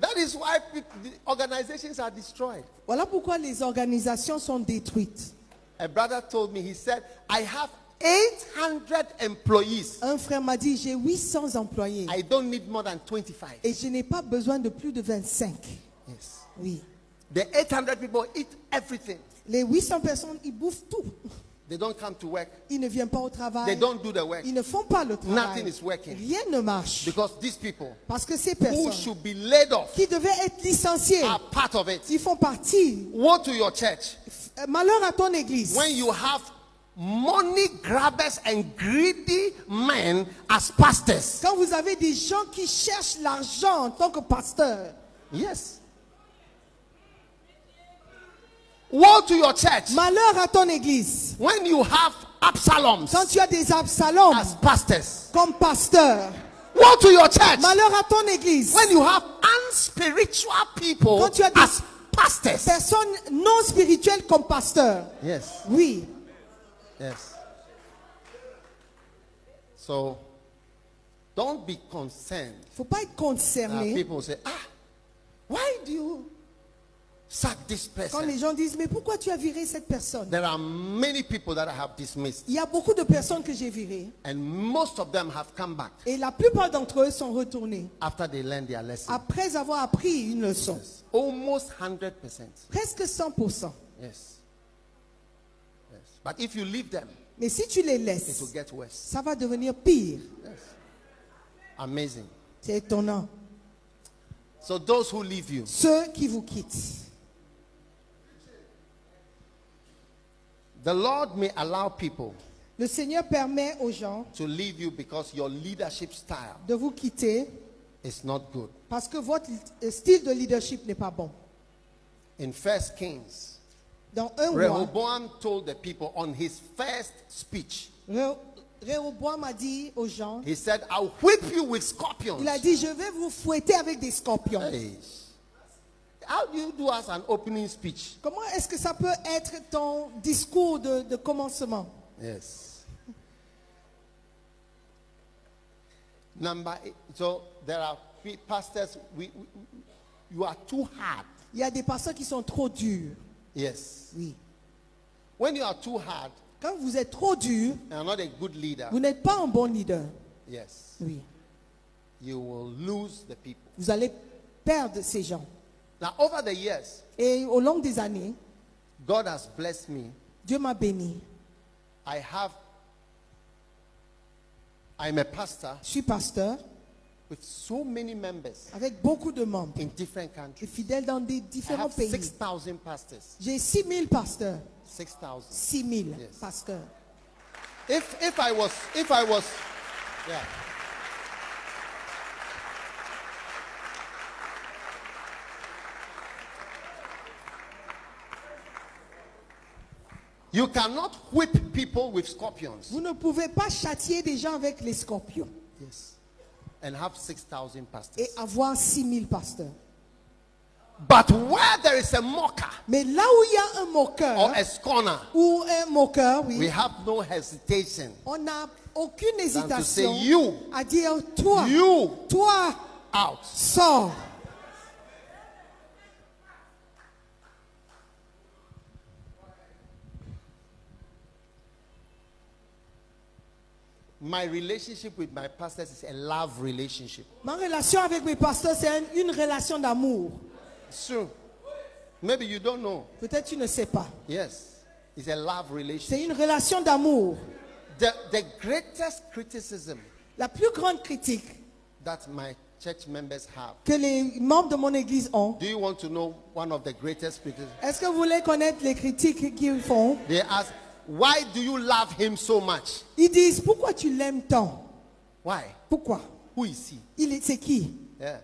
S1: that is why pe- the organizations are destroyed.
S2: Voilà pourquoi les organisations sont détruites.
S1: A brother told me. He said, "I have 800 employees.
S2: Un frère m'a dit, j'ai 800 employés
S1: I don't need more than 25."
S2: et je n'ai pas besoin de plus de 25.
S1: Yes,
S2: Oui.
S1: the 800 people eat everything.
S2: Les 800 personnes, ils bouffent tout.
S1: They don't come to work.
S2: Ils ne viennent pas au travail.
S1: They don't do the work
S2: Ils ne font pas le travail.
S1: Nothing is working.
S2: Rien ne marche.
S1: because these people
S2: Parce que ces
S1: who
S2: personnes
S1: should Ah. be laid off
S2: qui devaient être licenciées,
S1: are part of it.
S2: ils font partie.
S1: Woe to your church.
S2: Euh, Malheur à ton église.
S1: when you have money grabbers and greedy men as pastors.
S2: Quand vous avez des gens qui cherchent l'argent en tant que pasteur,
S1: Yes. Woe to your church
S2: malheur à ton église.
S1: when you have Absaloms
S2: Quand tu as des Absalom
S1: as pastors.
S2: comme pasteur,
S1: Woe to your church
S2: malheur à ton église.
S1: when you have unspiritual people
S2: Quand tu as des-
S1: as pastors.
S2: Personne non spirituelle comme pasteur.
S1: Yes,
S2: Oui.
S1: yes. So don't be concerned
S2: Faut pas être
S1: Now,
S2: concerné.
S1: people say, ah, why do you sack this
S2: Quand
S1: person?
S2: les gens disent, mais pourquoi tu as viré cette personne
S1: There are many people that I have dismissed,
S2: Il y a beaucoup de personnes que j'ai virées.
S1: and most of them have come back
S2: Et la plupart d'entre eux sont retournés
S1: after they learned their lesson.
S2: après avoir appris une leçon.
S1: Almost 100%.
S2: Presque 100%.
S1: Yes. Yes. But if you leave them,
S2: Mais si tu les
S1: it will
S2: laisses,
S1: get worse.
S2: ça va devenir pire.
S1: Yes. Amazing.
S2: C'est étonnant.
S1: So those who leave you,
S2: Ceux qui vous quittent.
S1: the Lord may allow people
S2: Le Seigneur permet aux gens
S1: to leave you because your leadership style
S2: de vous quitter
S1: is not good.
S2: parce que votre euh, style de leadership n'est pas bon.
S1: In First Kings,
S2: Dans un mois,
S1: Rehoboam told the people on his first speech,
S2: Ré- Réhoboam a dit aux gens,
S1: he said, I'll whip you with
S2: il a
S1: scorpions.
S2: dit, je vais vous fouetter avec des scorpions.
S1: Hey. How do you do as an opening speech?
S2: Comment est-ce que ça peut être ton discours de, de commencement
S1: Yes. Number eight, so there are pe- pastors. We, we- you are too hard.
S2: Il y a des personnes qui sont trop dures.
S1: Yes.
S2: Oui.
S1: When you are too hard
S2: Quand vous êtes trop dur,
S1: and are not a good leader,
S2: vous n'êtes pas un bon leader.
S1: yes,
S2: Oui.
S1: you will lose the people.
S2: Vous allez perdre ces gens.
S1: Now, over the years,
S2: Et au long des années,
S1: God has blessed me.
S2: Dieu m'a béni.
S1: I have. I'm a pastor
S2: Je suis pasteur
S1: with so many members
S2: avec beaucoup de membres
S1: in different
S2: et
S1: countries.
S2: fidèles dans des
S1: I
S2: différents
S1: have six
S2: pays.
S1: thousand pastors.
S2: J'ai 6 000 pasteurs.
S1: Six thousand.
S2: 6 000
S1: Yes.
S2: pasteurs.
S1: If if I was if I was yeah. You cannot whip people with scorpions.
S2: Vous ne pouvez pas châtier des gens avec les scorpions
S1: Yes. And have 6,000
S2: et
S1: pastors.
S2: avoir 6 000 pasteurs.
S1: But where there is a mocker
S2: Mais là où il y a un
S1: or
S2: moqueur
S1: a scorner,
S2: ou un moqueur,
S1: we
S2: oui,
S1: have no hesitation.
S2: on n'a aucune hésitation
S1: say you.
S2: à dire toi,
S1: You
S2: toi,
S1: out.
S2: sors.
S1: My relationship with my pastors is a love relationship.
S2: Ma relation avec mes pasteurs, c'est un- une relation d'amour.
S1: It's true. Maybe you don't know.
S2: Peut-être tu ne sais pas.
S1: Yes. It's a love relationship.
S2: C'est une relation d'amour.
S1: The, the greatest criticism
S2: La plus grande critique
S1: that my church members have.
S2: que les membres de mon église ont,
S1: Do you want to know one of the greatest criticisms?
S2: est-ce que vous voulez connaître les critiques qu'ils font
S1: They ask, why do you love him so much?
S2: Ils disent, pourquoi tu l'aimes tant
S1: Why?
S2: Pourquoi
S1: Who is he?
S2: Il est, c'est qui
S1: Yeah.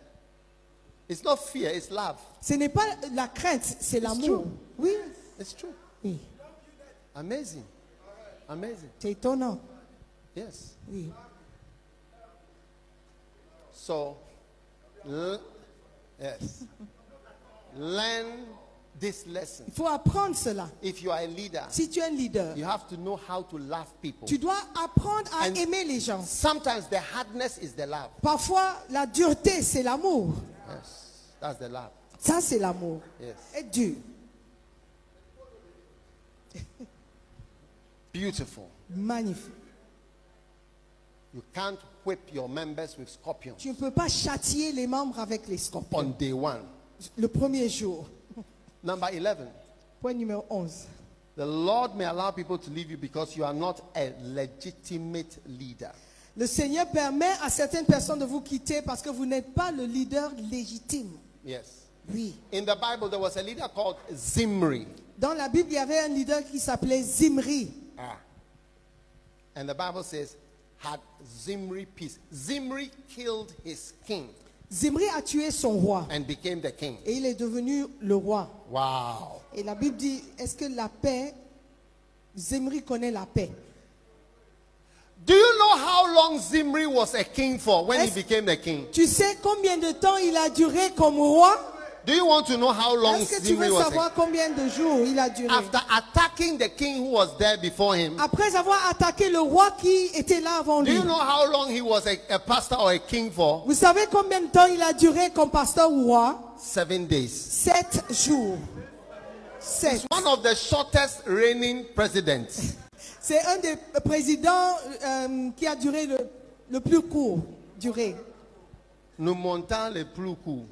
S1: It's not fear, it's love.
S2: Ce n'est pas la crainte, c'est l'amour.
S1: true.
S2: Oui,
S1: It's true.
S2: oui.
S1: Amazing. Amazing.
S2: C'est étonnant.
S1: Yes.
S2: Oui.
S1: So, l- yes. Learn this lesson.
S2: Il faut apprendre cela.
S1: If you are a leader,
S2: Si tu es un leader,
S1: you have to know how to love people.
S2: tu dois apprendre à
S1: And-
S2: aimer les gens.
S1: Sometimes the hardness is the love.
S2: Parfois, la dureté, c'est l'amour.
S1: Yes, that's the love.
S2: Ça, c'est l'amour.
S1: Yes,
S2: Être dur,
S1: beautiful.
S2: magnifique.
S1: You can't whip your members with scorpions
S2: Tu ne peux pas châtier les membres avec les scorpions.
S1: on day one.
S2: Le premier jour.
S1: Number 11.
S2: Point numéro 11.
S1: The Lord may allow people to leave you because you are not a legitimate leader.
S2: Le Seigneur permet à certaines personnes de vous quitter parce que vous n'êtes pas le leader légitime.
S1: Yes.
S2: Oui.
S1: In the Bible, there was a leader called Zimri.
S2: Dans la Bible, il y avait un leader qui s'appelait Zimri.
S1: Ah. And the Bible says, had Zimri peace. Zimri killed his king
S2: Zimri a tué son roi
S1: and became the king.
S2: et il est devenu le roi.
S1: Wow.
S2: Et la Bible dit, est-ce que la paix, Zimri connaît la paix
S1: Do you know how long Zimri was a king for when
S2: Est-ce-
S1: he became the king?
S2: Tu sais combien de temps il a duré comme roi
S1: Do you want to know how long
S2: Est-ce que tu
S1: Zimri
S2: veux
S1: was a king?
S2: savoir combien de jours il a duré
S1: After attacking the king who was there before him,
S2: Après avoir attaqué le roi qui était là avant
S1: do
S2: lui,
S1: you know how long he was a, a pastor or a king for?
S2: vous savez combien de temps il a duré comme pasteur ou roi
S1: Seven days.
S2: Sept jours. Sept.
S1: One of the shortest reigning presidents.
S2: C'est un des présidents euh, qui a duré le, le plus court durée.
S1: Nous montons le plus court.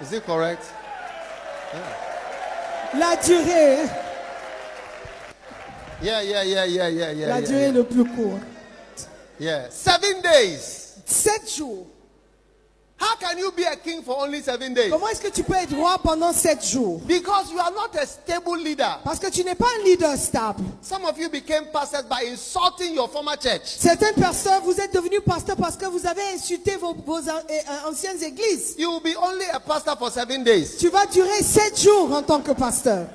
S1: Is it correct?
S2: La durée,
S1: Yeah, yeah, yeah, yeah, yeah, yeah. yeah,
S2: la durée le plus court.
S1: yeah. Seven days.
S2: Sept jours.
S1: How can you be a king for only seven days?
S2: Comment est-ce que tu peux être roi pendant sept jours
S1: Because you are not a stable leader.
S2: Parce que tu n'es pas un leader stable.
S1: Some of you became pastors by insulting your former church.
S2: Certaines personnes, vous êtes devenus pasteurs parce que vous avez insulté vos, vos an- eh, euh, anciennes églises.
S1: You will be only a pastor for seven days.
S2: Tu vas durer sept jours en tant que pasteur.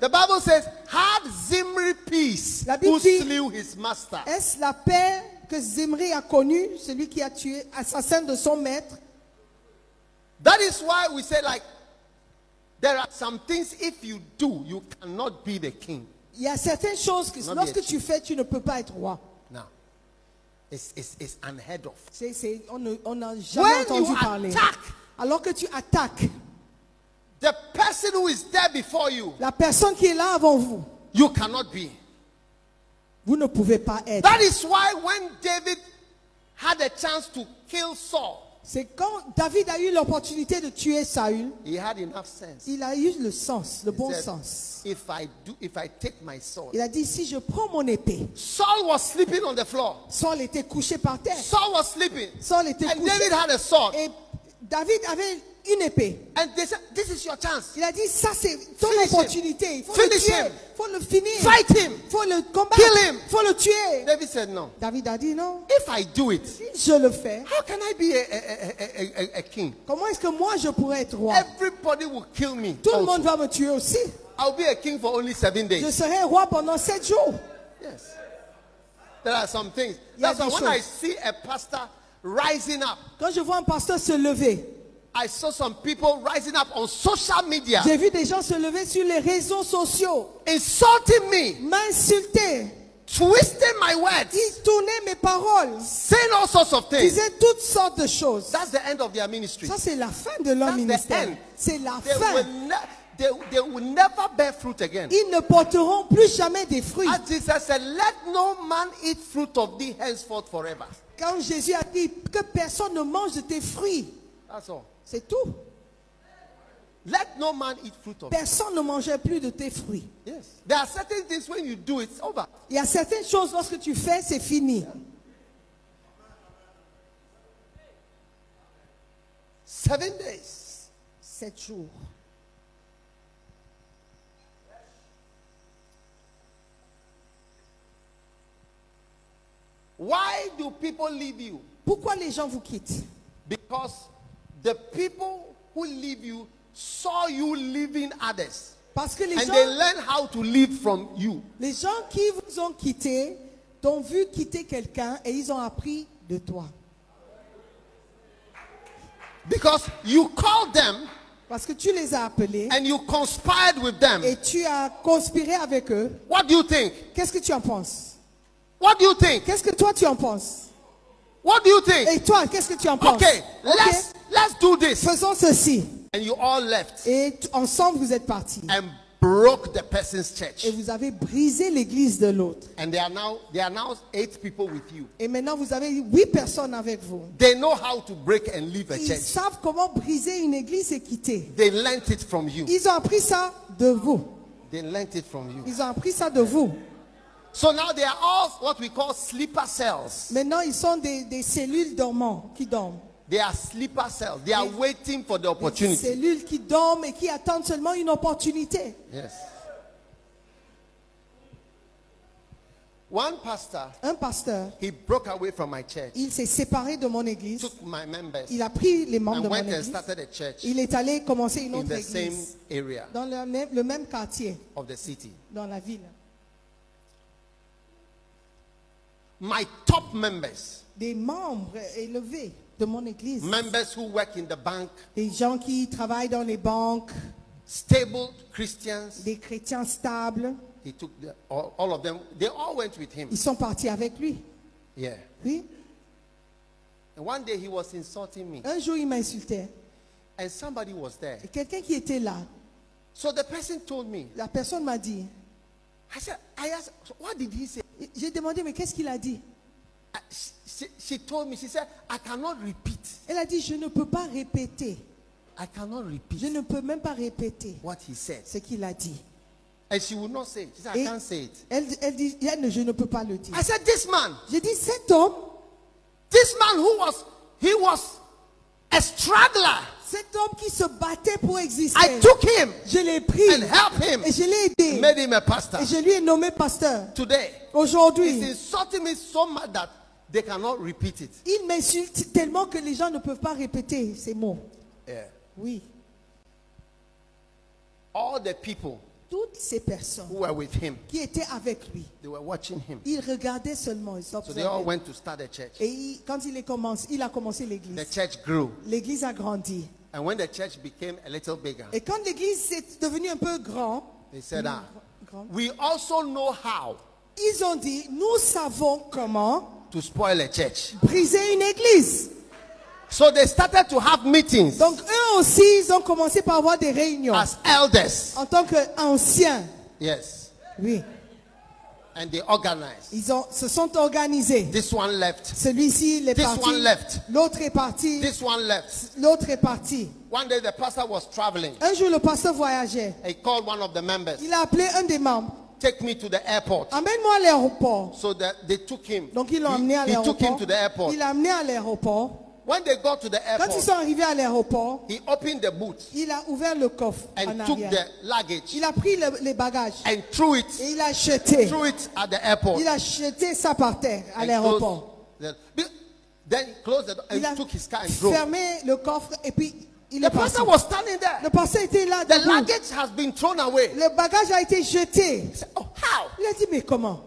S1: The Bible says, had Zimri peace
S2: La
S1: who
S2: Bible dit-
S1: slew his master.
S2: Est-ce la paix que Zimri a connue, celui qui a tué, assassin de son maître
S1: That is why we say, like, there are some things if you do, you cannot be the king.
S2: Il y a certaines choses que
S1: Non,
S2: lorsque
S1: bien.
S2: tu fais, tu ne peux pas être roi.
S1: Now, it's, it's, it's unheard of.
S2: C'est- c'est- on ne- on n'a jamais
S1: When
S2: entendu
S1: you
S2: parler.
S1: attack-
S2: Alors que tu attaques
S1: The person who is there before you,
S2: la personne qui est là avant vous,
S1: you cannot be.
S2: vous ne pouvez pas être.
S1: That is why when David had a chance to kill Saul,
S2: C'est quand David a eu l'opportunité de tuer Saül,
S1: he had enough sense.
S2: il a eu le sens, le
S1: He
S2: bon
S1: said,
S2: sens.
S1: If I do, if I take my sword,
S2: Il a dit si je prends mon épée,
S1: Saul was sleeping on the floor.
S2: Saul était couché par terre.
S1: Saul was sleeping,
S2: Saul était
S1: and
S2: couché.
S1: David had a sword.
S2: Et David avait une épée.
S1: And they said, "This is your chance.
S2: Il a dit ça c'est ton
S1: Finish him.
S2: opportunité. Il faut
S1: Finish
S2: le
S1: him.
S2: tuer. Il faut le finir.
S1: Fight him.
S2: Il faut le combattre.
S1: Kill him.
S2: Il faut le tuer.
S1: David said, "No.
S2: David a dit non.
S1: If I do it,
S2: Je le fais.
S1: how can I be a, a- a- a- a- a king?
S2: Comment est-ce que moi je pourrais être roi
S1: Everybody will kill me.
S2: Tout le
S1: also.
S2: monde va me tuer aussi.
S1: I'll be a king for only seven days."
S2: Je serai roi pendant sept jours.
S1: Yes. There are some things.
S2: Il y a
S1: That's why
S2: des
S1: when I
S2: choses.
S1: see a pastor rising up,
S2: Quand je vois un pasteur se lever,
S1: I saw some people rising up on social media,
S2: j'ai vu des gens se lever sur les réseaux sociaux,
S1: insulting me,
S2: m'insulter,
S1: twisting my words,
S2: tourner mes paroles,
S1: saying all sorts of things.
S2: disaient toutes sortes de choses.
S1: That's the end of their ministry.
S2: Ça c'est la fin de leur
S1: That's the
S2: ministère.
S1: end.
S2: C'est la
S1: They
S2: fin.
S1: will, ne- they, they will never bear fruit again.
S2: Ils ne porteront plus jamais des fruits.
S1: As Jesus said, let no man eat fruit of thee henceforth forever.
S2: Quand Jésus a dit que personne ne mange de tes fruits,
S1: That's all.
S2: c'est tout.
S1: Let no man eat fruit of thee.
S2: Personne ne mangeait plus de tes fruits.
S1: Yes. There are certain things when you do, it's over.
S2: Il y a certaines choses, lorsque tu fais, c'est fini.
S1: Seven days.
S2: Sept jours.
S1: Why do people leave you?
S2: Pourquoi les gens vous quittent
S1: Because the people who leave you saw you leaving others.
S2: Parce que les
S1: And
S2: gens,
S1: they learn how to live from you.
S2: les gens qui vous ont quitté, t'ont vu quitter quelqu'un et ils ont appris de toi.
S1: Because you called them
S2: Parce que tu les as appelés
S1: and you conspired with them.
S2: et tu as conspiré avec eux.
S1: What do you think?
S2: Qu'est-ce que tu en penses
S1: What do you think?
S2: Qu'est-ce que toi tu en penses
S1: What do you think?
S2: Et toi, qu'est-ce que tu en penses
S1: Okay,
S2: Ok,
S1: let's let's do this.
S2: Faisons ceci.
S1: And you all left
S2: Et t- ensemble, vous êtes partis.
S1: and broke the person's church.
S2: Et vous avez brisé l'église de l'autre.
S1: And they are now they are now eight people with you.
S2: Et maintenant, vous avez huit personnes avec vous.
S1: They know how to break and leave a
S2: Ils
S1: church.
S2: savent comment briser une église et quitter.
S1: They learnt it from you.
S2: Ils ont appris ça de vous.
S1: They learnt it from you.
S2: Ils ont appris ça de vous.
S1: So now they are all what we call sleeper cells.
S2: Maintenant, ils sont des, des cellules dormantes qui dorment.
S1: They are sleeper cells. They are waiting for the
S2: Des
S1: opportunity.
S2: cellules qui dorment et qui attendent seulement une opportunité.
S1: Yes. One pastor,
S2: Un pasteur,
S1: he broke away from my church,
S2: il s'est séparé de mon église.
S1: took my members,
S2: Il a pris les membres de
S1: and
S2: mon
S1: went and
S2: église.
S1: started a church
S2: Il est allé commencer une
S1: in
S2: autre
S1: the same
S2: église
S1: area
S2: dans le même, le même quartier,
S1: of the city.
S2: dans la ville.
S1: My top members,
S2: Des membres élevés de mon église.
S1: members who work in the bank,
S2: Des gens qui travaillent dans les banques,
S1: stable Christians,
S2: des chrétiens stables.
S1: he took the, all, all of them, they all went with him.
S2: Ils sont partis avec lui.
S1: Yeah.
S2: Oui.
S1: And one day he was insulting me,
S2: Un jour, il m'insultait.
S1: and somebody was there.
S2: Et Quelqu'un qui était là,
S1: So the person told me,
S2: la personne m'a dit,
S1: I said, I asked, what did he say?
S2: j'ai demandé, mais qu'est-ce qu'il a dit
S1: I- she- she, she told me, she said, I cannot repeat.
S2: Elle a dit, je ne peux pas répéter.
S1: I cannot
S2: Je
S1: repeat
S2: ne peux même pas répéter
S1: what he said.
S2: ce qu'il a dit.
S1: And she would not say it. She said, I
S2: Et-
S1: can't say it.
S2: Elle, elle dit, elle, je ne peux pas le dire.
S1: I said, This man,
S2: J'ai dit, cet homme,
S1: this man who was, he was a a struggler.
S2: Cet homme qui se battait pour exister,
S1: I took him
S2: je l'ai pris
S1: and helped him,
S2: et je l'ai aidé.
S1: made him a pastor.
S2: Et je lui ai nommé pasteur.
S1: Today, he's
S2: Aujourd'hui,
S1: insulting me so much that they cannot repeat it.
S2: il m'insulte tellement que les gens ne peuvent pas répéter ces mots.
S1: Yeah.
S2: Oui,
S1: All the people
S2: toutes ces personnes
S1: who were with him,
S2: qui étaient avec lui,
S1: they were watching him.
S2: ils regardaient seulement, ils
S1: So they all
S2: observaient.
S1: went to start a church.
S2: Et il- quand il, est commence- il a commencé
S1: The
S2: l'église,
S1: church grew.
S2: l'église a grandi.
S1: And when the church became a little bigger,
S2: Et quand l'église est devenue un peu grand,
S1: they said, ah,
S2: grand-
S1: we also know how
S2: ils ont dit, nous savons comment
S1: to spoil a church.
S2: briser une église.
S1: So they started to have meetings
S2: Donc eux aussi, ils ont commencé par avoir des réunions
S1: as elders.
S2: en tant qu'anciens.
S1: Yes.
S2: Oui,
S1: And they organized.
S2: ils ont, se sont organisés.
S1: This one left.
S2: Celui-ci il est
S1: This
S2: parti,
S1: one left.
S2: l'autre est parti,
S1: This one left.
S2: l'autre est parti.
S1: One day the pastor was traveling.
S2: Un jour, le pasteur voyageait.
S1: He called one of the members,
S2: Il a appelé un des membres.
S1: take me to the airport.
S2: Amène-moi à l'aéroport.
S1: So that they took him.
S2: Donc ils l'ont
S1: He-
S2: amené à
S1: he took him
S2: l'aéroport.
S1: to the airport.
S2: Il l'a amené à l'aéroport.
S1: When they got to the
S2: Quand ils sont
S1: airport,
S2: arrivés à l'aéroport,
S1: he opened the boot
S2: il a ouvert le coffre en
S1: and took
S2: arrière.
S1: the luggage
S2: Il a pris le- les bagages
S1: and threw it,
S2: et il a jeté.
S1: threw it at the airport.
S2: Il a jeté ça par terre à
S1: And
S2: l'aéroport.
S1: closed the- be- Then he closed the door
S2: Il a
S1: and took his car and drove.
S2: fermé le coffre et puis il
S1: The
S2: est parti.
S1: pastor was standing there.
S2: Le pasteur était là.
S1: The
S2: debout.
S1: luggage has been thrown away.
S2: Le bagage a été jeté.
S1: He said, Oh, how?
S2: Il a dit, mais comment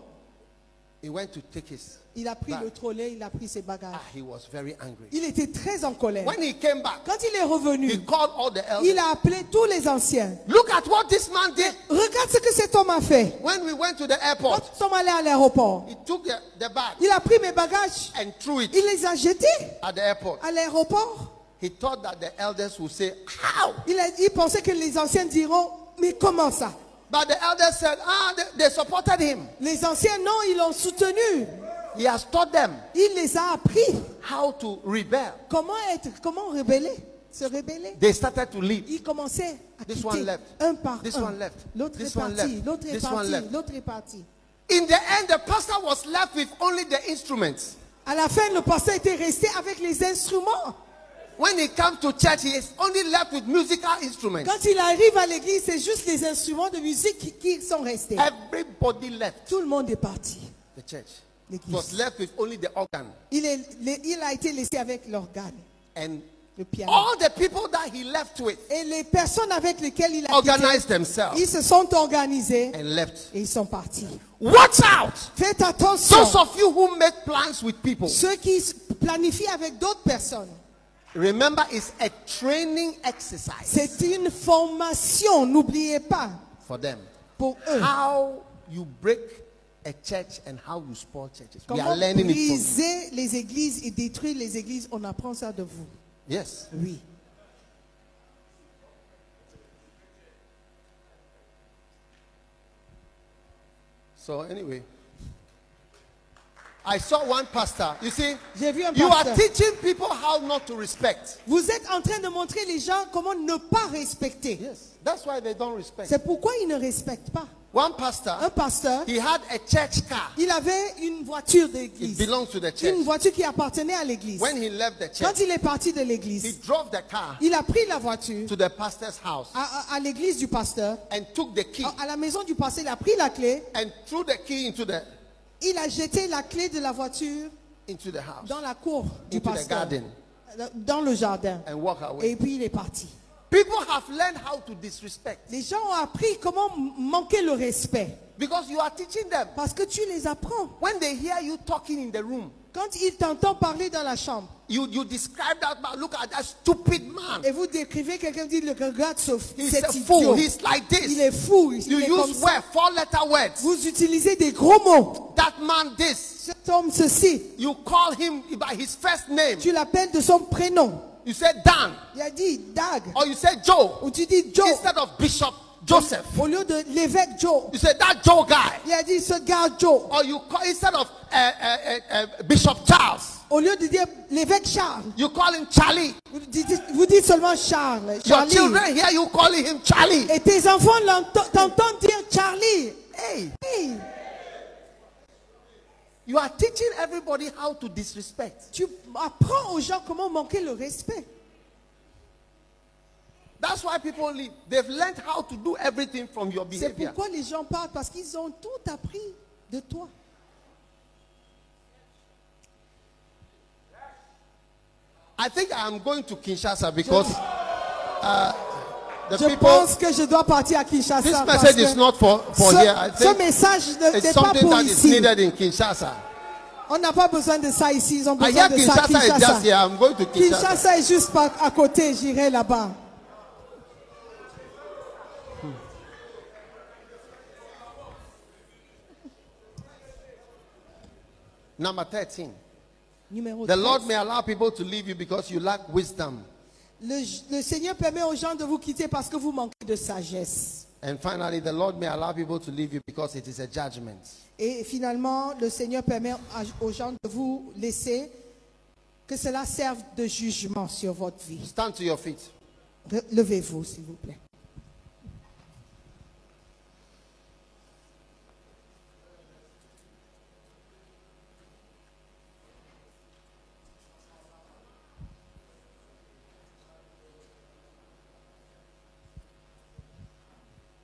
S1: He went to take his.
S2: Il a pris
S1: Bah.
S2: le trolley, il a pris ses bagages.
S1: Ah, he was very angry.
S2: Il était très en colère.
S1: When he came back,
S2: Quand il est
S1: he
S2: revenu,
S1: called all the elders.
S2: il a appelé tous les anciens.
S1: Look at what this man did.
S2: Regarde ce que cet homme a fait.
S1: When we went to the
S2: Quand
S1: airport,
S2: nous sommes allés à l'aéroport,
S1: he took the, the bag
S2: il a pris mes bagages,
S1: and threw it
S2: il les a jetés
S1: at the airport.
S2: à l'aéroport.
S1: He thought that the elders would say, How?
S2: Il, a- il pensait que les anciens diront, mais comment ça
S1: But the elders said, Ah, they, they supported him.
S2: Les anciens, non, ils l'ont soutenu.
S1: He has taught them
S2: Il les a appris.
S1: how to rebel.
S2: Comment être, comment rebeller Se rebeller
S1: They started to leave.
S2: Ils commençaient à
S1: This
S2: quitter
S1: one left.
S2: un par
S1: This
S2: un.
S1: one left.
S2: L'autre est
S1: This one
S2: parti,
S1: left.
S2: l'autre est
S1: This one
S2: parti,
S1: left.
S2: l'autre est parti.
S1: In the end, the pastor was left with only the instruments.
S2: À la fin, le pasteur était resté avec les instruments.
S1: When he comes to church, he is only left with musical instruments.
S2: Quand il arrive à l'église, c'est juste les instruments de musique qui, qui sont restés.
S1: Everybody left
S2: Tout le monde est parti.
S1: the church.
S2: L'église.
S1: Was left with only the organ.
S2: Il, est- le- il a été laissé avec l'organe,
S1: And
S2: le piano.
S1: all the people that he left with
S2: Et les personnes avec lesquelles il a quitté,
S1: organized themselves
S2: ils se sont organisés
S1: and left.
S2: et ils sont partis.
S1: Watch out!
S2: Faites attention.
S1: Those of you who make plans with people,
S2: Ceux qui s- planifient avec d'autres personnes,
S1: remember it's a training exercise
S2: c'est une formation, n'oubliez pas,
S1: for them.
S2: pour eux.
S1: How you break a church and how you spoil churches. We are
S2: Comment
S1: learning it from you.
S2: briser les églises et détruire les églises, on apprend ça de vous.
S1: Yes.
S2: Oui.
S1: So anyway, I saw one pastor. You see,
S2: J'ai vu un
S1: you are
S2: pasteur.
S1: teaching people how not to respect.
S2: Vous êtes en train de montrer les gens comment ne pas respecter.
S1: Yes, that's why they don't respect.
S2: C'est pourquoi ils ne respectent pas.
S1: One
S2: Un
S1: pastor,
S2: pasteur,
S1: he had a church car.
S2: il avait une voiture
S1: It
S2: d'église.
S1: belongs to the
S2: Une
S1: church.
S2: voiture qui appartenait à l'église.
S1: When he left the
S2: Quand
S1: church,
S2: il est parti de
S1: he
S2: l'église,
S1: drove the car
S2: il Ah. a pris la voiture
S1: to the pastor's house
S2: à, à- à l'église du pasteur.
S1: and took the key
S2: À, à la maison du pasteur, il a pris la clé.
S1: and threw the key into the
S2: Il a jeté la clé de la voiture
S1: into the house
S2: dans la cour du
S1: Into the
S2: pasteur.
S1: garden.
S2: Dans le jardin.
S1: and walk
S2: Et
S1: away.
S2: puis il est parti.
S1: People have learned how to disrespect
S2: Les gens ont appris comment m- manquer le respect.
S1: because you are teaching them.
S2: Parce que tu les apprends.
S1: When they hear you talking in the room,
S2: Quand il t'entend parler dans la chambre
S1: you, you describe that man. Look at that stupid man.
S2: et vous décrivez quelqu'un, dit le regarde ce
S1: He's a
S2: cet
S1: fool.
S2: idiot.
S1: He's like
S2: Il
S1: this.
S2: est fou. Il
S1: You
S2: est comme
S1: use
S2: ça.
S1: word, four letter words.
S2: Vous utilisez des gros mots.
S1: That man, this.
S2: Cet homme ceci,
S1: You call him by his first name.
S2: tu l'appelles de son prénom.
S1: You say Dan
S2: Il a dit Dag
S1: or you say Joe
S2: ou tu dis Joe
S1: instead of Bishop Joseph.
S2: au lieu de l'évêque Joe.
S1: You say that Joe guy
S2: Il a dit ce gars Joe
S1: or you call instead of uh, uh, uh, uh, Bishop Charles.
S2: au lieu de dire l'évêque Charles.
S1: You call him Charlie.
S2: Vous dites, vous dites seulement Charles.
S1: Your
S2: Charlie.
S1: children hear you calling him Charlie.
S2: Et tes enfants l'ento- t'entendent dire Charlie.
S1: Hey,
S2: Hey,
S1: you are teaching everybody how to disrespect.
S2: tu apprends aux gens comment manquer le respect.
S1: That's why people leave. They've learned how to do everything from your
S2: C'est
S1: behavior.
S2: pourquoi les gens partent, parce qu'ils ont tout appris de toi.
S1: I think I'm going to Kinshasa because uh, the
S2: Je
S1: people.
S2: pense que je dois partir à Kinshasa.
S1: This
S2: parce
S1: message
S2: que
S1: is not for, for
S2: ce,
S1: here. I
S2: ce
S1: think
S2: message ne-
S1: it's
S2: n'est pas
S1: something
S2: pour
S1: that is
S2: ici.
S1: needed in Kinshasa.
S2: On n'a pas besoin de ça ici, ils ont
S1: I
S2: besoin
S1: hear
S2: de ça à
S1: Kinshasa, is
S2: Kinshasa.
S1: just here. I'm going to Kinshasa.
S2: Kinshasa est juste par- à côté, j'irai là-bas.
S1: Number 13.
S2: Numéro
S1: The
S2: 13.
S1: Lord may allow people to leave you because you lack wisdom.
S2: le, le Seigneur permet aux gens de vous quitter parce que vous manquez de sagesse.
S1: And finally, the Lord may allow people to leave you because it is a judgment.
S2: Et finalement, le Seigneur permet à- aux gens de vous laisser que cela serve de jugement sur votre vie.
S1: Stand to your feet.
S2: Re- Levez-vous, s'il vous plaît.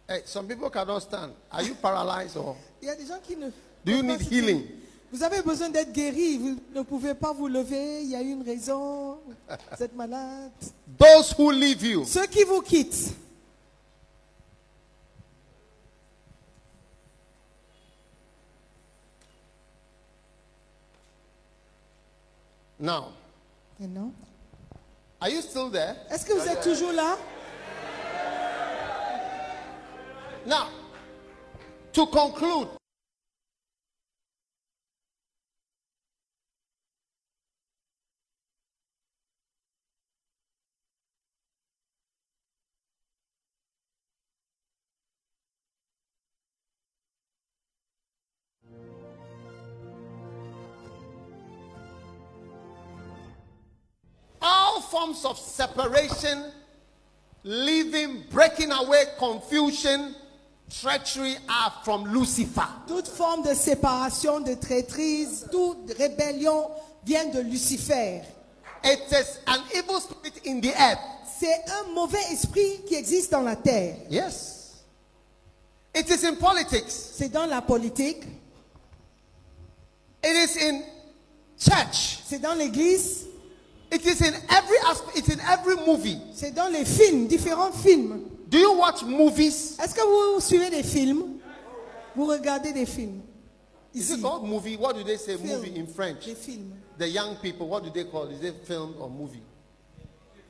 S1: Hey, some people cannot stand. Are you paralyzed or?
S2: Il y a des gens qui ne.
S1: Do you
S2: peuvent pas
S1: need
S2: se
S1: healing?
S2: tenir. Vous avez besoin d'être guéri. Vous ne pouvez pas vous lever. Il y a une raison. Vous êtes malade.
S1: Those who leave you.
S2: Ceux qui vous quittent,
S1: Now,
S2: Et non.
S1: are you still there?
S2: Est-ce que vous êtes toujours là
S1: Now, to conclude, all forms of separation, leaving, breaking away, confusion, treachery are from Lucifer.
S2: Toute forme de séparation, de traîtrise, toute rébellion vient de Lucifer.
S1: It is an evil spirit in the earth.
S2: C'est un mauvais esprit qui existe dans la terre.
S1: Yes. It is in politics.
S2: C'est dans la politique,
S1: It is in church.
S2: c'est dans l'église,
S1: It is in every aspect. It's in every movie.
S2: c'est dans les films, différents films.
S1: Do you watch movies?
S2: Est-ce que vous suivez des films Vous regardez des films
S1: Is
S2: Ici,
S1: it called movie? What do they say?
S2: Film.
S1: Movie in French.
S2: des films,
S1: The young people. What do they call? Is it film or movie?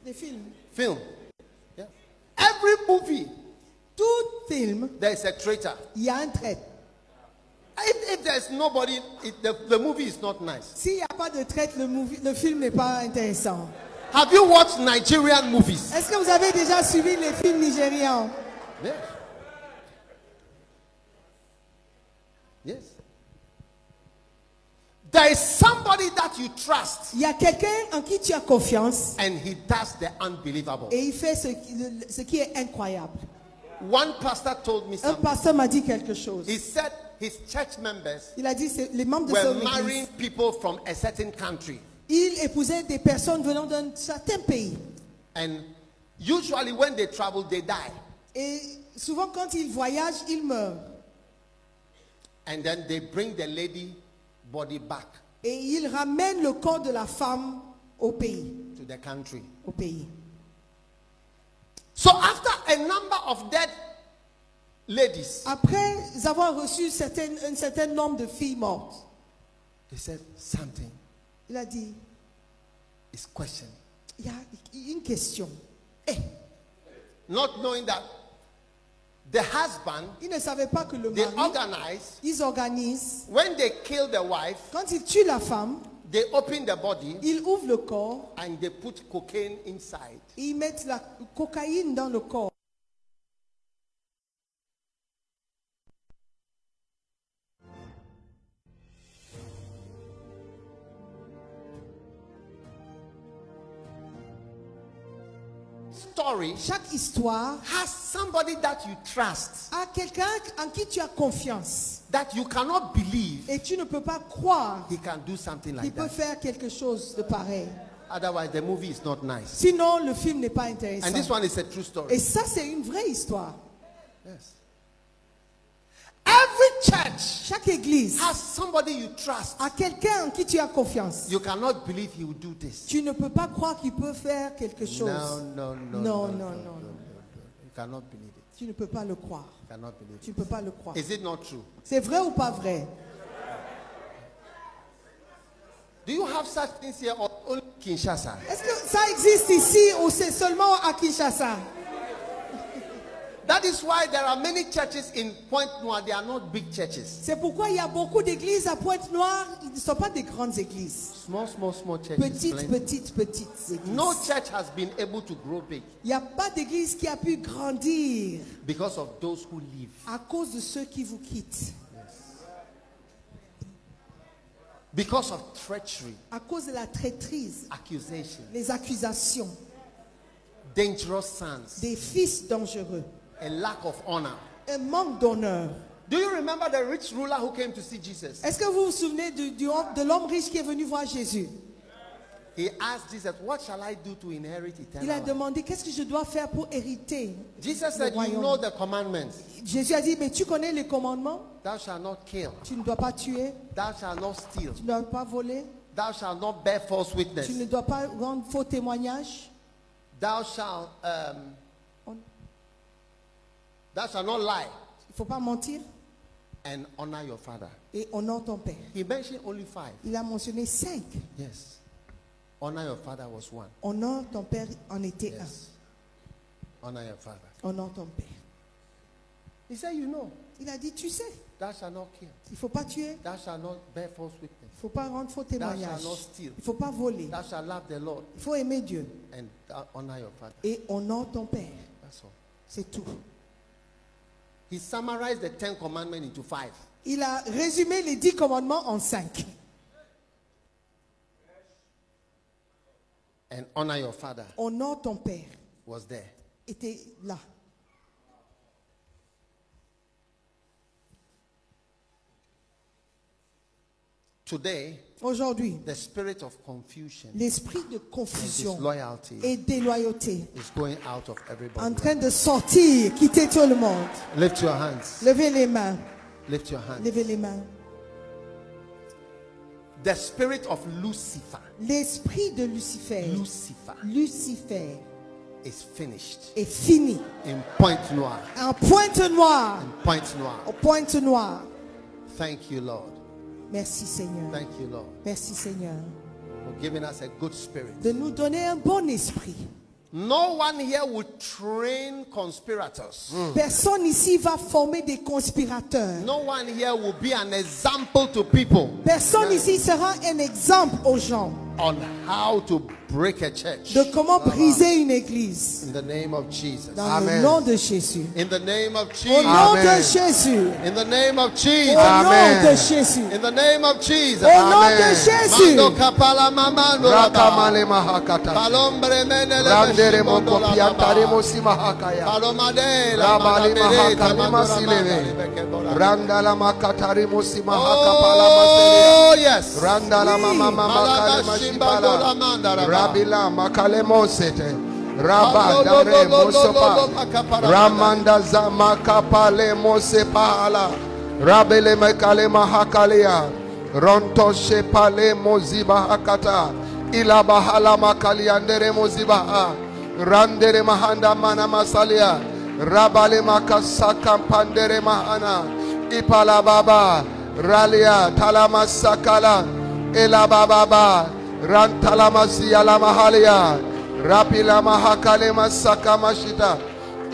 S2: des films.
S1: Film. Yeah. Every movie
S2: Tout film,
S1: there is a traitor.
S2: il y a un traître.
S1: If, if there's nobody, it, the, the movie is not nice.
S2: S'il n'y a pas de traître, le, movie- le film n'est pas intéressant.
S1: Have you watched Nigerian movies?
S2: Est-ce que vous avez déjà suivi les films nigérians
S1: Yes. Yes. There is somebody that you trust
S2: Il y a quelqu'un en qui tu as confiance
S1: and he does the unbelievable.
S2: et il fait ce qui, le- le- ce qui est incroyable.
S1: One pastor told me
S2: Un
S1: something.
S2: pasteur m'a dit quelque chose.
S1: He said his church members
S2: Il a dit c'est- les membres de
S1: were
S2: son
S1: marrying
S2: église,
S1: people from a certain country.
S2: il épousait des personnes venant d'un certain pays.
S1: And usually when they travel, they die.
S2: Et souvent quand ils voyagent, ils meurent.
S1: And then they bring the lady body back
S2: Et ils ramènent le corps de la femme au pays.
S1: to the country.
S2: Au pays.
S1: So after a number of dead ladies,
S2: Après avoir reçu certaines- un certain nombre de filles mortes,
S1: he said something
S2: il a dit,
S1: is questioned.
S2: il y a une question. Eh,
S1: not knowing that the husband
S2: Il ne savait pas que le
S1: they
S2: mari,
S1: organize
S2: ils organisent,
S1: when they kill the wife
S2: quand ils tuent la femme,
S1: they open the body
S2: ils ouvrent le corps
S1: and they put cocaine inside
S2: Et Ils mettent la cocaïne dans le corps.
S1: story
S2: Chaque histoire
S1: has somebody that you trust
S2: a quelqu'un en qui tu as confiance
S1: that you cannot believe
S2: et tu ne peux pas croire
S1: he can do something
S2: qu'il
S1: like
S2: peut
S1: that
S2: faire quelque chose de pareil.
S1: Otherwise, the movie is not nice.
S2: Sinon, le film n'est pas
S1: And this
S2: intéressant.
S1: one is a true
S2: Et
S1: story.
S2: ça, c'est une vraie histoire.
S1: Yes.
S2: Every church. Chaque église
S1: As somebody you trust,
S2: a quelqu'un en qui tu as confiance.
S1: you cannot believe he will do this.
S2: Tu ne peux pas croire qu'il peut faire quelque
S1: No,
S2: chose.
S1: no, no, no, no,
S2: Non, non,
S1: no,
S2: non,
S1: no,
S2: non.
S1: no. You cannot believe it.
S2: Tu ne peux pas le croire.
S1: You cannot believe
S2: Tu ne peux pas le croire.
S1: it. Is it not true?
S2: C'est vrai ou pas vrai
S1: Do you have such things here or only Kinshasa?
S2: Est-ce que ça existe ici ou c'est seulement à Kinshasa
S1: That is why there are many churches in Point Noir. They are not big churches.
S2: C'est pourquoi il y a beaucoup d'églises à Pointe-Noire. Ils ne sont pas des grandes églises.
S1: Small, small, small churches.
S2: Petites,
S1: plenty.
S2: petites, petites églises.
S1: No church has been able to grow big
S2: Il n'y a pas d'église qui a pu grandir
S1: because of those who leave.
S2: à cause de ceux qui vous quittent,
S1: Because of treachery,
S2: à cause de la traîtrise,
S1: accusation,
S2: les accusations,
S1: dangerous sons,
S2: des fils dangereux,
S1: a lack of honor.
S2: un manque d'honneur.
S1: Do you remember the rich ruler who came to see Jesus?
S2: Est-ce que vous vous souvenez du- du homme- de l'homme riche qui est venu voir Jésus
S1: He asked Jesus, What shall I do to inherit
S2: Il a
S1: eternal life?
S2: demandé, qu'est-ce que je dois faire pour hériter
S1: Jesus
S2: le
S1: said, You
S2: royaume
S1: know the commandments.
S2: Jésus a dit, mais tu connais les commandements
S1: Thou shalt not kill.
S2: Tu ne dois pas tuer,
S1: Thou shalt not steal.
S2: tu ne dois pas voler,
S1: Thou shalt not bear false
S2: tu ne
S1: witness.
S2: dois pas rendre faux témoignages,
S1: Thou shalt, um,
S2: On-
S1: thou shalt not lie
S2: il ne faut pas mentir
S1: and honor your father.
S2: et honore ton Père.
S1: He mentioned only five.
S2: Il a mentionné cinq.
S1: Yes. Honor your father was one.
S2: Honore ton Père en était
S1: Yes. Honor your father.
S2: un. Honore ton Père.
S1: He said, You know,
S2: Il a dit, tu sais,
S1: thou shalt not kill.
S2: il ne faut pas tuer, il
S1: Thou shalt not bear false witness.
S2: ne faut pas rendre faux
S1: shalt
S2: témoignages,
S1: not steal.
S2: il ne faut pas voler,
S1: Thou shalt love the Lord
S2: il faut aimer Dieu
S1: and thou honor your father.
S2: et honore ton Père.
S1: That's all.
S2: C'est tout.
S1: He summarized the Ten Commandments into five.
S2: Il a résumé les dix commandements en cinq.
S1: And honor your father
S2: Honore ton Père
S1: was there.
S2: était là.
S1: Today,
S2: Aujourd'hui,
S1: the spirit of confusion
S2: l'esprit de
S1: and
S2: confusion
S1: disloyalty
S2: et des loyautés
S1: is going out of
S2: en
S1: everybody.
S2: train de sortir, quitter tout le monde.
S1: Lift your hands.
S2: Levez les mains,
S1: Lift your hands.
S2: levez les mains.
S1: The spirit of Lucifer.
S2: L'esprit de Lucifer,
S1: Lucifer
S2: Lucifer
S1: is finished
S2: est fini.
S1: in Point Noir.
S2: En pointe noire,
S1: In Point Noir.
S2: en pointe noire.
S1: Thank you, Lord.
S2: Merci Seigneur.
S1: Thank you, Lord,
S2: Merci Seigneur.
S1: for giving us a good spirit.
S2: De nous donner un bon esprit.
S1: No one here would train conspirators.
S2: Mm. Personne ici va former des conspirateurs.
S1: No one here will be an example to people
S2: Personne ici sera un exemple aux gens
S1: on how to break a church.
S2: de comment briser une église.
S1: In the name of Jesus.
S2: Dans
S4: Amen.
S2: le nom de Jésus.
S1: In the name of
S2: Au nom
S1: Jesus.
S4: Amen.
S2: de Jésus.
S1: In the name of
S2: Au
S1: Jesus.
S4: Amen.
S2: nom de Jésus.
S1: In the name of Jesus.
S2: Au nom
S4: Amen.
S2: de Jésus.
S1: Mando kapala mamando
S4: Rakamale
S1: laba.
S4: mahakata.
S1: Palombre menele
S4: Randere
S1: meshibondo
S4: moko
S1: laba.
S4: piantare mosi mahakaya.
S1: Palomade la
S4: Rabale
S1: madamere
S4: mahakale
S1: tamando
S4: masileve.
S1: laba.
S4: Randala makatare mosi mahakapala masileve.
S1: Oh yes.
S4: Randala
S2: Oui.
S4: mama
S1: Malaba
S4: makale
S1: shimbandola
S4: mashibala.
S1: mandaraba.
S4: Rabila makale mosete. Rabba
S1: Allo, lo,
S4: dare
S1: lo, lo, lo, lo,
S4: mosopa.
S1: lo, makaparamanda.
S4: Ramanda zama kapale mosepala. Rabele mekale mahakalea. Ronto shepale moziba hakata. Ila bahala makali andere moziba. Randere mahanda mana masalia. Rabale makasaka pandere mahana. Ipala baba. Ralia talama sakala. Ela bababa rantalamasiya lamahalia rapila mahakale masaka mashita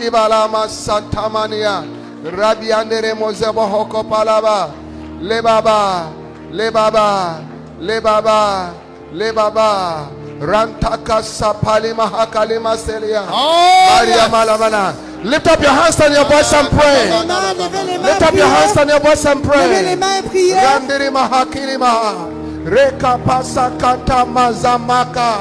S4: ibala masantamania rabiandere mozebohoko palaba lebaba lebaba lebaba lebaba rantaka sapali mahakale maselia
S1: Oh, yes.
S4: malamana lift up your hands and your voice and
S2: Les mains, levez
S4: pray
S2: les mains.
S4: lift up your hands
S2: priez.
S4: and your voice and
S2: Levez les
S4: pray
S2: mains et priez.
S4: Randiri mahakiri maha. Reka pasa kata mazamaka.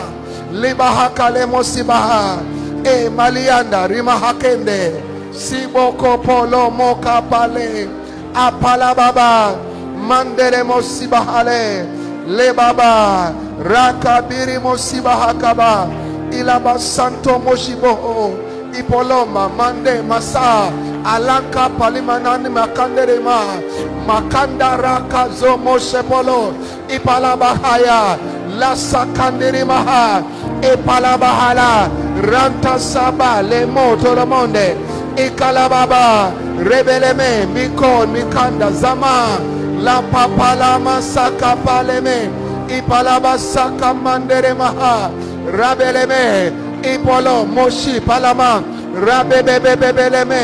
S4: Liba haka lemo sibaha. E malianda rima hakende. Siboko polo moka pale. Apala baba. Mandere mosibahale. lebaba rakabiri mosiba hakaba ilaba santo moshiboho ipoloma mande masa alanka palimanani makanderema makanda raka zo mosepolo ipalabahaya lasakanderimaha ipalabahala ranta saba lemo tolomonde ikalababa rebeleme mikon mikanda zama la papalama saka paleme ipalaba saka mandere maha rabeleme ipolo moshi palama rabebebebeleme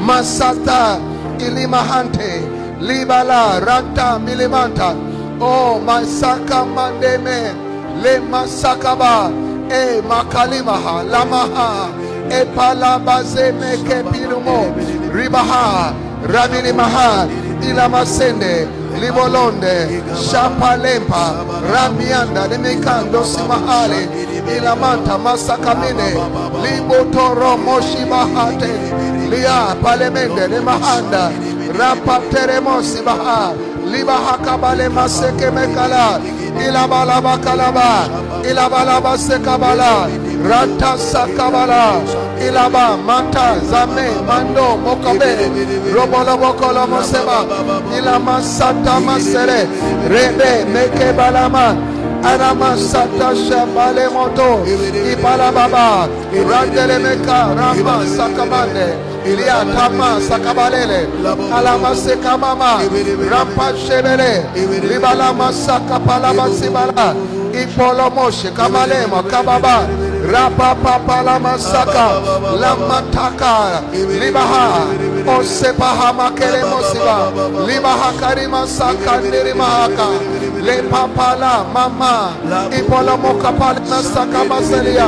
S4: masata ilimahante libala rata milimanta o masaka mandeme le masakaba e makalimaha lamaha e palabazeme kepirumo ribaha rabinimaha ilamasende libolonde shapalempa ramianda limikando simahali ilamanta masakamine libotoro moshibahate lia palemende limahanda rapateremosi baha libahakabale masekemekala ilabalabakalaba ilabalabasekabala ratasakabala ilaba mata zame mando mokobe robolobokolo moseba ilamasata masere rebe mekebalama Arama Sata Shambale Moto Ibalababa Randelemeka Rama Sakamande Ilia Tama Sakabalele Alama Sekamama Rampa Shebele Libalama Sakapalama Sibala Ipolomo Shekamalemo Kababa Rapa Papalama Saka Lamataka Libaha Osepaha Makelemo Siba Libaha Karima Saka Nirimahaka le papala mama ipola mokapala na sakabaselia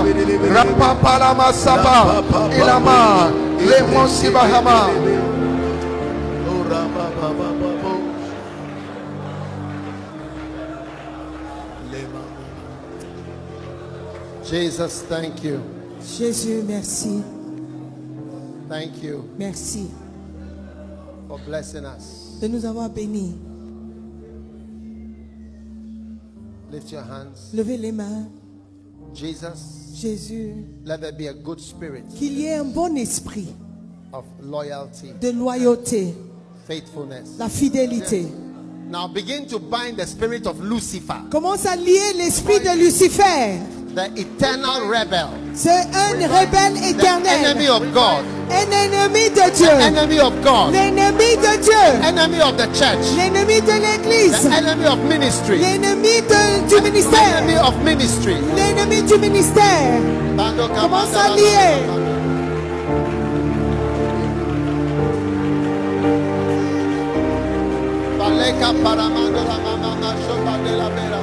S4: rapapala masaba ilama le mosibahama
S1: Jesus, thank you.
S2: Jésus, merci.
S1: Thank you
S2: Merci
S1: for blessing us.
S2: de nous avoir bénis.
S1: Lift your hands.
S2: Levez les mains.
S1: Jesus,
S2: Jésus,
S1: let there be a good spirit
S2: qu'il y ait un bon esprit
S1: of loyalty,
S2: de loyauté,
S1: faithfulness.
S2: la fidélité.
S1: Now begin to bind the spirit of Lucifer,
S2: Commence à lier l'esprit de Lucifer.
S1: the eternal rebel,
S2: C'est un rebelle
S1: the enemy
S2: éternel,
S1: of God,
S2: un ennemi de Dieu,
S1: enemy of God,
S2: l'ennemi de Dieu,
S1: enemy of the church,
S2: l'ennemi de
S1: the
S2: l'Église,
S1: enemy of ministry,
S2: l'ennemi de- du ministère,
S1: enemy of ministry.
S2: l'ennemi du ministère. Commence à lier.
S1: Baleka paramando la mama ma shoba de la vera.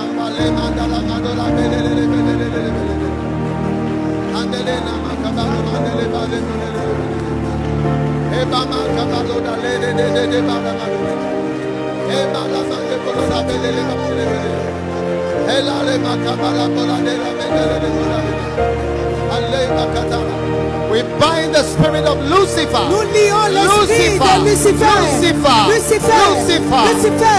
S1: Ambale manda la mando la bele le le bele le le le bele le. Andele na makabalo mandele bale bele le le bele le. Eba makabalo da le le le le le bara mando le. Eba Eh, la mande bolo la bele le ba bele le le. Ela le makabala bola de la bele le le bola le le. Ale makatala. We bind the spirit of Lucifer.
S2: Nous lions l'esprit
S1: Lucifer,
S2: de Lucifer.
S1: Lucifer,
S2: Lucifer.
S1: Lucifer,
S2: Lucifer.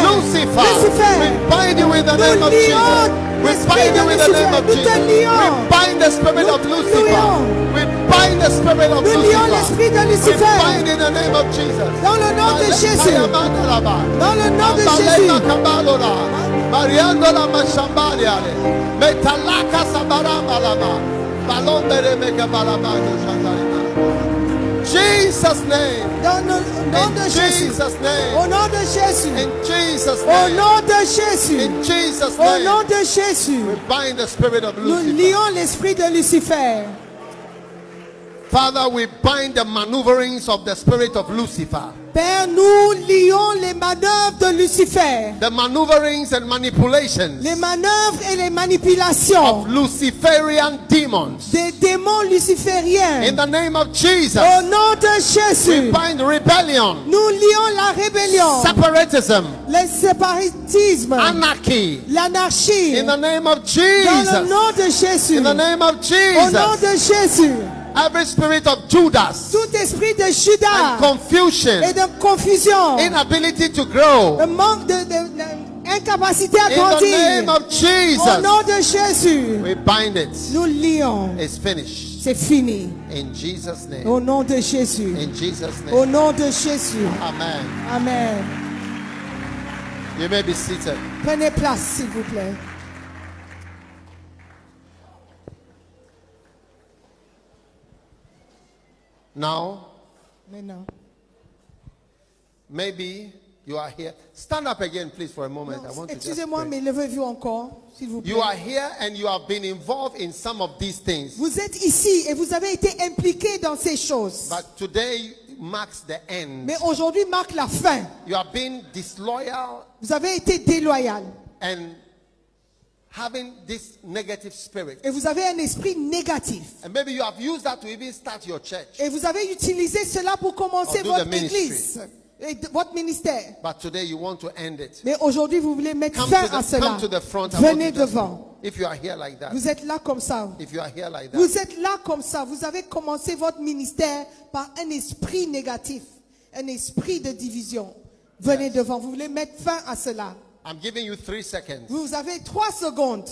S1: Lucifer.
S2: Lucifer. oh,
S1: We bind you in the
S2: Nous
S1: name of Jesus.
S2: lions
S1: We
S2: l'esprit
S1: bind
S2: de
S1: you in the name
S2: Lucifer. oh.
S1: of Jesus. We
S2: Nous te lions.
S1: bind the spirit
S2: Nous
S1: of
S2: te
S1: Lucifer.
S2: lions.
S1: We bind the spirit of
S2: Nous lions
S1: Lucifer.
S2: l'esprit de
S1: We
S2: Lucifer.
S1: bind in the name of Jesus.
S2: Dans le nom de Jésus. Dans le nom de Jésus.
S1: Mariando la machambaliale. Metalaka sabaramba lama. Balombere megabalabando shandarima. Jesus name.
S2: Dans le nom
S1: In
S2: de Jésus.
S1: Jesus
S2: Au
S1: name.
S2: nom de Jésus.
S1: In Jesus
S2: Au
S1: name.
S2: nom de Jésus.
S1: In Jesus
S2: Au nom
S1: name.
S2: de Jésus.
S1: We bind the spirit of
S2: Nous
S1: Lucifer.
S2: lions l'esprit de Lucifer.
S1: Father, we bind the maneuverings of the spirit of Lucifer.
S2: Père, nous lions les manœuvres de Lucifer.
S1: The maneuverings and manipulations
S2: Les manœuvres et les
S1: of
S2: manipulations
S1: Luciferian demons.
S2: des démons lucifériens.
S1: In the name of Jesus,
S2: Au nom de
S1: we
S2: Jésus.
S1: bind rebellion,
S2: Nous lions la rébellion,
S1: separatism,
S2: le séparatisme,
S1: anarchy.
S2: l'anarchie,
S1: In the name of
S2: dans le
S1: Jesus.
S2: nom de Jésus.
S1: In the name of
S2: Au nom
S1: Jesus.
S2: de Jésus.
S1: Every spirit of Judas
S2: Tout esprit de
S1: and
S2: Judas et
S1: confusion,
S2: de confusion,
S1: inability to grow,
S2: le manque de, de- de- incapacité à
S1: in the Oh, name
S2: grandir,
S1: of
S2: au
S1: Jesus,
S2: nom de Jésus,
S1: we bind it.
S2: nous lions.
S1: It's finished.
S2: C'est fini.
S1: In Jesus' name.
S2: Au nom de Jésus.
S1: In Jesus'
S2: Au
S1: name.
S2: nom de Jésus.
S1: Amen.
S2: Amen.
S1: You may be seated.
S2: Prenez place, s'il vous plaît.
S1: Now,
S2: Maintenant.
S1: maybe you are here. Stand up again, please, for a moment. I want to just
S2: Excusez-moi,
S1: pray.
S2: mais levez-vous encore, s'il vous plaît.
S1: You are here and you have been involved in some of these things.
S2: Vous êtes ici et vous avez été impliqué dans ces choses.
S1: But today marks the end.
S2: Mais aujourd'hui marque la fin.
S1: You have been disloyal
S2: Vous avez été déloyal.
S1: and having this negative spirit.
S2: Et vous avez un esprit négatif.
S1: And maybe you have used that to even start your church.
S2: Et vous avez utilisé cela pour
S1: Or
S2: commencer
S1: do the
S2: votre
S1: ministry.
S2: église, et de- votre ministère.
S1: But today you want to end it.
S2: Mais aujourd'hui, vous voulez mettre
S1: Come
S2: fin
S1: to
S2: à
S1: the,
S2: cela.
S1: come to the front. I want you
S2: Venez
S1: just-
S2: devant.
S1: If you are here like that.
S2: Vous êtes là comme ça.
S1: If you are here like that.
S2: Vous êtes là comme ça. Vous avez commencé votre ministère par un esprit négatif, un esprit de division. Venez devant. Vous voulez mettre fin à cela.
S1: I'm giving you three seconds
S2: Vous avez trois secondes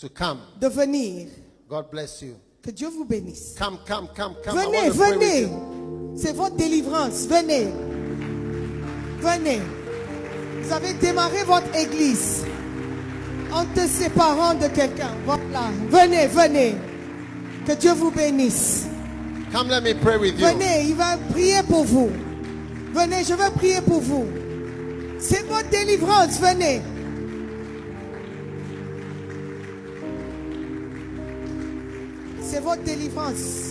S1: to come.
S2: de venir.
S1: God bless you.
S2: Que Dieu vous bénisse.
S1: Come, come, come, come. I
S2: Venez,
S1: want to pray with
S2: venez.
S1: you.
S2: C'est votre délivrance. Venez. Venez. Vous avez démarré votre église en te séparant de quelqu'un. Voilà. Venez, venez. Que Dieu vous bénisse.
S1: Come, let me pray with you.
S2: Venez, il va prier pour vous. Venez, je vais prier pour vous. C'est votre délivrance, venez. C'est votre délivrance.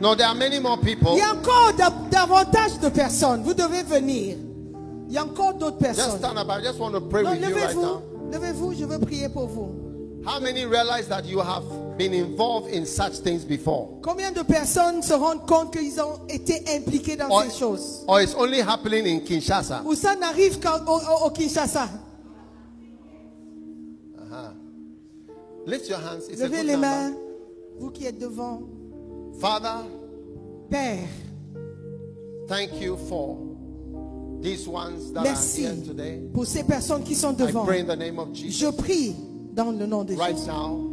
S1: No, there are many more
S2: Il
S1: people.
S2: y a encore da- davantage de personnes. Vous devez venir. Il y a encore d'autres
S1: Just
S2: personnes.
S1: stand up. I just want to pray
S2: Non,
S1: with you right now.
S2: levez-vous. Levez-vous, je veux prier pour vous.
S1: How many realize that you have been involved in such things before?
S2: Combien de personnes se rendent compte qu'ils ont été impliqués dans
S1: Or,
S2: ces choses
S1: or it's only happening in Kinshasa.
S2: Ou ça n'arrive qu'au au- au Kinshasa
S1: Lift your hands. It's a
S2: Levez
S1: good
S2: les mains,
S1: number.
S2: vous qui êtes devant.
S1: Father,
S2: Père,
S1: thank you for these ones that
S2: merci
S1: are here today.
S2: pour ces personnes qui sont
S1: I
S2: devant.
S1: pray in the name of Jesus
S2: Je prie dans le nom de
S1: right
S2: Jésus.
S1: now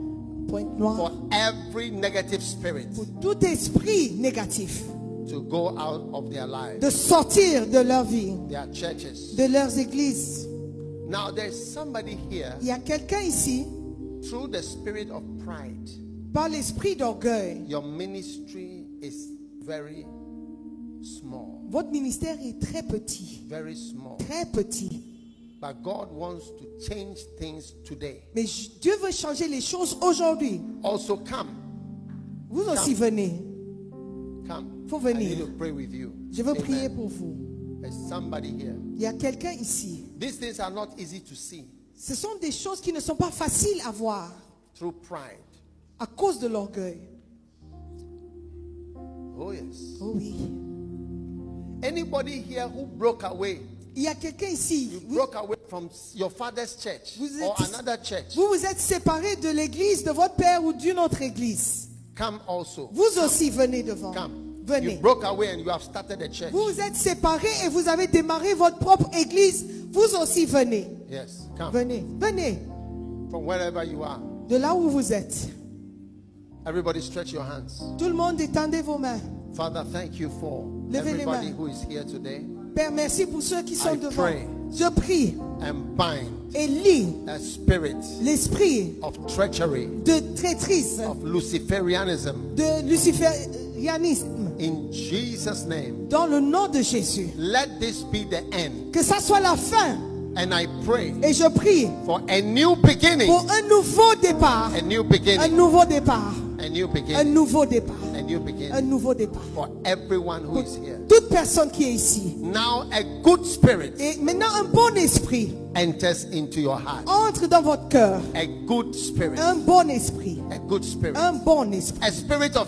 S1: for
S2: Pointe noire.
S1: every negative spirit
S2: Pour tout esprit négatif
S1: to go out of their lives,
S2: de sortir de leur vie,
S1: their churches.
S2: de leurs églises.
S1: Now there's somebody here
S2: Il y a quelqu'un ici,
S1: through the spirit of pride.
S2: par l'esprit d'orgueil,
S1: Your ministry is very small,
S2: votre ministère est très petit,
S1: very small.
S2: très petit.
S1: But God wants to change things today.
S2: Mais j- Dieu veut changer les choses aujourd'hui.
S1: Also, come,
S2: Vous aussi venez.
S1: come.
S2: Faut
S1: I need
S2: venir.
S1: to pray with you.
S2: Je veux
S1: Amen.
S2: prier pour vous.
S1: There's somebody here.
S2: Il y a quelqu'un ici.
S1: These things are not easy to see
S2: Ce sont des choses qui ne sont pas faciles à voir
S1: through pride.
S2: à cause de l'orgueil.
S1: Oh yes.
S2: Oh oui.
S1: Anybody here who broke away,
S2: Il y a quelqu'un
S1: you
S2: ici. Vous
S1: broke away from your father's church
S2: Vous
S1: or
S2: êtes-
S1: another church.
S2: vous, vous êtes séparé de l'église, de votre père ou d'une autre église.
S1: Come also.
S2: Vous aussi venez devant.
S1: Come. You
S2: Venez.
S1: broke away and you have started a church.
S2: Vous vous êtes séparé et vous avez démarré votre propre église. Vous aussi venez.
S1: Yes. Come.
S2: Venez. Venez.
S1: From wherever you are.
S2: De là où vous êtes.
S1: Everybody stretch your hands.
S2: Tout le monde étendez vos mains.
S1: Father, thank you for
S2: Levez les
S1: everybody
S2: mains.
S1: who is here today
S2: Père, merci pour ceux qui sont
S1: I
S2: devant.
S1: pray.
S2: Je prie
S1: and bind
S2: et lis
S1: a spirit
S2: l'esprit
S1: of treachery,
S2: de traîtrise,
S1: of Luciferianism
S2: de luciférianisme.
S1: in Jesus' name.
S2: dans le nom de Jésus.
S1: Let this be the end.
S2: Que ça soit la fin.
S1: And I pray
S2: Et je prie
S1: for a new beginning,
S2: pour un nouveau départ.
S1: a new
S2: Un
S1: beginning,
S2: nouveau départ.
S1: a new
S2: Un
S1: beginning,
S2: nouveau départ.
S1: a new
S2: Un
S1: beginning
S2: nouveau départ.
S1: for everyone who
S2: Pour
S1: is here.
S2: toute personne qui est ici.
S1: Now a good spirit
S2: Et maintenant, un bon esprit
S1: enters into your heart.
S2: entre dans votre cœur.
S1: A good spirit,
S2: Un bon esprit.
S1: a good spirit,
S2: Un bon esprit.
S1: a spirit of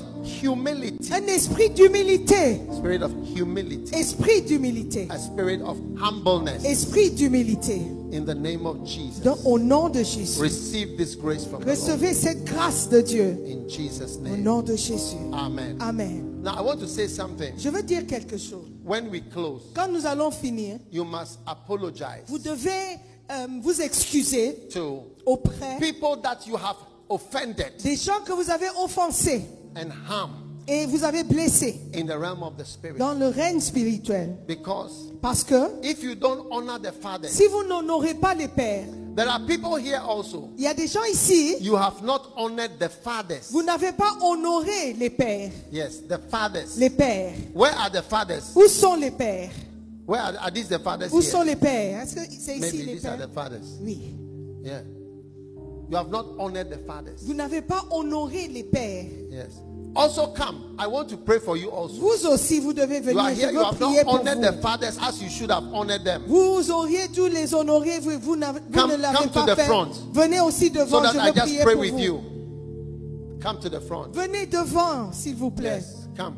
S1: humility,
S2: Un esprit d'humilité.
S1: spirit of humility.
S2: Esprit d'humilité.
S1: a spirit of humbleness,
S2: Esprit d'humilité.
S1: in the name of Jesus.
S2: Donc, au nom de Jésus,
S1: Receive this grace from the Lord.
S2: recevez cette grâce de Dieu.
S1: In Jesus'
S2: Au
S1: name.
S2: nom de Jésus. Ah.
S1: Amen.
S2: Amen.
S1: Now I want to say something.
S2: Je veux dire quelque chose.
S1: When we close,
S2: Quand nous allons finir,
S1: you must apologize
S2: vous devez euh, vous excuser
S1: to
S2: auprès
S1: people that you have offended
S2: des gens que vous avez offensés
S1: and harmed
S2: et vous avez blessés
S1: in the realm of the spirit.
S2: dans le règne spirituel.
S1: Because
S2: Parce que
S1: if you don't honor the father,
S2: si vous n'honorez pas les pères,
S1: there are people here also.
S2: il y a des gens ici,
S1: You have not honored the fathers.
S2: vous n'avez pas honoré les pères.
S1: Yes, the fathers.
S2: Les pères.
S1: Where are the fathers?
S2: Où sont les pères
S1: Where are, are these the fathers
S2: Où
S1: here?
S2: sont les pères Est-ce que c'est ici
S1: Maybe
S2: les
S1: these are
S2: pères
S1: the fathers.
S2: Oui.
S1: Yeah. You have not honored the fathers.
S2: Vous n'avez pas honoré les pères.
S1: Yes. Also come. I want to pray for you also.
S2: Vous aussi, vous devez
S1: You are
S2: venir. Je
S1: here. You
S2: veux
S1: have not
S2: prier pour
S1: honored the
S2: vous.
S1: fathers as you should have honored them.
S2: Vous auriez dû les honorer, vous, vous n'avez- vous
S1: Come-
S2: ne l'avez
S1: come to
S2: pas
S1: the
S2: fait.
S1: front.
S2: Venez aussi
S1: So
S2: devant,
S1: that
S2: je
S1: I
S2: veux
S1: just
S2: prier
S1: pray
S2: pour
S1: with
S2: vous.
S1: you. Come to the front.
S2: Venez devant, s'il vous plaît.
S1: Yes. Come.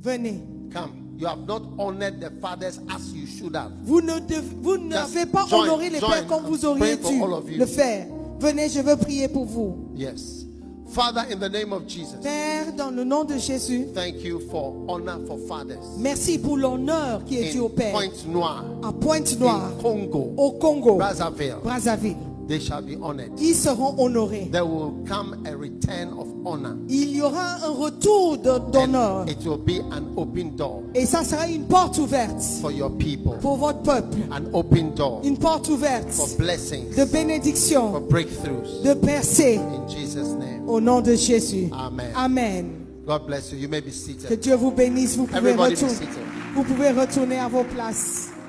S2: Venez.
S1: Come. You have not honored the fathers as you should have.
S2: Vous ne dev- vous n'avez pas
S1: join,
S2: honoré les
S1: join.
S2: pères comme vous
S1: I'm
S2: auriez
S1: praying for all of
S2: dû
S1: you.
S2: le faire. Venez, je veux prier pour vous.
S1: Yes. Father, in the name of Jesus,
S2: Père, dans le nom de Jésus,
S1: thank you for honor for fathers.
S2: merci pour l'honneur qui est dû
S1: In
S2: au Père.
S1: Point Noire,
S2: À Pointe-Noire,
S1: in Congo,
S2: au Congo,
S1: Brazzaville,
S2: Brazzaville,
S1: they shall be honored.
S2: ils seront honorés.
S1: There will come a return of honor.
S2: Il y aura un retour de- d'honneur.
S1: And It will be an open door
S2: Et ça sera une porte ouverte
S1: for your people.
S2: pour votre peuple.
S1: An open door
S2: Une porte
S1: for
S2: ouverte
S1: blessings,
S2: de
S1: for
S2: bénédiction,
S1: breakthroughs.
S2: de percée.
S1: In Jesus' name.
S2: Au nom de Jésus.
S1: Amen.
S2: Amen.
S1: God bless you. You may be
S2: Que
S1: seated.
S2: Dieu vous bénisse. Vous pouvez,
S1: Everybody be
S2: retourner,
S1: seated.
S2: vous pouvez retourner à vos places.